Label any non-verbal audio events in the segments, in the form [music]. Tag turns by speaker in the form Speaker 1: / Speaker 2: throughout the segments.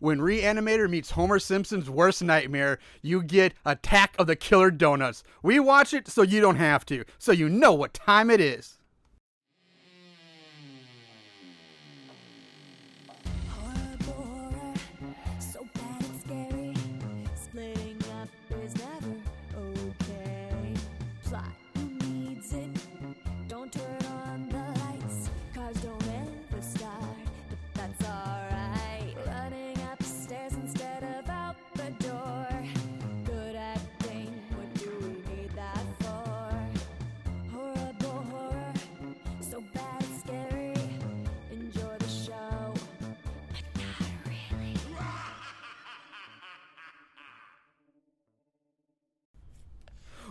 Speaker 1: When Reanimator meets Homer Simpson's worst nightmare, you get Attack of the Killer Donuts. We watch it so you don't have to, so you know what time it is.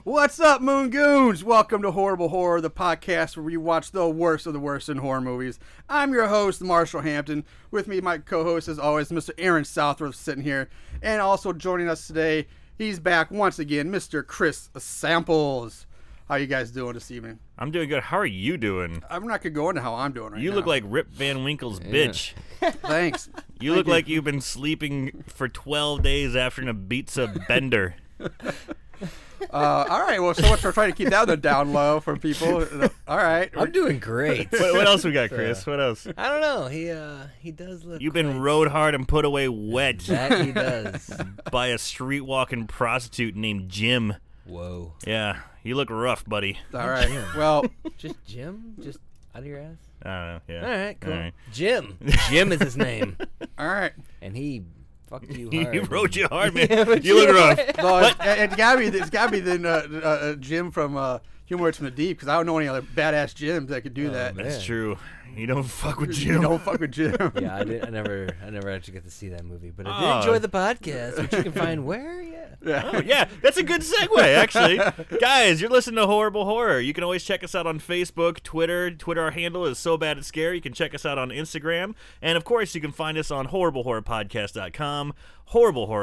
Speaker 1: What's up, Moon Goons? Welcome to Horrible Horror, the podcast where we watch the worst of the worst in horror movies. I'm your host, Marshall Hampton. With me, my co host, as always, Mr. Aaron Southworth, sitting here. And also joining us today, he's back once again, Mr. Chris Samples. How you guys doing this evening?
Speaker 2: I'm doing good. How are you doing?
Speaker 1: I'm not going to go into how I'm doing right
Speaker 2: You
Speaker 1: now.
Speaker 2: look like Rip Van Winkle's bitch. [laughs]
Speaker 1: Thanks.
Speaker 2: You look like you've been sleeping for 12 days after an
Speaker 3: [laughs]
Speaker 2: Ibiza bender.
Speaker 1: Uh, all right, well, so much for trying to keep that on the down low for people. All right.
Speaker 3: I'm doing [laughs] great.
Speaker 2: What, what else we got, Chris? What else?
Speaker 3: I don't know. He uh he does look.
Speaker 2: You've been rode hard and put away wet
Speaker 3: [laughs] that he does.
Speaker 2: by a streetwalking prostitute named Jim.
Speaker 3: [laughs] Whoa.
Speaker 2: Yeah, you look rough, buddy.
Speaker 1: All right. Well,
Speaker 3: Just Jim? Just out of your ass?
Speaker 2: I don't know. Yeah.
Speaker 3: All right, cool.
Speaker 2: All right. [laughs]
Speaker 3: [laughs] Jim. Jim is his name,
Speaker 1: all right.
Speaker 3: and [laughs] he fucked you hard.
Speaker 2: He rode you hard, man.
Speaker 3: [laughs] Yeah, but
Speaker 2: you look
Speaker 3: you-
Speaker 2: rough.
Speaker 1: No, it's, it's gotta be it's gotta be the uh, uh, uh, Jim from uh, Humor It's from the Deep because I don't know any other badass Jims that could do that.
Speaker 3: Oh, man.
Speaker 2: That's
Speaker 3: Yeah.
Speaker 2: true. You don't fuck with
Speaker 1: You
Speaker 2: Jim.
Speaker 1: don't fuck with Jim. [laughs]
Speaker 3: Yeah, I, did, I never, I never actually got to see that movie, but I did
Speaker 2: Oh.
Speaker 3: enjoy the podcast, which you can find where. [laughs] Yeah.
Speaker 2: Oh, yeah, that's a good segue, actually. Guys, you're listening to Horrible Horror. You can always check us out on Facebook, Twitter. Twitter, our handle is So Bad It's Scary. You can check us out on Instagram. And, of course, you can find us on horriblehorrorpodcast.com.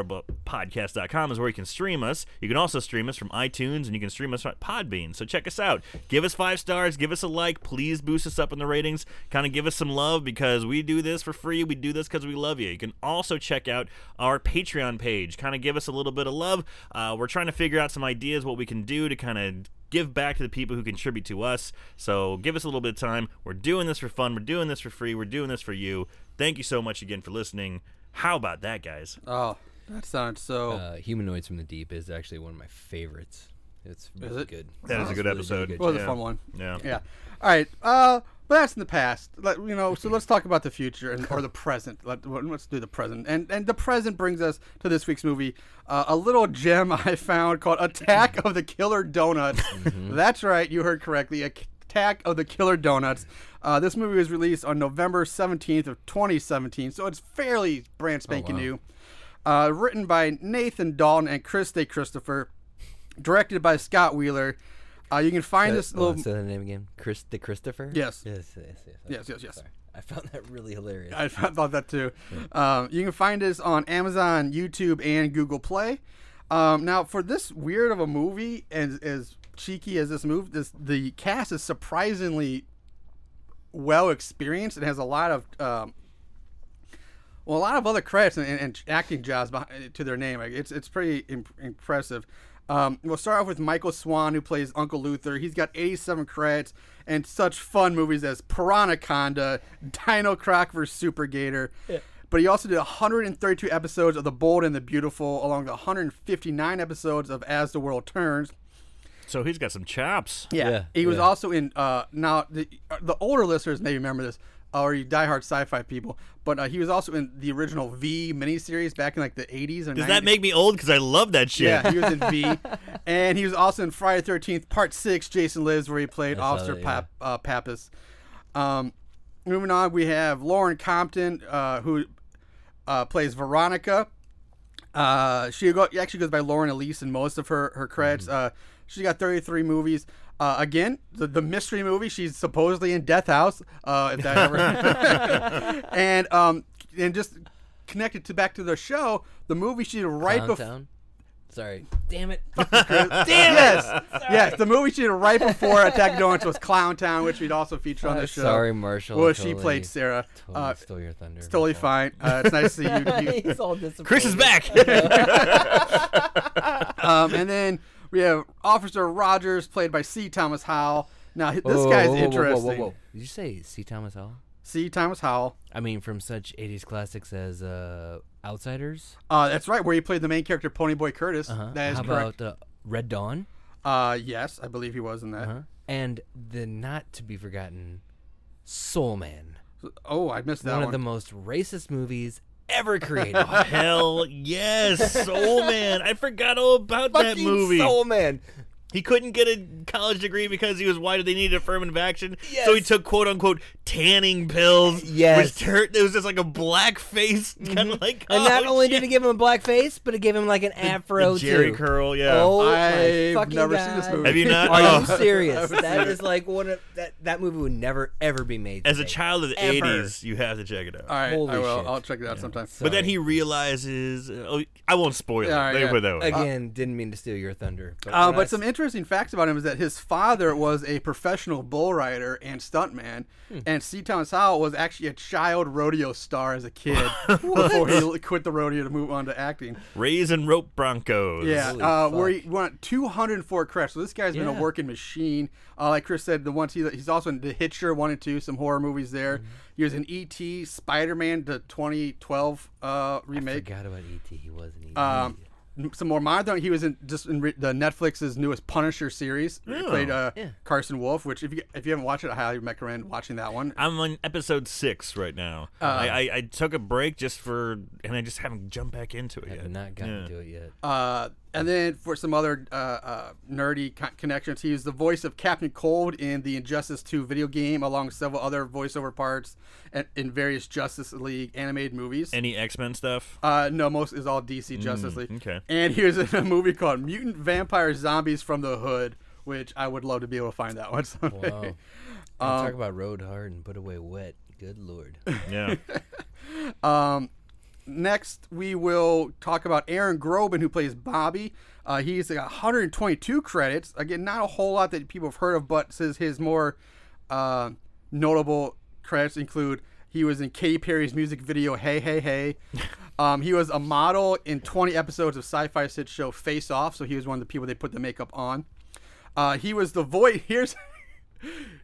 Speaker 2: Horriblehorrorpodcast.com is where you can stream us. You can also stream us from iTunes, and you can stream us on Podbean. So check us out. Give us five stars. Give us a like. Please boost us up in the ratings. Kind of give us some love because we do this for free. We do this because we love you. You can also check out our Patreon page. Kind of give us a little bit of love. Uh, we're trying to figure out some ideas what we can do to kind of give back to the people who contribute to us. So give us a little bit of time. We're doing this for fun. We're doing this for free. We're doing this for you. Thank you so much again for listening. How about that, guys?
Speaker 1: Oh, that sounds so.
Speaker 3: Uh, Humanoids from the Deep is actually one of my favorites. It's really
Speaker 1: it?
Speaker 3: good.
Speaker 2: That is a
Speaker 3: It's
Speaker 2: good
Speaker 3: really, really
Speaker 2: episode.
Speaker 3: good.
Speaker 1: Well, it was
Speaker 2: yeah.
Speaker 1: a fun one.
Speaker 2: Yeah.
Speaker 1: Yeah. All right. Uh, but that's in the past. Let, you know. So let's talk about the future and or the present. Let, let's do the present. And and the present brings us to this week's movie, uh, a little gem [laughs] I found called Attack of the Killer Donuts.
Speaker 2: Mm-hmm.
Speaker 1: That's right. You heard correctly. Ac- Attack of the Killer Donuts. Uh, this movie was released on November 17th of 2017, so it's fairly brand spanking
Speaker 2: Oh,
Speaker 3: wow.
Speaker 1: new. Uh, written by Nathan Dalton and Chris De Christopher, directed by Scott Wheeler. Uh, you can find
Speaker 3: Uh,
Speaker 1: this
Speaker 3: hold on,
Speaker 1: little
Speaker 3: say the name again. Chris the Christopher.
Speaker 1: Yes.
Speaker 3: Yes. Yes. Yes.
Speaker 1: Yes, yes, yes.
Speaker 3: Sorry. I found that really hilarious.
Speaker 1: [laughs] I thought that too. Um, you can find us on Amazon, YouTube, and Google Play. Um, now, for this weird of a movie, as as cheeky as this move, this the cast is surprisingly well experienced and has a lot of um, well, a lot of other credits and, and, and acting jobs behind, to their name. Like, It's it's pretty imp- impressive. Um, we'll start off with Michael Swan, who plays Uncle Luther. He's got 87 credits and such fun movies as Piranaconda, Dino Croc vs. Super Gator. But he also did 132 episodes of The Bold and the Beautiful, along with 159 episodes of As the World Turns.
Speaker 2: So he's got some chops.
Speaker 1: Yeah.
Speaker 3: Yeah,
Speaker 1: He was
Speaker 3: yeah.
Speaker 1: also in uh now the the older listeners may remember this uh, or you diehard sci-fi people, but uh, he was also in the original V miniseries back in like the 80s or
Speaker 2: Does
Speaker 1: 90s.
Speaker 2: that make me old? Because I love that shit.
Speaker 1: Yeah, he was in V, and he was also in Friday the Thirteenth Part Six: Jason Lives, where he played
Speaker 3: saw
Speaker 1: Officer
Speaker 3: that,
Speaker 1: Pap, uh, Pappas. Um, moving on, we have Lauren Compton, uh, who uh, plays Veronica. Uh, she go, actually goes by Lauren Elise in most of her her credits. Uh, she got 33 movies. Uh, again, the, the mystery movie. She's supposedly in Death House. Uh, if that ever. [laughs] and um, and just connected to back to the show, the movie she did right before.
Speaker 3: Clowntown? Sorry. Damn it. Fuck.
Speaker 1: Damn yes, yes. The movie she did right before Attack of Donuts was Clown Town, which we'd also feature on the show.
Speaker 3: Uh, Sorry, Marshall.
Speaker 1: Well, she
Speaker 3: Totally-
Speaker 1: played Sarah.
Speaker 3: Totally
Speaker 1: Uh,
Speaker 3: stole your thunder.
Speaker 1: it's totally fine. Uh, it's nice to see you.
Speaker 3: [laughs]
Speaker 1: you
Speaker 4: He's all disappointed.
Speaker 2: Chris
Speaker 1: [laughs]
Speaker 2: is back.
Speaker 1: um, and then we have Officer Rogers, played by C. Thomas Howell. Now hi- this guy's interesting.
Speaker 3: Did you say C. Thomas Howell?
Speaker 1: C. Thomas Howell.
Speaker 3: I mean, from such 80s classics as uh, Outsiders.
Speaker 1: Uh, that's right, where he played the main character Ponyboy Curtis. That is
Speaker 3: How
Speaker 1: correct.
Speaker 3: about uh, Red Dawn?
Speaker 1: Uh, yes, I believe he was in
Speaker 3: Uh-huh.
Speaker 1: that.
Speaker 3: And the not to be forgotten Soul Man.
Speaker 1: Oh, I missed that
Speaker 3: one
Speaker 1: one.
Speaker 3: of the most racist movies [laughs] ever created.
Speaker 2: Hell yes, Soul Man. I forgot all about that
Speaker 3: Fucking
Speaker 2: movie.
Speaker 3: Soul Man.
Speaker 2: He couldn't get a college degree because he was white. and They needed affirmative action, so he
Speaker 3: Yes.
Speaker 2: took quote unquote tanning pills.
Speaker 3: Yes. Mm-hmm.
Speaker 2: which hurt. It was just like a black face, [laughs] kind of like.
Speaker 3: And not
Speaker 2: oh,
Speaker 3: only
Speaker 2: shit.
Speaker 3: did it give him a black face, but it gave him like an afro
Speaker 2: the Jerry
Speaker 3: too.
Speaker 2: curl, yeah.
Speaker 3: Oh
Speaker 1: I've
Speaker 3: my fucking
Speaker 1: never
Speaker 3: God.
Speaker 1: seen this movie.
Speaker 2: Have you not?
Speaker 3: Are you
Speaker 2: Oh.
Speaker 1: [laughs]
Speaker 3: serious? that is like one of that that movie would never ever be made.
Speaker 2: As a
Speaker 3: today.
Speaker 2: child of the
Speaker 3: Ever.
Speaker 2: '80s, you have to check it out.
Speaker 1: All right,
Speaker 3: Holy
Speaker 1: I will.
Speaker 3: shit.
Speaker 1: I'll check it out sometime.
Speaker 2: But then
Speaker 3: Sorry.
Speaker 2: he realizes. Oh, I won't spoil it.
Speaker 1: All right,
Speaker 2: Let me
Speaker 1: yeah.
Speaker 2: put it that way.
Speaker 3: again, didn't mean to steal your thunder. But,
Speaker 1: Uh,
Speaker 3: when I
Speaker 1: but some interesting facts about him is that his father was a professional bull rider and stuntman,
Speaker 3: Hmm.
Speaker 1: and C. Thomas Howell was actually a child rodeo star as a
Speaker 3: [laughs]
Speaker 1: kid before he quit the rodeo to move on to acting.
Speaker 2: Raisin rope Broncos.
Speaker 1: Yeah,
Speaker 3: Holy
Speaker 1: uh, where
Speaker 3: fuck.
Speaker 1: he went 204 credits. So this guy's been a
Speaker 3: Yeah.
Speaker 1: working machine. Uh, like Chris said, the ones he, he's also in The Hitcher one and two, some horror movies there.
Speaker 3: Mm-hmm.
Speaker 1: He was in E.T., Spider Man, the 2012 uh,
Speaker 3: I
Speaker 1: remake.
Speaker 3: forgot about E.T. He wasn't E E.T.
Speaker 1: Um, n- some more modern. He was in just in re- the Netflix's newest Punisher series. He played uh,
Speaker 3: Oh, Yeah.
Speaker 1: Carson Wolf, which if you if you haven't watched it, I highly recommend watching that one.
Speaker 2: I'm on episode six right now.
Speaker 1: Uh-huh.
Speaker 2: I, I, I took a break just for, and I just haven't jumped back into it
Speaker 3: I've
Speaker 2: yet.
Speaker 3: not gotten to it yet.
Speaker 1: Uh, and then for some other uh, uh, nerdy co- connections, he was the voice of Captain Cold in the Injustice 2 video game, along with several other voiceover parts and, in various Justice League animated movies.
Speaker 2: Any X Men
Speaker 1: [laughs]
Speaker 2: stuff?
Speaker 1: Uh, no, most is all
Speaker 3: Mm,
Speaker 1: DC Justice League.
Speaker 2: okay.
Speaker 1: And he was in a movie called Mutant Vampire Zombies from the Hood, which I would love to be able to find that one [laughs] someday.
Speaker 3: Wow. I'll talk about road hard and put away wet.
Speaker 1: [laughs]
Speaker 3: Good lord.
Speaker 2: Yeah.
Speaker 1: Next, we will talk about Aaron Groban, who plays Bobby. Uh, he's got 122 credits. Again, not a whole lot that people have heard of, but says his more uh, notable credits include he was in Katy Perry's music video "Hey Hey Hey." um, he was a model in 20 episodes of sci-fi sit show Face Off, so he was one of the people they put the makeup on. Uh, he was the voice. [laughs] Here's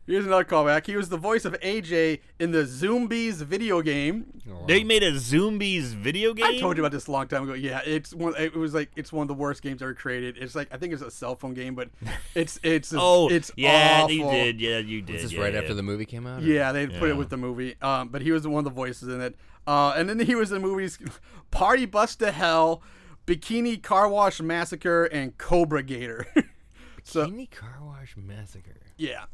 Speaker 1: here's another callback. He was the voice of AJ in the Zombies video game.
Speaker 2: [laughs] they made a Zombies video game?
Speaker 1: I told you about this a long time ago. Yeah, it's one. It was like it's one of the worst games ever created. It's like I think it's a cell phone game,
Speaker 2: [laughs]
Speaker 1: but it's it's
Speaker 2: Oh,
Speaker 1: it's
Speaker 2: yeah,
Speaker 1: awful.
Speaker 2: you did. Yeah, you did.
Speaker 3: Is this
Speaker 2: yeah,
Speaker 3: right
Speaker 2: yeah.
Speaker 3: after the movie came out? or-
Speaker 1: Yeah, they put
Speaker 2: Yeah.
Speaker 1: it with the movie. Um, but he was one of the voices in it. Uh, and then he was in movies [laughs] Party Bus to Hell, Bikini Car Wash Massacre, and Cobra Gator. [laughs] so
Speaker 3: Kidney Car Wash Massacre.
Speaker 1: yeah,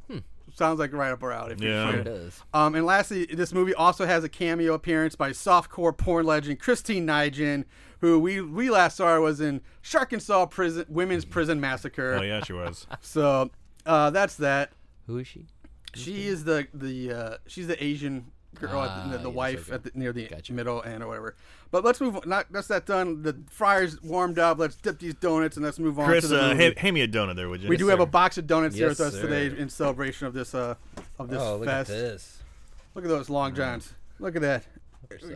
Speaker 1: sounds like right up our alley. If you're
Speaker 2: Hmm. Yeah.
Speaker 1: familiar.
Speaker 3: It does.
Speaker 1: Um, and lastly, this movie also has a cameo appearance by softcore porn legend Christine Nijin, who we, we last saw was in Sharkensaw Prison Women's Prison Massacre.
Speaker 2: Oh, yeah,
Speaker 1: [laughs]
Speaker 2: she was.
Speaker 1: So uh, that's that.
Speaker 3: Who is she?
Speaker 1: She is the the uh, she's the Asian girl, at
Speaker 3: Ah,
Speaker 1: the, the,
Speaker 3: yes,
Speaker 1: wife
Speaker 3: okay.
Speaker 1: at the, near the
Speaker 3: Gotcha.
Speaker 1: middle and or whatever. But let's move. On. Not, that's that done. The fryer's warmed up. Let's dip these donuts and let's move on. to
Speaker 2: Chris,
Speaker 1: the
Speaker 2: uh,
Speaker 1: movie.
Speaker 2: hand, hand me a donut there, would you?
Speaker 1: we do have a box of donuts here
Speaker 3: Yes,
Speaker 1: with us today
Speaker 3: sir.
Speaker 1: in celebration of this uh of this
Speaker 3: Oh, look
Speaker 1: fest.
Speaker 3: at this.
Speaker 1: Look at those long johns. Look at that.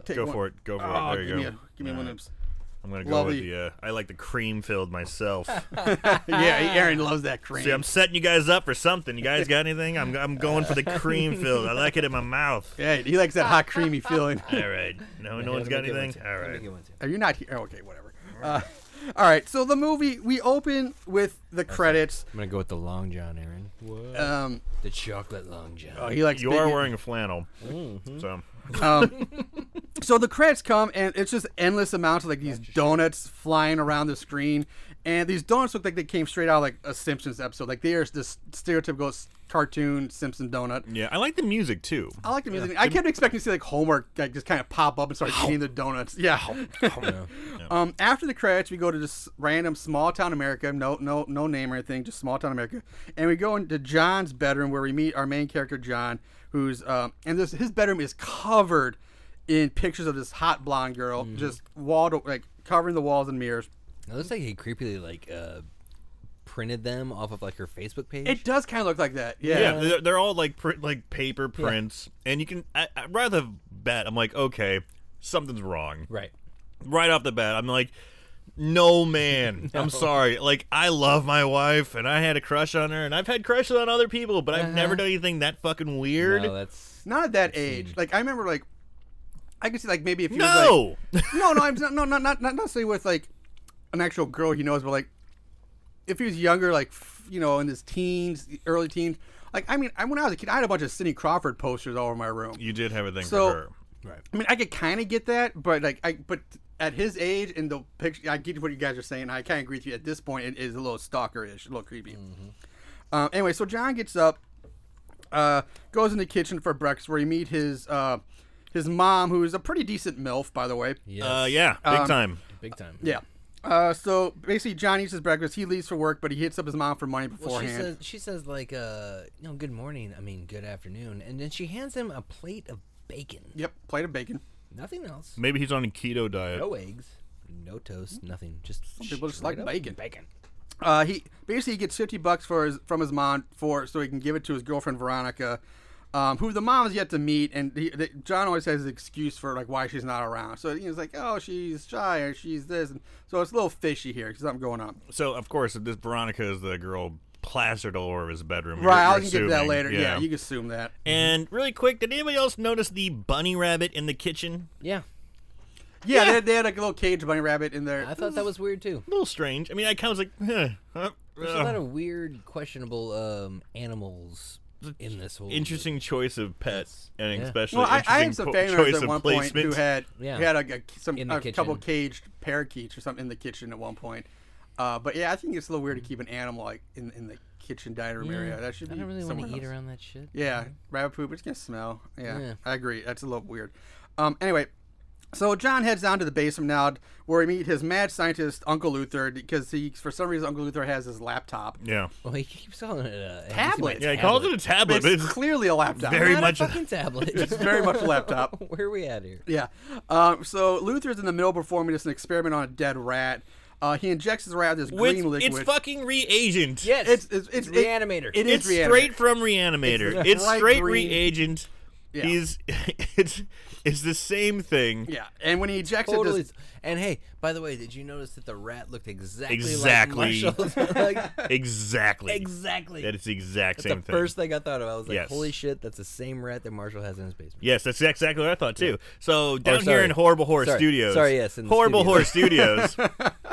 Speaker 1: Take
Speaker 2: Go
Speaker 1: one.
Speaker 2: for it. Go for
Speaker 1: Oh,
Speaker 2: it. There you
Speaker 1: give
Speaker 2: go.
Speaker 1: me, a, give me one
Speaker 2: Alright.
Speaker 1: of
Speaker 2: [laughs] I'm going to go
Speaker 1: lovely-
Speaker 2: with the, uh, I like the cream filled
Speaker 1: [laughs]
Speaker 2: myself.
Speaker 1: them. yeah, Aaron loves that cream.
Speaker 2: See, I'm setting you guys up for something. You guys got anything? I'm, I'm going for the cream filled. I like it in my mouth.
Speaker 1: [laughs] [laughs] yeah, he likes that hot creamy
Speaker 2: [laughs]
Speaker 1: feeling.
Speaker 2: All right. No, no one's got anything? All right.
Speaker 1: Are you not here? oh, Okay, whatever. Uh, all right, so the movie we open with the credits.
Speaker 3: I'm gonna go with the Long John, Aaron. What?
Speaker 1: Um,
Speaker 3: the chocolate Long John.
Speaker 1: oh, he likes.
Speaker 2: You are
Speaker 1: big-
Speaker 2: wearing a flannel. So.
Speaker 1: So the credits come, and it's just endless amounts of like these donuts flying around the screen, and these donuts look like they came straight out of like a Simpsons episode. Like they are this stereotypical s- cartoon Simpson donut.
Speaker 2: Yeah, I like the music too.
Speaker 1: I like the music. I kept expecting to see like Homer like just kind of pop up and start eating the donuts. Yeah. [laughs] um, after the credits, we go to this random small town America. No, no, no name or anything. Just small town America. And we go into John's bedroom where we meet our main character John, who's um, and this his bedroom is covered in pictures of this hot blonde girl, just wall to, like covering the walls and mirrors.
Speaker 3: It looks like he creepily like uh, printed them off of like her Facebook page.
Speaker 1: It does kind of look like that. Yeah.
Speaker 2: Yeah, they're, they're all like print, like paper prints, and you can. I, I'd rather bet. I'm like, okay, something's wrong.
Speaker 3: right.
Speaker 2: right off the bat, I'm like, no, man. I'm sorry. Like, I love my wife, and I had a crush on her, and I've had crushes on other people, but I've
Speaker 1: Uh-huh.
Speaker 2: never done anything that fucking weird.
Speaker 3: No, Oh, that's
Speaker 1: Not at that age. Like I remember, like I could see, like maybe if you
Speaker 2: No!
Speaker 1: was, like, no, no, I'm not, no, not, not, not necessarily with like an actual girl he knows, but like if he was younger, like f- you know, in his teens, early teens. Like I mean, I, when I was a kid, I had a bunch of Sidney Crawford posters all over my room.
Speaker 2: you did have a thing
Speaker 1: So-
Speaker 2: for her.
Speaker 3: right.
Speaker 1: I mean, I could kind of get that, but like, I but at his age and the picture, I get what you guys are saying. I kind of agree with you. At this point, it is a little stalkerish, a little creepy.
Speaker 3: Mm-hmm.
Speaker 1: Um, anyway, so John gets up, uh, goes in the kitchen for breakfast, where he meet his uh, his mom, who is a pretty decent milf, by the way.
Speaker 3: Yes.
Speaker 2: Uh, yeah,
Speaker 1: Um,
Speaker 2: big time.
Speaker 3: Big time.
Speaker 1: Yeah. Uh, so basically, John eats his breakfast. He leaves for work, but he hits up his mom for money
Speaker 3: Well, she
Speaker 1: beforehand.
Speaker 3: says she says like uh no good morning I mean good afternoon and then she hands him a plate of bacon
Speaker 1: yep, plate of bacon.
Speaker 3: nothing else
Speaker 2: Maybe he's on a keto diet.
Speaker 3: no eggs no toast nothing just
Speaker 1: Hmm? people just like
Speaker 3: straight up
Speaker 1: bacon.
Speaker 3: bacon
Speaker 1: Uh, he basically he gets fifty bucks for his from his mom for so he can give it to his girlfriend Veronica, um, who the mom has yet to meet. And he, the, John always has an excuse for like why she's not around. So you know, it's like oh she's shy or she's this, and so it's a little fishy here. 'cause Something going on.
Speaker 2: So, of course, this Veronica is the girl plastered all over his bedroom.
Speaker 1: Right,
Speaker 2: You're-
Speaker 1: I'll
Speaker 2: you're
Speaker 1: get to that
Speaker 2: assuming.
Speaker 1: later. Yeah. you can assume that.
Speaker 2: and really quick, did anybody else notice the bunny rabbit in the kitchen?
Speaker 3: yeah
Speaker 1: Yeah, They, had, they had like a little cage bunny rabbit in there.
Speaker 3: I thought that was weird too
Speaker 2: A little strange. I mean, I kind of was like, huh, huh,
Speaker 3: there's
Speaker 2: uh,
Speaker 3: a lot of weird questionable um animals in this whole
Speaker 2: uh, interesting choice of pet and
Speaker 3: Yeah.
Speaker 2: especially
Speaker 1: Well, I, I
Speaker 2: interesting
Speaker 1: had some
Speaker 2: po-
Speaker 1: family
Speaker 2: choice
Speaker 1: members at
Speaker 2: of
Speaker 1: one point
Speaker 2: placement.
Speaker 1: who had
Speaker 3: Yeah.
Speaker 1: who had like a, some
Speaker 3: In
Speaker 1: a
Speaker 3: the
Speaker 1: couple
Speaker 3: kitchen.
Speaker 1: caged parakeets or something in the kitchen at one point. Uh, but yeah, I think it's a little weird to keep an animal like in, in the kitchen dining room area. That should
Speaker 3: I
Speaker 1: be
Speaker 3: don't really
Speaker 1: somewhere
Speaker 3: want to eat
Speaker 1: else.
Speaker 3: around that shit
Speaker 1: Yeah, rabbit poop. It's gonna smell. Yeah,
Speaker 3: Yeah.
Speaker 1: I agree. That's a little weird. Um, anyway, so John heads down to the basement now, where we meet his mad scientist Uncle Luther because he, for some reason, Uncle Luther has his laptap.
Speaker 2: yeah.
Speaker 3: well he keeps calling it uh, a
Speaker 1: Tablet.
Speaker 2: Yeah, he calls it a tablet,
Speaker 1: It's
Speaker 2: but it's
Speaker 1: clearly a laptop.
Speaker 2: very
Speaker 3: not
Speaker 2: much
Speaker 3: a
Speaker 2: [laughs]
Speaker 3: fucking tablet
Speaker 1: It's very much a laptop.
Speaker 3: [laughs] where are we at here
Speaker 1: Yeah. Um, so Luther's in the middle of performing this an experiment on a dead rat. Uh, he injects his rat with this
Speaker 2: With-
Speaker 1: green liquid.
Speaker 2: it's fucking reagent.
Speaker 3: yes
Speaker 1: It's it's it's, it-
Speaker 3: reanimator
Speaker 1: it
Speaker 2: it's
Speaker 1: is Reanimator.
Speaker 2: straight from Reanimator.
Speaker 1: It's
Speaker 2: It's,
Speaker 1: bright
Speaker 2: straight
Speaker 1: green.
Speaker 2: reagent.
Speaker 1: Yeah.
Speaker 2: He's [laughs] it's it's the same thing.
Speaker 1: Yeah. And when he ejects
Speaker 3: Totally.
Speaker 1: it, this,
Speaker 3: And hey, by the way, did you notice that the rat looked exactly,
Speaker 2: Exactly. [laughs]
Speaker 3: like Marshall's? [laughs] like,
Speaker 2: Exactly. [laughs]
Speaker 3: exactly.
Speaker 2: That is the exact
Speaker 3: That's
Speaker 2: same
Speaker 3: the
Speaker 2: thing.
Speaker 3: first thing I thought of. I was like,
Speaker 2: Yes.
Speaker 3: holy shit, that's the same rat that Marshall has in his basement.
Speaker 2: Yes, that's exactly what I thought too. So down here
Speaker 3: Oh, sorry.
Speaker 2: in Horrible Horror
Speaker 3: Sorry.
Speaker 2: Studios,
Speaker 3: Sorry, yes, in the
Speaker 2: Horrible Horror Studios,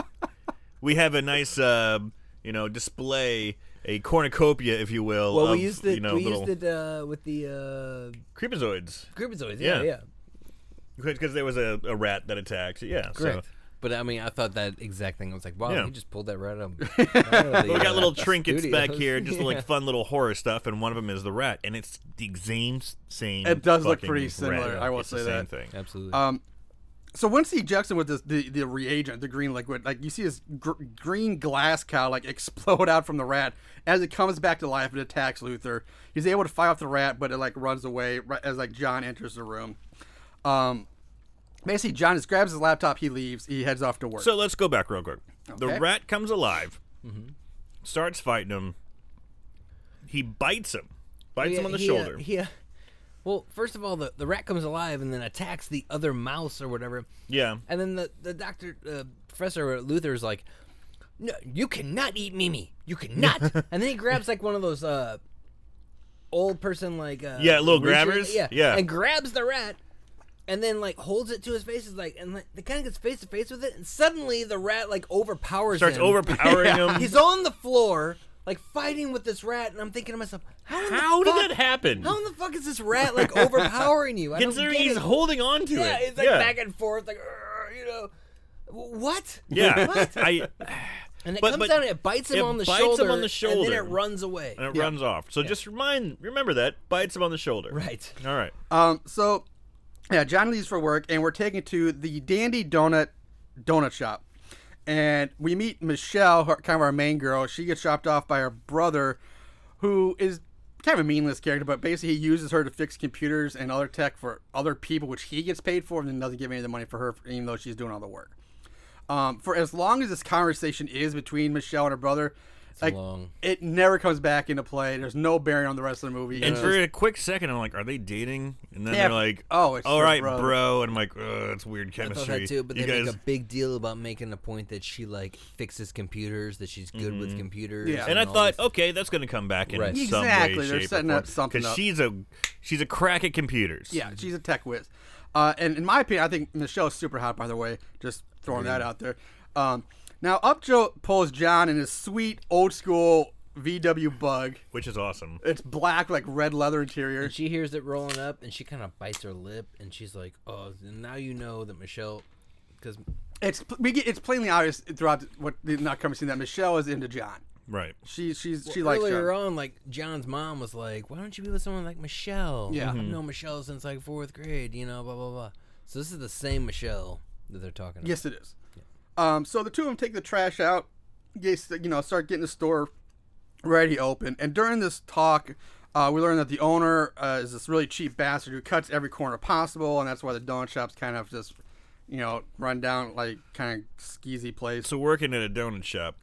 Speaker 3: [laughs]
Speaker 2: we have a nice, uh, you know, display, a cornucopia, if you will.
Speaker 3: Well,
Speaker 2: of,
Speaker 3: we used it.
Speaker 2: you know,
Speaker 3: we
Speaker 2: little
Speaker 3: used it uh, with the uh,
Speaker 2: creepazoids
Speaker 3: Gribozoids.
Speaker 2: Yeah.
Speaker 3: Yeah, yeah.
Speaker 2: because there was a, a rat that attacked. Yeah,
Speaker 3: Correct.
Speaker 2: So.
Speaker 3: But I mean, I thought that exact thing. I was like, wow,
Speaker 2: Yeah.
Speaker 3: he just pulled that
Speaker 2: [laughs]
Speaker 3: right up. out of [laughs] the,
Speaker 2: We got
Speaker 3: uh,
Speaker 2: little trinkets back
Speaker 3: studios.
Speaker 2: here, just
Speaker 3: [laughs] Yeah.
Speaker 2: like fun little horror stuff, and one of them is the rat, and it's the exact same.
Speaker 1: It does look
Speaker 2: fucking
Speaker 1: pretty
Speaker 2: rat.
Speaker 1: similar, I will
Speaker 2: It's
Speaker 1: say
Speaker 2: the same
Speaker 1: that.
Speaker 2: thing.
Speaker 3: Absolutely.
Speaker 1: um, [laughs] so once he ejects him with this the, the reagent, the green liquid, like you see this gr- green glass cow like [laughs] explode out from the rat as it comes back to life and attacks Luther. He's able to fight off the rat, but it like runs away right as like John enters the room. Um, basically, John just grabs his laptop, he leaves, he heads off to work.
Speaker 2: So let's go back real quick. The
Speaker 1: Okay.
Speaker 2: rat comes alive,
Speaker 3: Mm-hmm.
Speaker 2: starts fighting him. He bites him, bites him on the
Speaker 3: he, uh,
Speaker 2: shoulder.
Speaker 3: he, uh, well, first of all, the, the rat comes alive and then attacks the other mouse or whatever.
Speaker 2: yeah,
Speaker 3: And then the, the doctor, uh, Professor Luther's like, no, you cannot eat Mimi.
Speaker 2: [laughs]
Speaker 3: You cannot. and then he grabs like one of those uh, old person like uh,
Speaker 2: Yeah, little
Speaker 3: reacher-
Speaker 2: grabbers?
Speaker 3: Yeah,
Speaker 2: Yeah.
Speaker 3: and grabs the rat. And then like holds it to his face is like and like the kind of gets face to face with it and suddenly the rat like overpowers
Speaker 2: starts
Speaker 3: him.
Speaker 2: overpowering
Speaker 3: [laughs]
Speaker 2: him.
Speaker 3: He's on the floor like fighting with this rat and I'm thinking to myself how, in the
Speaker 2: How did
Speaker 3: fuck-
Speaker 2: that happen?
Speaker 3: How in the fuck is this rat like
Speaker 2: [laughs]
Speaker 3: overpowering you? I don't
Speaker 2: Considering
Speaker 3: get
Speaker 2: he's
Speaker 3: it.
Speaker 2: holding on to
Speaker 3: Yeah,
Speaker 2: it.
Speaker 3: it's like back and forth, like "Arr," you know, W- what?
Speaker 2: yeah.
Speaker 3: what?
Speaker 2: [laughs]
Speaker 3: [laughs]
Speaker 2: I,
Speaker 3: and it
Speaker 2: but-
Speaker 3: comes
Speaker 2: but
Speaker 3: down and it bites him
Speaker 2: it
Speaker 3: on the
Speaker 2: bites him
Speaker 3: shoulder.
Speaker 2: on the
Speaker 3: and
Speaker 2: shoulder.
Speaker 3: then it runs away.
Speaker 2: and it runs off. So just remind, remember that bites him on the shoulder.
Speaker 3: Right. Uh,
Speaker 2: All right.
Speaker 1: Um, so, yeah, John leaves for work, and we're taken to the Dandy Donut Donut Shop, and we meet Michelle, her, kind of our main girl. She gets dropped off by her brother, who is kind of a meaningless character, but basically he uses her to fix computers and other tech for other people, which he gets paid for, and then doesn't give any of the money for her, even though she's doing all the work. Um, for as long as this conversation is between Michelle and her brother, like
Speaker 3: long.
Speaker 1: it never comes back into play. There's no bearing on the rest of the movie.
Speaker 2: And
Speaker 3: uh,
Speaker 1: It's
Speaker 2: for
Speaker 1: just-
Speaker 2: a quick second, I'm like, are they dating? And then
Speaker 1: Yeah.
Speaker 2: they're like,
Speaker 1: Oh, it's
Speaker 2: all
Speaker 1: your
Speaker 2: right,
Speaker 1: bro."
Speaker 2: bro. And I'm like, Ugh, that's weird
Speaker 3: I thought
Speaker 2: chemistry.
Speaker 3: that too, but they
Speaker 2: you guys.
Speaker 3: make a big deal about making the point that she like fixes computers, that she's good with computers.
Speaker 1: Yeah.
Speaker 2: Mm-hmm. and I
Speaker 3: all
Speaker 2: thought,
Speaker 3: this.
Speaker 2: okay, that's going to come back in
Speaker 3: Right.
Speaker 2: some
Speaker 1: Exactly,
Speaker 2: way,
Speaker 1: they're
Speaker 2: shape,
Speaker 1: setting up something
Speaker 2: Because
Speaker 1: up.
Speaker 2: she's a she's a crack at computers.
Speaker 1: yeah, she's a tech whiz. Uh, and in my opinion, I think Michelle's super hot. By the way, just throwing that out there. Um, now Upjoe pulls John in his sweet old school VW Bug.
Speaker 2: which is awesome.
Speaker 1: It's black, like red leather interior.
Speaker 3: And she hears it rolling up, and she kind of bites her lip, and she's like, "Oh, now you know that Michelle, because
Speaker 1: It's we get, it's plainly obvious throughout what the not coming scene that Michelle is into John.
Speaker 2: Right.
Speaker 1: She she's she likes
Speaker 3: earlier
Speaker 1: John.
Speaker 3: on, like John's mom was like, "Why don't you be with someone like Michelle?
Speaker 1: Yeah.
Speaker 2: Mm-hmm.
Speaker 3: I've known Michelle since like fourth grade, you know, blah blah blah." So this is the same Michelle that they're talking about.
Speaker 1: Yes, it is. Um, so the two of them take the trash out. They s- you know start getting the store ready open. And during this talk, uh, we learn that the owner uh, is this really cheap bastard who cuts every corner possible, and that's why the donut shop's kind of just you know run down like kind of skeezy place.
Speaker 2: So working at a donut shop,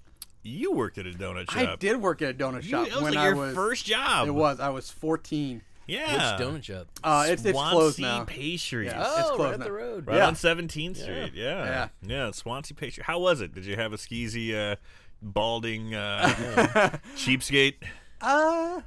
Speaker 2: you worked at a donut shop.
Speaker 1: I did work at a donut
Speaker 2: You-
Speaker 1: shop
Speaker 2: that was
Speaker 1: when
Speaker 2: like
Speaker 1: I
Speaker 2: your
Speaker 1: was.
Speaker 2: first job.
Speaker 1: It was I was 14.
Speaker 2: Yeah.
Speaker 3: Which donut shop?
Speaker 1: Uh, it's it's closed
Speaker 2: Swansea
Speaker 1: now.
Speaker 2: Pastries.
Speaker 1: Yeah.
Speaker 3: oh,
Speaker 1: it's closed
Speaker 3: right up
Speaker 1: now.
Speaker 3: the road.
Speaker 2: Right
Speaker 1: Yeah.
Speaker 2: on Seventeenth Street. Yeah. yeah. Swansea Pastries. How was it? Did you have a skeezy, uh,
Speaker 1: [laughs]
Speaker 2: balding uh, cheapskate?
Speaker 1: Uh, oh,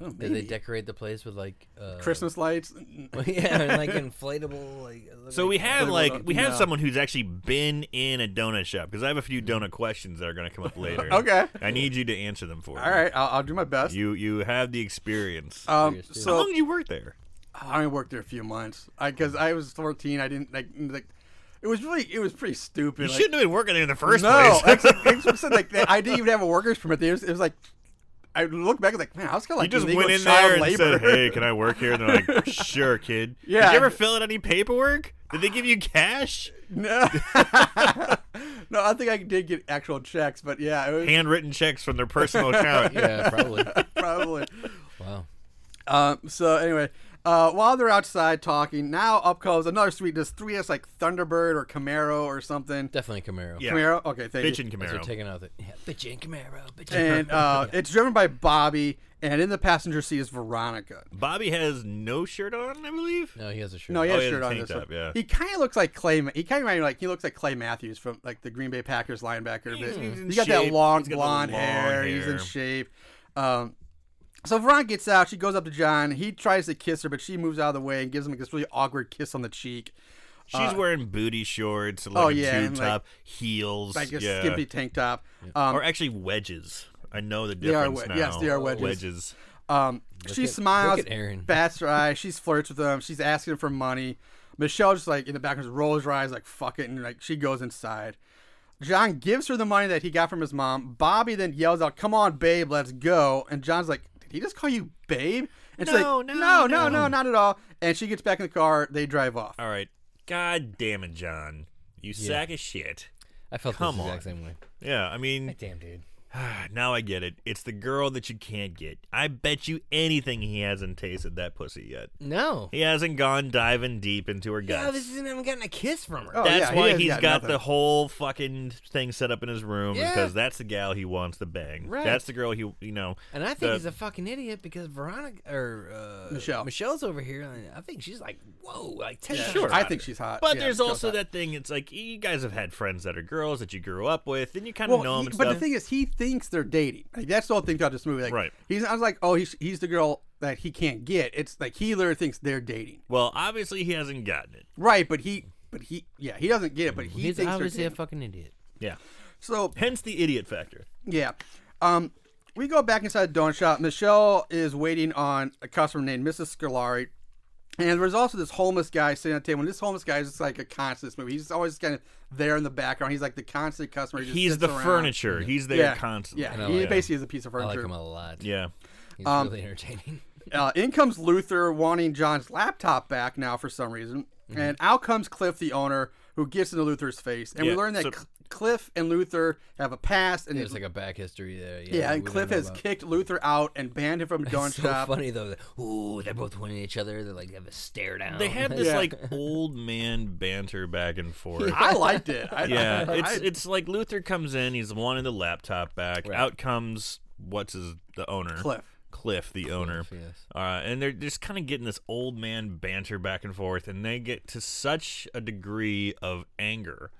Speaker 3: Did they
Speaker 1: maybe.
Speaker 3: decorate the place with like uh,
Speaker 1: Christmas lights.
Speaker 3: [laughs]
Speaker 1: [laughs]
Speaker 3: yeah, and, like inflatable. Like it looked
Speaker 2: So
Speaker 3: like
Speaker 2: we have
Speaker 1: They
Speaker 2: like
Speaker 1: would've-
Speaker 2: we have
Speaker 1: no.
Speaker 2: someone who's actually been in a donut shop because I have a few donut questions that are going to come up later.
Speaker 1: [laughs] Okay.
Speaker 2: I need you to answer them for me.
Speaker 1: All right, I'll, I'll do my best.
Speaker 2: You you have the experience.
Speaker 1: Um,
Speaker 3: Serious, too.
Speaker 2: How
Speaker 1: so
Speaker 2: long did you work there?
Speaker 1: I only worked there a few months because I, was 14. I didn't like, like it was really it was pretty stupid.
Speaker 2: You
Speaker 1: like-
Speaker 2: shouldn't have been working there in the first
Speaker 1: no,
Speaker 2: place.
Speaker 1: that's- that's what I said, like that- I didn't even have a worker's permit. There. It, was, it was like I look back and like man, I was kind of
Speaker 2: [laughs] You
Speaker 1: like
Speaker 2: just
Speaker 1: illegal
Speaker 2: went in
Speaker 1: child
Speaker 2: there and
Speaker 1: labor.
Speaker 2: said, "Hey, can I work here?" And they're
Speaker 1: [laughs]
Speaker 2: like, "Sure, kid."
Speaker 1: Yeah.
Speaker 2: Did you ever fill out any paperwork? Did they give you cash?
Speaker 1: no, [laughs] no, [laughs] I think I did get actual checks, but yeah, it was
Speaker 2: Handwritten checks from their personal
Speaker 1: [laughs]
Speaker 2: account.
Speaker 3: yeah, probably.
Speaker 1: probably.
Speaker 3: [laughs] Wow.
Speaker 1: Um, so anyway, uh, while they're outside talking, now up comes another sweet. This three S like Thunderbird or Camaro or something.
Speaker 3: Definitely Camaro.
Speaker 2: Yeah.
Speaker 1: Camaro. Okay, thank you.
Speaker 2: Bitchin'
Speaker 3: They're
Speaker 2: Camaro.
Speaker 3: taking out the yeah, bitch and Camaro, bitch
Speaker 1: and uh, it's driven by Bobby, and in the passenger seat is Veronica.
Speaker 2: Bobby has no shirt on, I believe.
Speaker 3: No, he has a shirt.
Speaker 1: No, he has
Speaker 2: Oh, he has a
Speaker 1: shirt on this
Speaker 2: tank top,
Speaker 1: one.
Speaker 2: yeah.
Speaker 1: He kind of looks like Clay. He kind of reminded me like he looks like Clay Matthews from like the Green Bay Packers linebacker.
Speaker 2: He's-
Speaker 1: But
Speaker 2: he's in
Speaker 1: he's got
Speaker 2: shape.
Speaker 1: that long
Speaker 2: He's got the
Speaker 1: blonde
Speaker 2: long
Speaker 1: hair. He's in
Speaker 2: hair.
Speaker 1: shape. Um, so Veronica gets out. She goes up to John. He tries to kiss her, but she moves out of the way and gives him like, this really awkward kiss on the cheek,
Speaker 2: She's wearing booty shorts, like
Speaker 1: Uh, oh,
Speaker 2: a
Speaker 1: yeah,
Speaker 2: tube
Speaker 1: and, like-
Speaker 2: top, heels,
Speaker 1: like a
Speaker 2: yeah.
Speaker 1: skimpy tank top. Um,
Speaker 2: or actually wedges. I know the
Speaker 1: are
Speaker 2: difference now.
Speaker 1: wed- yes, they are wedges.
Speaker 2: Wedges.
Speaker 1: Um, she
Speaker 3: at-
Speaker 1: smiles,
Speaker 3: look at [laughs] Aaron.
Speaker 1: bats her eye. She flirts with him. She's asking him for money. Michelle just like in the background just rolls her eyes, like fuck it, and like she goes inside. John gives her the money that he got from his mom. Bobby then yells out, "Come on, babe, let's go!" And John's like, "Did he just call you babe?" And she's
Speaker 2: No,
Speaker 1: like,
Speaker 2: no,
Speaker 1: no, no,
Speaker 2: no."
Speaker 1: no, not at all." And she gets back in the car. They drive off.
Speaker 2: All right. God damn it, John. You sack of shit.
Speaker 3: I felt
Speaker 2: Come
Speaker 3: the
Speaker 2: on.
Speaker 3: exact same way.
Speaker 2: Yeah, I mean,
Speaker 3: Damn, dude.
Speaker 2: [sighs] now I get it. It's the girl that you can't get. I bet you anything he hasn't tasted that pussy yet.
Speaker 3: No.
Speaker 2: He hasn't gone diving deep into her guts.
Speaker 3: Yeah, this isn't even gotten a kiss from her.
Speaker 1: Oh,
Speaker 2: that's
Speaker 1: yeah, he
Speaker 2: why
Speaker 1: has
Speaker 2: he has
Speaker 1: got
Speaker 2: got the
Speaker 1: nothing.
Speaker 2: whole fucking thing set up in his room
Speaker 3: Yeah.
Speaker 2: because that's the gal he wants to bang.
Speaker 3: Right.
Speaker 2: That's the girl he, you know.
Speaker 3: And I think
Speaker 2: the-
Speaker 3: he's a fucking idiot because Veronica or uh,
Speaker 1: Michelle.
Speaker 3: Michelle's over here, and I think she's like, whoa, like ten times.
Speaker 2: Sure.
Speaker 1: I think she's hot.
Speaker 2: But
Speaker 1: Yeah,
Speaker 2: there's
Speaker 1: Michelle's
Speaker 2: also
Speaker 1: hot.
Speaker 2: that thing. It's like you guys have had friends that are girls that you grew up with, and you kind of
Speaker 1: Well,
Speaker 2: know them.
Speaker 1: he-
Speaker 2: and
Speaker 1: but
Speaker 2: stuff.
Speaker 1: the thing is, he thinks they're dating. Like, that's the whole thing about this movie. Like,
Speaker 2: Right.
Speaker 1: He's. I was like, oh, he's he's the girl that he can't get. It's like he literally thinks they're dating.
Speaker 2: well, obviously he hasn't gotten it.
Speaker 1: Right, but he, but he, yeah, he doesn't get it. But he
Speaker 3: He's
Speaker 1: thinks they're
Speaker 3: obviously a
Speaker 1: dating.
Speaker 3: fucking idiot.
Speaker 2: Yeah.
Speaker 1: So
Speaker 2: Hence the idiot factor.
Speaker 1: yeah, um, we go back inside the donut shop. Michelle is waiting on a customer named Mrs. Scolari. And there's also this homeless guy sitting at the table. And this homeless guy is just like a constant in this movie. He's just always kind of there in the background. He's like the constant customer. He just
Speaker 2: He's
Speaker 1: sits
Speaker 2: the
Speaker 1: around.
Speaker 2: furniture. He's there
Speaker 1: Yeah,
Speaker 2: constantly.
Speaker 1: Yeah,
Speaker 3: I
Speaker 1: he
Speaker 3: like
Speaker 1: basically is a piece of
Speaker 3: I
Speaker 1: furniture.
Speaker 3: like him a lot.
Speaker 2: Yeah.
Speaker 3: He's really entertaining. [laughs]
Speaker 1: Uh, in comes Luther wanting John's laptop back
Speaker 2: Mm-hmm.
Speaker 1: now for some reason, and out comes Cliff, the owner, who gets into Luther's face, and
Speaker 2: Yeah,
Speaker 1: we learn that
Speaker 2: so
Speaker 1: Cl- Cliff and Luther have a past, and
Speaker 3: There's like a back history there. Yeah,
Speaker 1: yeah, and
Speaker 3: we don't
Speaker 1: Cliff
Speaker 3: know
Speaker 1: has
Speaker 3: about.
Speaker 1: kicked Luther out and banned him from Dawn
Speaker 3: It's so
Speaker 1: Shop.
Speaker 3: funny though. that, Ooh, they're both winning each other. They're like they have a stare down.
Speaker 2: They
Speaker 3: [laughs]
Speaker 2: had this
Speaker 1: Oh, Yeah.
Speaker 2: like old man banter back and forth.
Speaker 1: [laughs] I liked it.
Speaker 3: [laughs]
Speaker 1: I,
Speaker 2: Yeah,
Speaker 1: I-
Speaker 2: it's
Speaker 1: I-
Speaker 2: it's like Luther comes in, he's wanting the laptop back.
Speaker 3: Right.
Speaker 2: Out comes what's his the owner
Speaker 1: Cliff.
Speaker 2: Cliff, the owner.
Speaker 3: yes.
Speaker 2: Uh, and they're just kind of getting this old man banter back and forth, and they get to such a degree of anger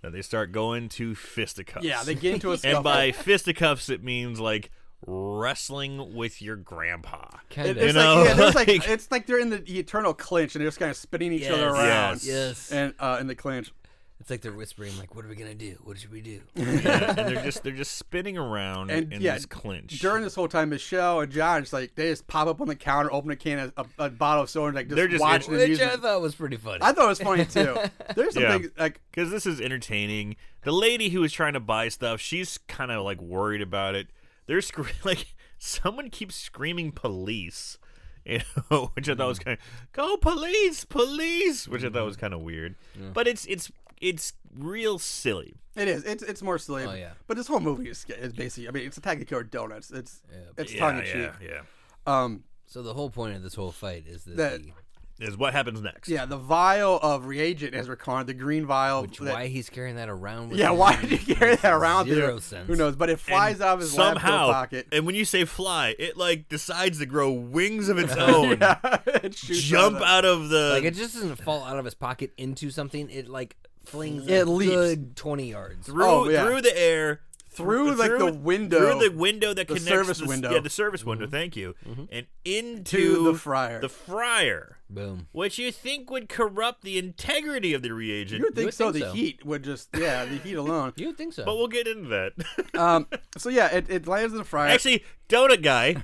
Speaker 2: that they start going to fisticuffs.
Speaker 1: Mm-hmm. Yeah, they get into a scuffle.
Speaker 2: and by fisticuffs it means like wrestling with your grandpa.
Speaker 1: It-
Speaker 3: Kind
Speaker 1: it's
Speaker 2: You
Speaker 3: of.
Speaker 2: know,
Speaker 1: like, yeah, there's like
Speaker 2: like-
Speaker 1: it's like they're in the eternal clinch and they're just kind of spinning each other
Speaker 3: Yes.
Speaker 1: around.
Speaker 2: Yes.
Speaker 3: Yes.
Speaker 1: And uh, in the clinch,
Speaker 3: It's like they're whispering, like, "What are we gonna do? What should
Speaker 1: [laughs]
Speaker 3: we do?"
Speaker 2: Yeah, and they're
Speaker 3: [laughs]
Speaker 2: just they're just spinning around
Speaker 1: And,
Speaker 2: in
Speaker 1: yeah,
Speaker 2: this clinch.
Speaker 1: during this whole time, Michelle and John just like they just pop up on the counter, open a can of a, a bottle of soda, and, like just,
Speaker 2: They're just
Speaker 1: watching
Speaker 2: in-
Speaker 1: the
Speaker 3: Which
Speaker 1: music.
Speaker 3: I thought was pretty funny.
Speaker 1: I thought it was funny
Speaker 3: [laughs]
Speaker 1: too. There's
Speaker 2: Yeah.
Speaker 1: something like
Speaker 2: because this is entertaining. The lady who was trying to buy stuff, she's kind of like worried about it. They're scre- [laughs] like someone keeps screaming police, you know, [laughs] which I thought was
Speaker 1: Mm.
Speaker 2: kind of go police, police, which I thought
Speaker 1: Mm-hmm.
Speaker 2: was kind of weird. But it's it's it's real silly.
Speaker 1: it is. It's it's more silly.
Speaker 3: Oh, yeah.
Speaker 1: But this whole movie is, is basically. I mean, it's Attack of the Killer Donuts. It's it's tongue
Speaker 2: Yeah,
Speaker 1: in cheek.
Speaker 2: yeah, yeah.
Speaker 1: Um,
Speaker 3: so the whole point of this whole fight is that,
Speaker 1: That-
Speaker 3: the-
Speaker 2: Is what happens next.
Speaker 1: yeah, the vial of reagent, as we're calling it, the green vial. that-
Speaker 3: why he's carrying that around.
Speaker 1: [laughs]
Speaker 3: With
Speaker 1: yeah,
Speaker 3: him
Speaker 1: why did
Speaker 3: [laughs]
Speaker 1: you carry that around? with
Speaker 3: Zero
Speaker 1: you?
Speaker 3: sense.
Speaker 1: Who knows? But it flies out of his
Speaker 2: somehow,
Speaker 1: laptop pocket. [laughs]
Speaker 2: and when you say fly, it like decides to grow wings of its own,
Speaker 1: [laughs] it shoots
Speaker 2: jump
Speaker 1: out of
Speaker 2: out of the
Speaker 3: Like it just doesn't fall out of his pocket into something. It like flings.
Speaker 1: It
Speaker 3: a
Speaker 1: leaps.
Speaker 3: good twenty yards.
Speaker 2: through
Speaker 1: Oh, yeah.
Speaker 2: through the air,
Speaker 1: Through, like, the window.
Speaker 2: through the window that
Speaker 1: The
Speaker 2: connects
Speaker 1: service
Speaker 2: the,
Speaker 1: window. Mm-hmm.
Speaker 2: Yeah, the service window. Thank you, and into
Speaker 1: To the fryer.
Speaker 2: The fryer,
Speaker 3: Boom.
Speaker 2: which you think would corrupt the integrity of the
Speaker 1: you
Speaker 2: reagent,
Speaker 1: would think
Speaker 3: would
Speaker 1: so.
Speaker 3: think
Speaker 1: the
Speaker 3: so.
Speaker 1: heat would
Speaker 3: [laughs]
Speaker 1: just yeah, the heat alone.
Speaker 3: You would think so.
Speaker 2: but we'll get into
Speaker 1: [laughs]
Speaker 2: that.
Speaker 1: um, so yeah, it, it lands in the fryer.
Speaker 2: Actually, donut guy,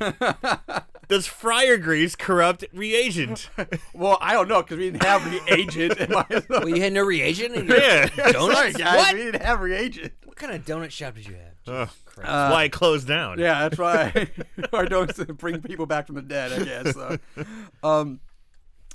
Speaker 1: [laughs]
Speaker 2: does fryer grease corrupt reagent?
Speaker 1: well, I don't know because we didn't have reagent. in my,
Speaker 3: [laughs] well, you had no reagent. In your-
Speaker 2: yeah,
Speaker 3: Donuts?
Speaker 1: [laughs] Sorry, guys,
Speaker 3: What?
Speaker 1: we didn't have reagent.
Speaker 3: What kind of donut shop did you
Speaker 1: Oh,
Speaker 2: Ugh.
Speaker 3: have? Christ.
Speaker 2: That's why it closed down.
Speaker 1: Uh, Yeah, that's right. [laughs] or don't bring people back from the dead, I guess. So. Um,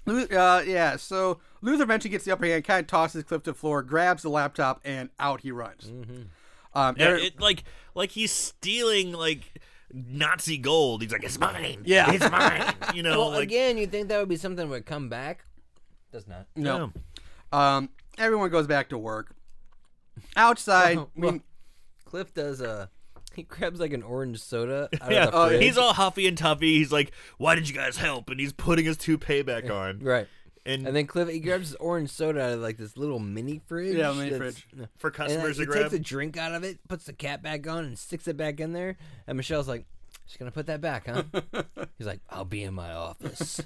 Speaker 1: Lu- uh, yeah, so Luther eventually gets the upper hand, kind of tosses Cliff to the floor, grabs the laptop, and out he runs. Um,
Speaker 2: Mm-hmm. Yeah,
Speaker 1: Eric-
Speaker 2: it, like like he's stealing like Nazi gold. He's like, it's mine.
Speaker 1: Yeah.
Speaker 2: it's mine.
Speaker 3: [laughs]
Speaker 2: You know,
Speaker 3: well,
Speaker 2: like
Speaker 3: again, you'd think that would be something that would come back. Does not.
Speaker 1: no. Um, everyone goes back to work.
Speaker 2: [laughs]
Speaker 1: Outside,
Speaker 3: Oh,
Speaker 1: we-
Speaker 3: well, Cliff does a. He grabs like an orange soda
Speaker 1: [laughs]
Speaker 3: out
Speaker 2: Yeah,
Speaker 3: of
Speaker 1: oh,
Speaker 3: the fridge.
Speaker 2: he's all huffy and tuffy. He's like, "Why did you guys help?" And he's putting his toupee back on.
Speaker 3: right.
Speaker 2: And,
Speaker 3: And then Cliff he grabs his orange soda out of like this little mini fridge.
Speaker 1: Yeah, mini
Speaker 3: that's-
Speaker 1: fridge.
Speaker 3: no.
Speaker 2: for
Speaker 3: And like,
Speaker 2: customers
Speaker 3: he
Speaker 2: to grab,
Speaker 3: takes a drink out of it, puts the cap back on, and sticks it back in there. And Michelle's like, "She's gonna put that back, huh?" he's like, "I'll be in my office."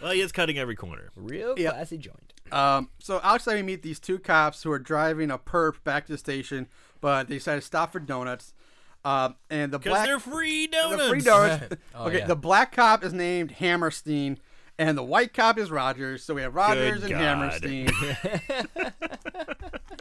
Speaker 2: well, he is cutting every corner.
Speaker 3: Real
Speaker 1: Yep.
Speaker 3: classy joint.
Speaker 1: um, so outside we meet these two cops who are driving a perp back to the station, but they decide to stop for donuts. Um, and the
Speaker 2: Because
Speaker 1: black
Speaker 2: they're free donuts.
Speaker 1: the free donuts.
Speaker 3: Oh,
Speaker 1: okay,
Speaker 3: yeah.
Speaker 1: the black cop is named Hammerstein, and the white cop is Rogers. So we have Rogers and
Speaker 2: Good God.
Speaker 1: Hammerstein.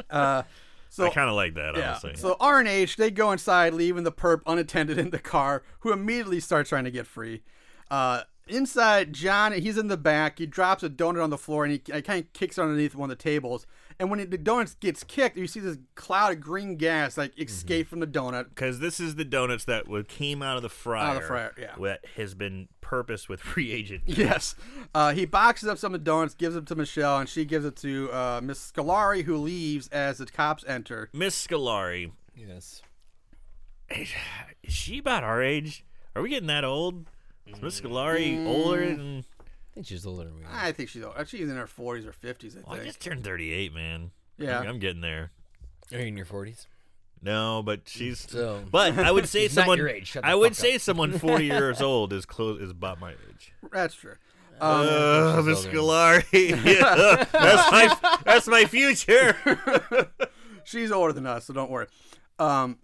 Speaker 1: uh, so
Speaker 2: I kind of like that,
Speaker 1: yeah.
Speaker 2: honestly.
Speaker 1: So R and H they go inside, leaving the perp unattended in the car, who immediately starts trying to get free. Uh, inside, John he's in the back. He drops a donut on the floor and he kind of kicks it underneath one of the tables. And when it, the donut gets kicked, you see this cloud of green gas like escape from the donut.
Speaker 2: Because this is the donuts that wa- came out of the fryer.
Speaker 1: Out of the fryer, yeah.
Speaker 2: That has been purposed with [laughs] free agent.
Speaker 1: [laughs] Yes. Uh, he boxes up some of the donuts, gives them to Michelle, and she gives it to uh, Miss Scolari, who leaves as the cops enter.
Speaker 2: Miss Scolari,
Speaker 3: Yes.
Speaker 2: is she about our age? Are we getting that old? Is Miss Scolari
Speaker 1: Mm.
Speaker 2: older than?
Speaker 3: I think she's older than we are.
Speaker 1: I think she's uh, she's in her 40s or 50s, I
Speaker 2: Well, I
Speaker 1: think.
Speaker 2: just turned 38, man.
Speaker 1: Yeah.
Speaker 2: Like, I'm getting there.
Speaker 3: Are you in your forties?
Speaker 2: No, but she's.
Speaker 3: [laughs] So-
Speaker 2: but I would say
Speaker 3: He's [laughs] not
Speaker 2: someone.
Speaker 3: your age. Shut the
Speaker 2: I would
Speaker 3: fuck
Speaker 2: say someone
Speaker 3: [laughs]
Speaker 2: forty years old is close is about my age.
Speaker 1: That's true.
Speaker 2: Ugh,
Speaker 3: she's
Speaker 2: Miss
Speaker 3: older.
Speaker 2: Scolari. [laughs] Yeah, that's my that's my [laughs] future.
Speaker 1: She's older than us, so don't worry. Um,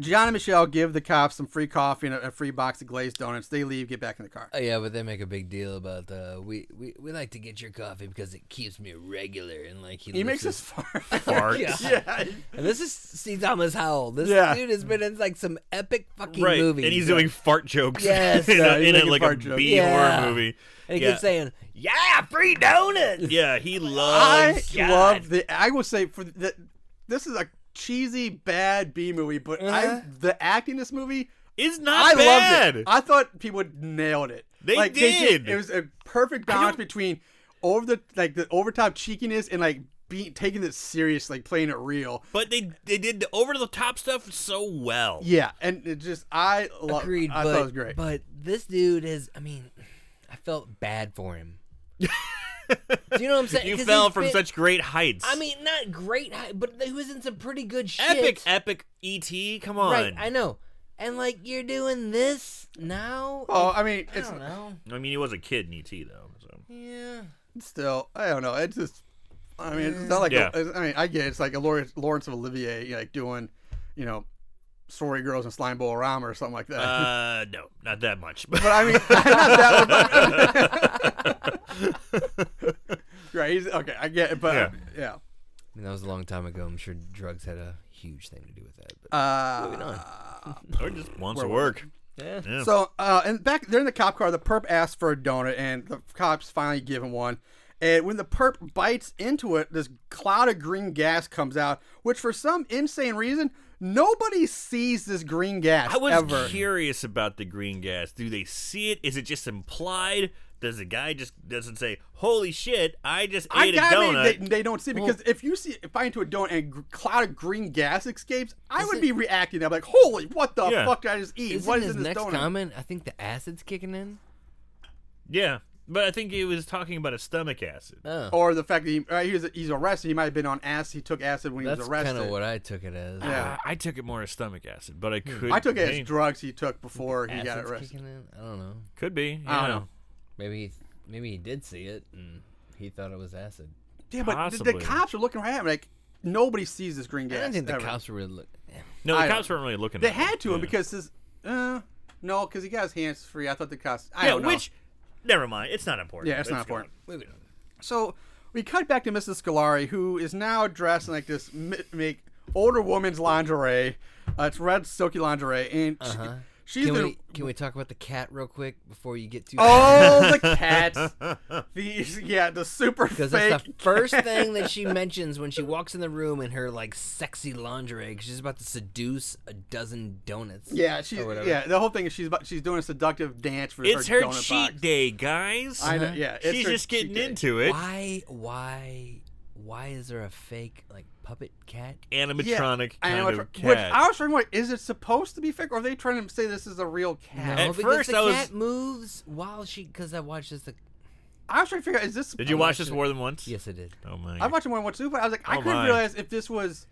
Speaker 1: John and Michelle give the cops some free coffee and a, a free box of glazed donuts. They leave, get back in the car.
Speaker 3: Oh, yeah, but they make a big deal about uh, we, we we like to get your coffee because it keeps me regular and like he,
Speaker 1: He makes
Speaker 3: this.
Speaker 1: us [laughs] fart.
Speaker 2: Fart.
Speaker 3: Yeah.
Speaker 1: yeah. he-
Speaker 3: And this is Steve Thomas Howell. This
Speaker 1: Yeah.
Speaker 3: dude has been in like some epic fucking
Speaker 2: Right,
Speaker 3: movies.
Speaker 2: and he's
Speaker 3: like-
Speaker 2: doing fart jokes. [laughs]
Speaker 3: Yes, uh,
Speaker 2: in, a-
Speaker 1: yeah, he's
Speaker 2: in a,
Speaker 1: making
Speaker 2: like a
Speaker 1: fart jokes.
Speaker 2: B
Speaker 3: Yeah.
Speaker 2: horror movie.
Speaker 3: and he
Speaker 2: yeah.
Speaker 3: keeps saying,
Speaker 2: [laughs]
Speaker 3: "Yeah, free donuts." [laughs]
Speaker 2: yeah, he
Speaker 1: I
Speaker 2: loves.
Speaker 1: love the. I will say for the this is a cheesy bad B movie, but
Speaker 3: Uh-huh.
Speaker 1: I the acting in this movie
Speaker 2: It's not
Speaker 1: I
Speaker 2: bad.
Speaker 1: loved it. I thought people had nailed it.
Speaker 2: They
Speaker 1: like,
Speaker 2: did.
Speaker 1: It was a perfect balance between over the like the overtop cheekiness and like being taking it serious, like playing it real.
Speaker 2: but they they did the over the top stuff so well.
Speaker 1: Yeah, and it just I love.
Speaker 3: Agreed,
Speaker 1: I
Speaker 3: but,
Speaker 1: thought it was great.
Speaker 3: but this dude is. I mean, I felt bad for
Speaker 1: [laughs]
Speaker 3: him. Do you know what I'm saying?
Speaker 2: You
Speaker 3: 'Cause he's
Speaker 2: fell from
Speaker 3: been-
Speaker 2: such great heights.
Speaker 3: I mean, not great, hi- but he was in some pretty good shit.
Speaker 2: epic, epic ET. Come on.
Speaker 3: right? I know. And like you're doing this now.
Speaker 1: oh,
Speaker 3: Like,
Speaker 1: I mean,
Speaker 3: I
Speaker 1: it's
Speaker 3: don't know.
Speaker 2: I mean, he was a kid in ET though. So.
Speaker 3: Yeah.
Speaker 1: still I don't know. It's just I mean, it's not like
Speaker 2: Yeah.
Speaker 1: a, I mean, I get it. it's like a Lawrence, Lawrence of Olivier you know, like doing, you know, Story Girls and Slime Bowl Rama or something like that.
Speaker 2: Uh, no, not that much. [laughs]
Speaker 1: But I mean, [laughs] not that one. but- right? He's, okay, I get it, but um, yeah.
Speaker 2: Yeah.
Speaker 3: I mean, that was a long time ago. I'm sure drugs had a huge thing to do with that. But
Speaker 1: Uh,
Speaker 2: or just wants to work.
Speaker 3: yeah.
Speaker 2: Yeah.
Speaker 1: so, uh, and back they're in the cop car. The perp asks for a donut, and the cops finally give him one. And when the perp bites into it, this cloud of green gas comes out, which for some insane reason nobody sees this green gas
Speaker 2: I was
Speaker 1: ever.
Speaker 2: curious about the green gas. Do they see it? Is it just implied? Does the guy just doesn't say, "Holy shit, I just
Speaker 1: I
Speaker 2: ate a
Speaker 1: gotta
Speaker 2: donut"?
Speaker 1: They, they don't see it because if you see if I into a donut and gr- cloud of green gas escapes, I would be reacting. I'm like, holy, what the
Speaker 2: Yeah.
Speaker 1: fuck did I just eat?
Speaker 3: Isn't
Speaker 1: what is
Speaker 3: his
Speaker 1: in this
Speaker 3: next
Speaker 1: donut?
Speaker 3: comment? I think the acid's kicking in.
Speaker 2: yeah, but I think he was talking about a stomach acid.
Speaker 3: Oh,
Speaker 1: Or the fact that he, uh, he was, he's arrested. He might have been on acid. He took acid when he
Speaker 3: that's
Speaker 1: was
Speaker 3: kind
Speaker 1: arrested.
Speaker 3: of what I took it as.
Speaker 1: Yeah.
Speaker 2: Uh, I took it more as stomach acid, but I could.
Speaker 1: Hmm. I took it
Speaker 2: Ah, hey,
Speaker 1: as drugs he took before he got
Speaker 3: Acid's
Speaker 1: arrested.
Speaker 3: kicking in. I don't know.
Speaker 2: Could be.
Speaker 1: I don't
Speaker 2: yeah.
Speaker 1: know.
Speaker 3: Maybe he, maybe he did see it and he thought it was acid.
Speaker 1: Yeah, but the, the
Speaker 2: Possibly.
Speaker 1: cops are looking right at him like nobody sees this green gas.
Speaker 3: I don't think the
Speaker 1: ever.
Speaker 3: cops were really. Look-
Speaker 2: No, the
Speaker 1: I don't-
Speaker 2: cops weren't really looking.
Speaker 1: They
Speaker 2: at
Speaker 1: had to
Speaker 2: yeah.
Speaker 1: him because this. Uh, no, because he got his hands free. I thought the cops. I
Speaker 2: yeah,
Speaker 1: don't know.
Speaker 2: which. Never mind. It's not important.
Speaker 1: Yeah, it's not important.
Speaker 3: Moving on.
Speaker 1: So we cut back to Mrs. Scolari, who is now dressed in like this mi- make older woman's lingerie. Uh, it's red silky lingerie, and she,
Speaker 3: Uh-huh.
Speaker 1: she's
Speaker 3: Can
Speaker 1: been.
Speaker 3: we can we talk about the cat real quick before you get too?
Speaker 1: Oh,
Speaker 3: [laughs]
Speaker 1: the cats! The yeah, the super fake.
Speaker 3: Because that's the [laughs] first thing that she mentions when she walks in the room in her like sexy lingerie. 'cause she's about to seduce a dozen
Speaker 1: [laughs]
Speaker 3: donuts.
Speaker 1: yeah, she
Speaker 3: Or whatever.
Speaker 1: yeah. The whole thing is she's about, she's doing a seductive dance for
Speaker 2: It's
Speaker 1: donut
Speaker 2: her,
Speaker 1: box.
Speaker 2: cheat day, guys.
Speaker 1: I know. Yeah, it's
Speaker 2: She's
Speaker 1: her
Speaker 2: just
Speaker 1: cheat
Speaker 2: getting
Speaker 1: day.
Speaker 2: into it.
Speaker 3: Why? Why? Why is there a fake like puppet cat?
Speaker 1: Yeah,
Speaker 2: Animatronic kind
Speaker 1: animatronic-
Speaker 2: of cat.
Speaker 1: Which I was wondering, like, is it supposed to be fake, or are they trying to say this is a real cat?
Speaker 2: At
Speaker 3: because
Speaker 2: first,
Speaker 3: the
Speaker 2: I was-
Speaker 3: cat moves while she. Because I watched this. The,
Speaker 1: I was trying to figure out is this
Speaker 2: Did you watch this more than once?
Speaker 3: yes, I did.
Speaker 2: Oh my.
Speaker 1: I watched him one once too, but I was like, I
Speaker 2: Oh,
Speaker 1: couldn't
Speaker 2: my.
Speaker 1: realize if this was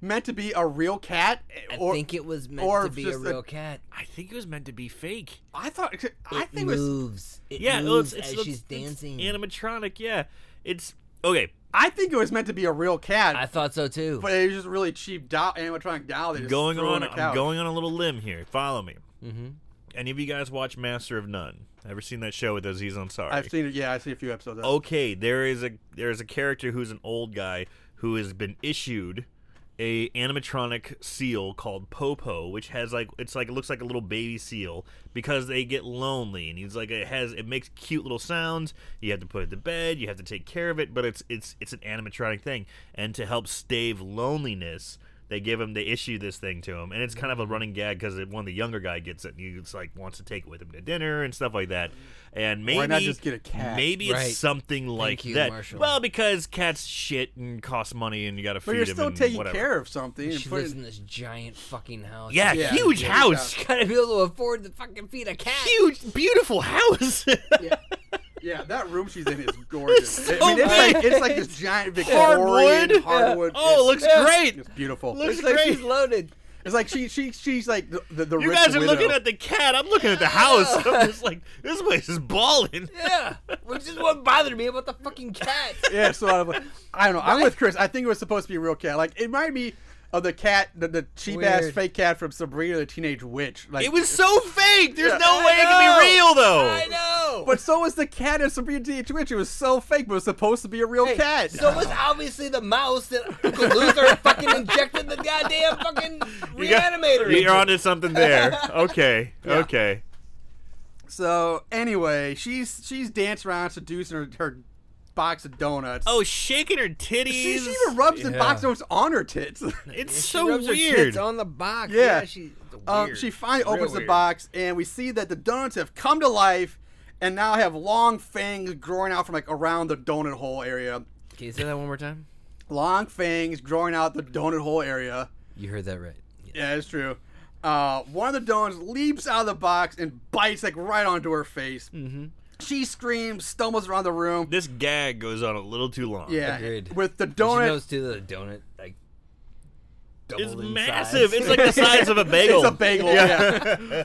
Speaker 1: meant to be a real cat,
Speaker 3: I
Speaker 1: or
Speaker 3: think it was meant
Speaker 1: or
Speaker 3: to be a
Speaker 1: just a-
Speaker 3: real cat.
Speaker 2: I think it was meant to be fake.
Speaker 1: I thought I
Speaker 3: it
Speaker 1: think it was
Speaker 3: moves. It
Speaker 2: Yeah, well,
Speaker 3: moves
Speaker 2: it's, it's,
Speaker 3: as
Speaker 2: it's-
Speaker 3: she's
Speaker 2: it's
Speaker 3: dancing.
Speaker 2: animatronic. Yeah, it's okay.
Speaker 1: I think it was meant to be a real cat,
Speaker 3: I thought so too.
Speaker 1: but it was just a really cheap doll, animatronic doll. They just
Speaker 2: Going
Speaker 1: threw
Speaker 2: on,
Speaker 1: the
Speaker 2: I'm
Speaker 1: couch.
Speaker 2: going on a little limb here. Follow me.
Speaker 3: mm-hmm.
Speaker 2: Any of you guys watch Master of None? Ever seen that show with Aziz Ansari?
Speaker 1: I've seen it. Yeah, I've seen a few episodes. Of it.
Speaker 2: okay, there is a there is a character who's an old guy who has been issued a animatronic seal called Popo, which has like it's like it looks like a little baby seal because they get lonely and he's like it has it makes cute little sounds. You have to put it to bed, you have to take care of it, but it's it's it's an animatronic thing. And to help stave loneliness, they give him they issue this thing to him and it's kind of a running gag because one the younger guy gets it and he's like wants to take it with him to dinner and stuff like that and maybe
Speaker 1: Why not just get a cat?
Speaker 2: maybe
Speaker 3: Right.
Speaker 2: it's something like
Speaker 3: you,
Speaker 2: that
Speaker 3: Marshall.
Speaker 2: well because cats shit and cost money and you gotta feed
Speaker 1: but you're
Speaker 2: them
Speaker 1: still
Speaker 2: and
Speaker 1: taking
Speaker 2: whatever.
Speaker 1: care of something. And
Speaker 3: She lives
Speaker 1: putting,
Speaker 3: in this giant fucking house.
Speaker 2: yeah,
Speaker 1: Yeah,
Speaker 2: huge
Speaker 1: huge
Speaker 2: house [laughs]
Speaker 1: house.
Speaker 3: gotta be able to afford to fucking feed a cat.
Speaker 2: huge beautiful house [laughs]
Speaker 1: yeah, yeah, that room she's in is gorgeous.
Speaker 2: It's
Speaker 1: I mean,
Speaker 2: so
Speaker 1: it's like
Speaker 2: big.
Speaker 1: it's like this giant Victorian [laughs]
Speaker 2: Hardwood?
Speaker 1: hardwood.
Speaker 2: oh it
Speaker 1: it's,
Speaker 2: looks
Speaker 3: Yeah.
Speaker 2: great
Speaker 1: it's beautiful.
Speaker 2: Looks
Speaker 1: it's
Speaker 3: Like
Speaker 1: like,
Speaker 2: great.
Speaker 3: she's loaded.
Speaker 1: it's like she she she's like the the, the
Speaker 2: you
Speaker 1: rich
Speaker 2: guys are
Speaker 1: widow.
Speaker 2: looking at the cat i'm looking at the
Speaker 3: [laughs]
Speaker 2: house [laughs] i'm just like this place is balling
Speaker 3: Yeah, which is what bothered me about the fucking cat.
Speaker 1: [laughs] yeah, so I'm like, I don't know. I'm with Chris. I think it was supposed to be a real cat. Like it might be of the cat, the, the cheap ass
Speaker 3: Weird.
Speaker 1: fake cat from Sabrina the Teenage Witch. Like
Speaker 2: [laughs] it was so fake there's
Speaker 1: Yeah.
Speaker 2: no
Speaker 3: I
Speaker 2: way it can
Speaker 3: know.
Speaker 2: be real though
Speaker 3: I know.
Speaker 1: but so was the cat in Sabrina the Teenage Witch. It was so fake, but it was supposed to be a real
Speaker 3: Hey,
Speaker 1: cat.
Speaker 3: So was obviously the mouse that
Speaker 1: [laughs]
Speaker 3: Uncle Luther fucking injected the goddamn fucking
Speaker 2: You got-
Speaker 3: reanimator.
Speaker 2: you're
Speaker 3: into.
Speaker 2: onto something there
Speaker 3: [laughs]
Speaker 2: okay okay
Speaker 1: So anyway, she's she's dancing around seducing her, her box of donuts.
Speaker 2: Oh, shaking her titties.
Speaker 1: she, she even rubs the box of donuts on her tits.
Speaker 2: it's
Speaker 3: She
Speaker 2: so
Speaker 3: rubs her
Speaker 2: weird.
Speaker 3: tits on the box.
Speaker 1: Yeah.
Speaker 3: Yeah, she.
Speaker 1: [laughs] um,
Speaker 3: weird.
Speaker 1: she finally
Speaker 3: Real
Speaker 1: opens the
Speaker 3: weird.
Speaker 1: box, and we see that the donuts have come to life and now have long fangs growing out from like around the donut hole area.
Speaker 3: Can you say that one more time?
Speaker 1: Long fangs growing out the donut hole area.
Speaker 3: You heard that right. Yeah.
Speaker 1: Yeah, it's true. Uh, one of the donuts leaps out of the box and bites like right onto her face. Mm-hmm. She screams, stumbles around the room.
Speaker 2: this gag goes on a little too long.
Speaker 1: Yeah,
Speaker 3: Agreed.
Speaker 1: with the
Speaker 3: She
Speaker 1: donut.
Speaker 3: knows too that a donut like.
Speaker 2: It's
Speaker 3: doubled in
Speaker 2: massive.
Speaker 3: size.
Speaker 1: [laughs]
Speaker 2: It's like the size of a bagel.
Speaker 1: It's a bagel. Yeah.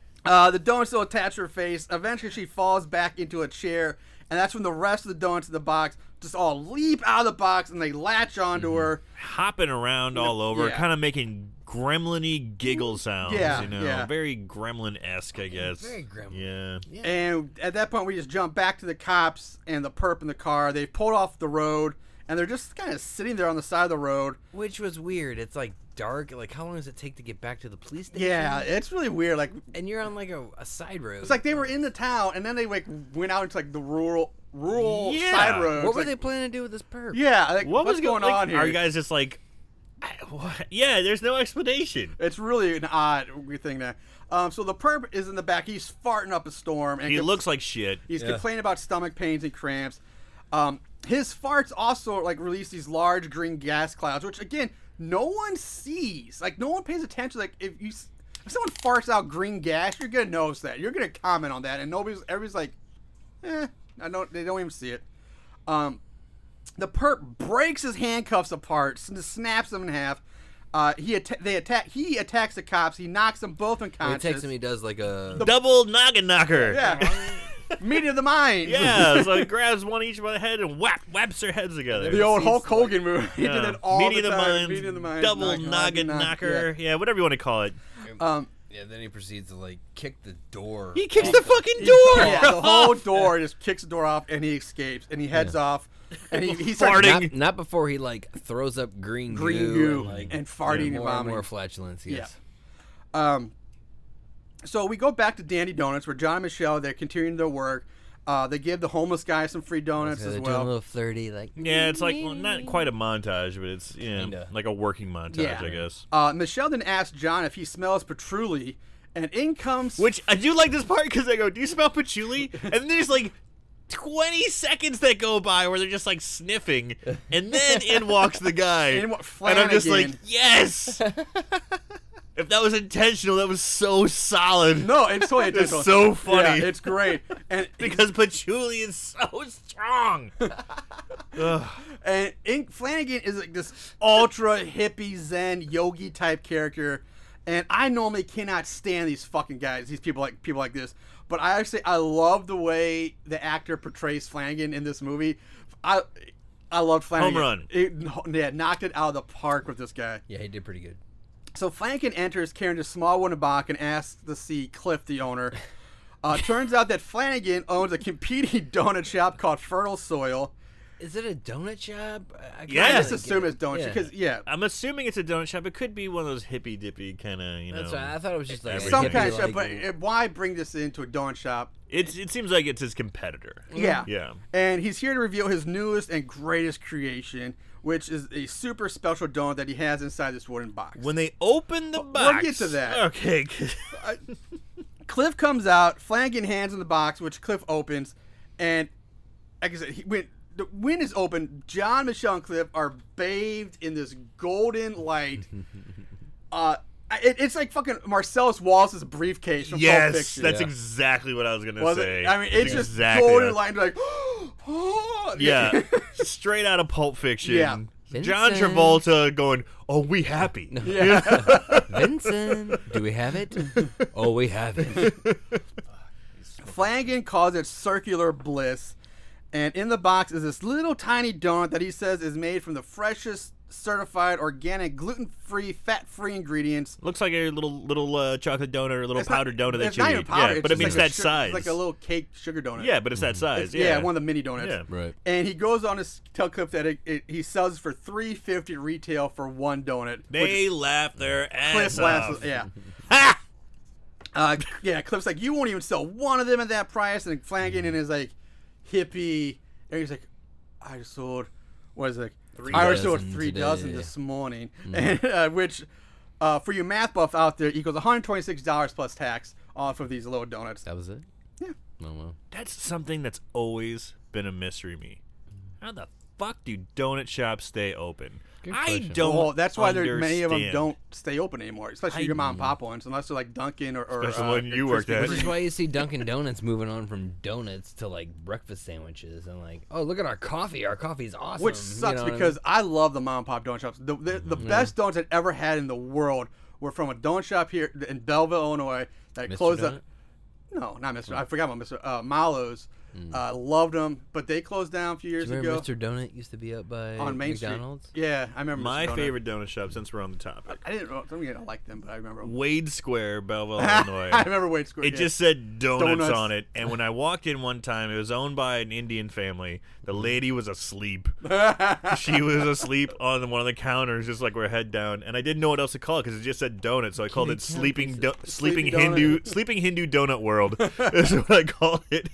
Speaker 2: [laughs]
Speaker 1: uh, the donut still attached to her face. Eventually, she falls back into a chair, and that's when the rest of the donuts in the box just all leap out of the box and they latch onto
Speaker 2: Mm-hmm.
Speaker 1: her.
Speaker 2: Hopping around all over,
Speaker 1: Yeah.
Speaker 2: kind of making gremlin-y giggle sounds.
Speaker 1: Yeah,
Speaker 2: you know,
Speaker 1: yeah.
Speaker 2: very gremlin-esque, I guess.
Speaker 3: very gremlin.
Speaker 2: Yeah.
Speaker 1: And at that point, we just jump back to the cops and the perp in the car. They pulled off the road, and they're just kind of sitting there on the side of the road.
Speaker 3: Which was weird. It's like dark. Like, how long does it take to get back to the police station?
Speaker 1: Yeah, it's really weird. Like
Speaker 3: And you're on like a, a side road.
Speaker 1: it's like they were in the town, and then they like went out into like the rural rural
Speaker 2: Yeah.
Speaker 1: side road.
Speaker 3: what were they planning to do with this perp?
Speaker 1: Yeah, like
Speaker 2: What
Speaker 1: what's
Speaker 2: was
Speaker 1: going
Speaker 2: go- like,
Speaker 1: on here?
Speaker 2: Are you guys just like? I- what? Yeah, there's no explanation.
Speaker 1: It's really an odd thing there. Um, so the perp is in the back. He's farting up a storm, and
Speaker 2: He
Speaker 1: com-
Speaker 2: looks like shit.
Speaker 1: He's complaining about stomach pains and cramps. Um, his farts also like release these large green gas clouds, which again, no one sees. Like no one pays attention. Like if you, s- if someone farts out green gas, you're gonna notice that. You're gonna comment on that, and nobody's. Everybody's like, eh, I don't. They don't even see it. Um, the perp breaks his handcuffs apart, sn- snaps them in half. Uh, he atta- they attack. He attacks the cops. He knocks them both
Speaker 3: He
Speaker 1: unconscious.
Speaker 3: takes him. He does like a.
Speaker 2: Double noggin knocker.
Speaker 1: yeah, [laughs] meeting of the mind. [laughs]
Speaker 2: Yeah, so he grabs one each by the head and whap whaps their heads together.
Speaker 1: The old
Speaker 3: seems
Speaker 1: Hulk Hogan movie. He
Speaker 2: Yeah.
Speaker 1: did it all
Speaker 2: Meeting
Speaker 1: the
Speaker 2: of
Speaker 1: time.
Speaker 2: minds,
Speaker 1: Meeting of the minds,
Speaker 2: double
Speaker 1: knock, knock,
Speaker 2: noggin
Speaker 1: knock,
Speaker 2: knocker. Yeah. whatever you want to call it.
Speaker 1: yeah. Um,
Speaker 3: yeah. Then he proceeds to like kick the door.
Speaker 2: He kicks the fucking door.
Speaker 1: yeah, the
Speaker 2: [laughs]
Speaker 1: whole door just kicks the door off, and he escapes, and he heads off, and he, he's
Speaker 2: Farting.
Speaker 1: farting
Speaker 3: Not, not before he like throws up green
Speaker 1: green
Speaker 3: goo,
Speaker 1: goo
Speaker 3: and, like,
Speaker 1: and farting and
Speaker 3: more and
Speaker 1: vomiting.
Speaker 3: more flatulence. Yes.
Speaker 1: Um, so we go back to Dandy Donuts, where John and Michelle they're continuing their work. Uh, they give the homeless guy some free donuts
Speaker 3: So
Speaker 1: as
Speaker 3: they're doing a
Speaker 1: well.
Speaker 3: little flirty, like
Speaker 2: Yeah, it's like well, not quite a montage, but it's you know,
Speaker 3: Kinda.
Speaker 2: like a working montage,
Speaker 1: Yeah.
Speaker 2: I guess.
Speaker 1: Uh, Michelle then asks John if he smells patchouli, and in comes
Speaker 2: Which I do like this part because they go, "Do you
Speaker 1: [laughs]
Speaker 2: smell patchouli?" And there's like 20 seconds that go by where they're just like sniffing, and then in walks the
Speaker 1: [laughs]
Speaker 2: guy,
Speaker 1: In wa-
Speaker 2: and I'm just like,
Speaker 1: Flanagan. [laughs]
Speaker 2: "Yes." if that was intentional, that was so solid.
Speaker 1: no, it's
Speaker 2: [laughs]
Speaker 1: totally
Speaker 2: It's
Speaker 1: intentional.
Speaker 2: so funny.
Speaker 1: Yeah, it's great, and
Speaker 2: [laughs] because patchouli is so
Speaker 1: [laughs]
Speaker 2: strong. Ugh.
Speaker 1: And Ink Flanagan is like this ultra hippie zen yogi type character, and I normally cannot stand these fucking guys, these people like people like this. But I actually I love the way the actor portrays Flanagan in this movie. I I loved Flanagan.
Speaker 2: Home run.
Speaker 1: It, yeah, knocked it out of the park with this guy.
Speaker 3: yeah, he did pretty good.
Speaker 1: So Flanagan enters carrying a small wooden box and asks to see Cliff, the owner.
Speaker 2: [laughs]
Speaker 1: Uh, turns out that Flanagan owns a competing [laughs] donut shop called Fertile Soil.
Speaker 3: Is it a donut shop? I- I
Speaker 2: Yeah.
Speaker 1: I
Speaker 3: kinda
Speaker 1: just
Speaker 3: get
Speaker 1: assume
Speaker 3: it.
Speaker 1: it's donut
Speaker 3: Yeah.
Speaker 1: because yeah,
Speaker 2: I'm assuming it's a donut shop. It could be one of those hippy dippy kind of, you know.
Speaker 3: That's right. I thought it was just like a
Speaker 2: Everything.
Speaker 1: some
Speaker 3: hippie,
Speaker 1: kind of shop,
Speaker 3: like,
Speaker 1: but it, why bring this into a donut shop?
Speaker 2: It's, it seems like it's his competitor.
Speaker 3: Mm-hmm.
Speaker 1: Yeah.
Speaker 2: Yeah.
Speaker 1: And he's here to reveal his newest and greatest creation, which is a super special donut that he has inside this wooden box.
Speaker 2: When they open the
Speaker 1: we'll
Speaker 2: box.
Speaker 1: get to that. [laughs]
Speaker 2: Okay. good.
Speaker 1: Cliff comes out, Flanagan hands in the box, which Cliff opens, and like I said, he, when the wind is open, John, Michelle, and Cliff are bathed in this golden
Speaker 2: [laughs]
Speaker 1: light. uh, I- it, it's like fucking Marcellus Wallace's briefcase from Pulp
Speaker 2: yes.
Speaker 1: Fiction.
Speaker 2: That's
Speaker 3: Yeah.
Speaker 2: exactly what I was going to
Speaker 1: Was
Speaker 2: say.
Speaker 1: it? I mean,
Speaker 2: That's
Speaker 1: it's just
Speaker 2: exactly
Speaker 1: golden
Speaker 2: that.
Speaker 1: light, like. [gasps] oh, [laughs]
Speaker 2: Yeah. [laughs] Straight out of Pulp Fiction.
Speaker 1: Yeah.
Speaker 2: John
Speaker 3: Vincent.
Speaker 2: Travolta going, "Oh, we happy."
Speaker 1: Yeah.
Speaker 3: [laughs] Vincent, do we
Speaker 1: [laughs]
Speaker 3: have it? Oh, we have it.
Speaker 1: Flanagan calls it circular bliss. And in the box is this little tiny donut that he says is made from the freshest certified organic gluten free, fat free ingredients.
Speaker 2: [laughs] Looks like a little little uh, chocolate donut or a little
Speaker 1: It's not-
Speaker 2: powdered donut that
Speaker 1: it's
Speaker 2: you
Speaker 1: not
Speaker 2: eat.
Speaker 1: even powder,
Speaker 2: yeah,
Speaker 1: it's
Speaker 2: but it
Speaker 1: just
Speaker 2: means
Speaker 1: like
Speaker 2: that
Speaker 1: a sugar-
Speaker 2: size.
Speaker 1: It's like a little cake sugar donut.
Speaker 2: yeah, but it's that size.
Speaker 1: It's- yeah. one of the mini donuts.
Speaker 2: Yeah.
Speaker 3: Right.
Speaker 1: And he goes on to s- tell Cliff that it, it, he sells for three fifty retail for one donut.
Speaker 2: They laugh their ass
Speaker 1: Cliff
Speaker 2: off.
Speaker 1: laughs. Yeah.
Speaker 2: Ha!
Speaker 1: Uh, yeah, Cliff's like, you
Speaker 2: Mm-hmm.
Speaker 1: won't even sell one of them at that price. And Flanagan and is like, hippie. And he's like, I just sold, what is it?
Speaker 2: Three
Speaker 1: I already sold
Speaker 3: dozen
Speaker 1: three dozen
Speaker 3: today.
Speaker 1: this morning, [laughs]
Speaker 2: Mm-hmm.
Speaker 1: and, uh, which uh, for you math buff out there equals $126 plus tax off of these little donuts.
Speaker 3: That was it.
Speaker 1: Yeah.
Speaker 3: Oh well.
Speaker 2: That's something that's always been a mystery to me. How the fuck do donut shops stay open?
Speaker 3: Good
Speaker 2: I
Speaker 3: question.
Speaker 2: don't.
Speaker 1: Well, that's why there
Speaker 2: understand.
Speaker 1: many of them don't stay open anymore, especially
Speaker 2: I-
Speaker 1: your mom and pop ones, unless they're like Dunkin' or, or
Speaker 2: Especially
Speaker 1: uh,
Speaker 2: when you worked
Speaker 1: Krispy
Speaker 2: at.
Speaker 1: Kreme.
Speaker 3: Which is why you see Dunkin' Donuts moving on from donuts to like breakfast sandwiches and like, oh look at our coffee. Our coffee's awesome.
Speaker 1: Which
Speaker 3: You
Speaker 1: sucks
Speaker 3: know Mm-hmm. what I
Speaker 1: because I love the mom and pop donut shops. The, the, the best donuts I've ever had in the world were from a donut shop here in Belleville, Illinois that
Speaker 3: Mr.
Speaker 1: closed
Speaker 3: Donut? Oh.
Speaker 1: up. No, not Mr. I forgot about Mr. Uh, Milo's. Uh, loved them, but they closed down a few years
Speaker 3: mean? Mm. remember
Speaker 1: ago
Speaker 3: Mr. Donut used to be up by
Speaker 1: on Main
Speaker 3: McDonald's?
Speaker 1: Street. Yeah, I remember.
Speaker 2: My
Speaker 1: Mr. Donut.
Speaker 2: favorite donut shop, since we're on the
Speaker 1: [laughs]
Speaker 2: topic,
Speaker 1: I didn't. know- I didn't like them, but I remember. 'em.
Speaker 2: Wade Square, Belleville, Illinois.
Speaker 1: [laughs] I remember Wade Square.
Speaker 2: It
Speaker 1: yeah.
Speaker 2: just said donuts,
Speaker 1: Donuts.
Speaker 2: on it. And when I walked in one time, it was owned by an Indian family. The lady
Speaker 1: [laughs]
Speaker 2: was asleep. she was asleep on one of the counters, just like with her head down. And I didn't know what else to call it because it just said donut. So I called it sleeping, do-
Speaker 1: Sleeping
Speaker 2: sleeping Hindu,
Speaker 1: donut.
Speaker 2: sleeping Hindu
Speaker 1: [laughs]
Speaker 2: donut world. is what I called it.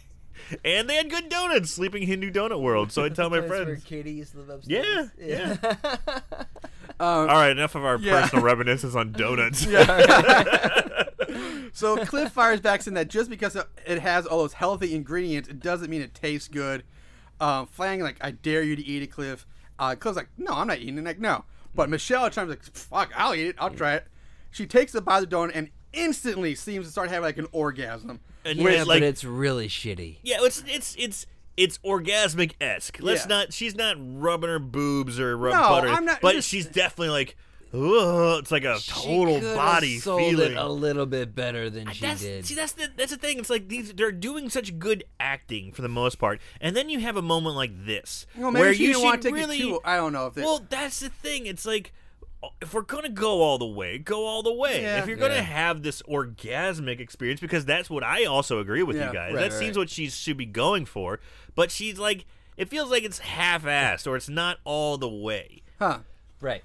Speaker 2: And they had good donuts, sleeping Hindu donut world. So I tell my friends.
Speaker 3: Katie used to live
Speaker 2: Yeah, yeah.
Speaker 1: Um,
Speaker 2: All right, enough of our
Speaker 1: Yeah. [laughs]
Speaker 2: personal reminiscence on donuts.
Speaker 1: [laughs] So Cliff fires back saying that just because it has all those healthy ingredients, it doesn't mean it tastes good. Um, Flang like, I dare you to eat it, Cliff. Uh, Cliff's like, no, I'm not eating it. Like, no. But Michelle chimes like, fuck, I'll eat it. I'll try it. She takes a bite of the donut and instantly seems to start having like an orgasm.
Speaker 2: And
Speaker 3: [laughs] Yeah,
Speaker 2: it's like
Speaker 3: but it's really shitty.
Speaker 2: Yeah, it's it's it's it's orgasmic esque. Let's
Speaker 1: Yeah.
Speaker 2: not. She's not rubbing her boobs or rubbing
Speaker 1: No,
Speaker 2: butter.
Speaker 1: I'm not-
Speaker 2: but
Speaker 1: just-
Speaker 2: she's definitely like, Ugh, it's like a total
Speaker 3: she could've
Speaker 2: body
Speaker 3: sold
Speaker 2: feeling.
Speaker 3: it a little bit better than she
Speaker 2: that's,
Speaker 3: did.
Speaker 2: See, that's the that's the thing. It's like these they're doing such good acting for the most part, and then you have a moment like this
Speaker 1: Well, maybe
Speaker 2: where
Speaker 1: she
Speaker 2: you
Speaker 1: didn't
Speaker 2: should
Speaker 1: want to take
Speaker 2: really.
Speaker 1: it too. I don't know if they,
Speaker 2: well, that's the thing. It's like if we're gonna go all the way, go all the way.
Speaker 1: Yeah.
Speaker 2: if you're gonna
Speaker 3: Yeah.
Speaker 2: have this orgasmic experience, because that's what I also agree with
Speaker 1: Yeah,
Speaker 2: you guys.
Speaker 1: right, right,
Speaker 2: that seems
Speaker 1: right.
Speaker 2: what she should be going for, but she's like, it feels like it's half-assed or it's not all the way.
Speaker 1: huh?
Speaker 3: right.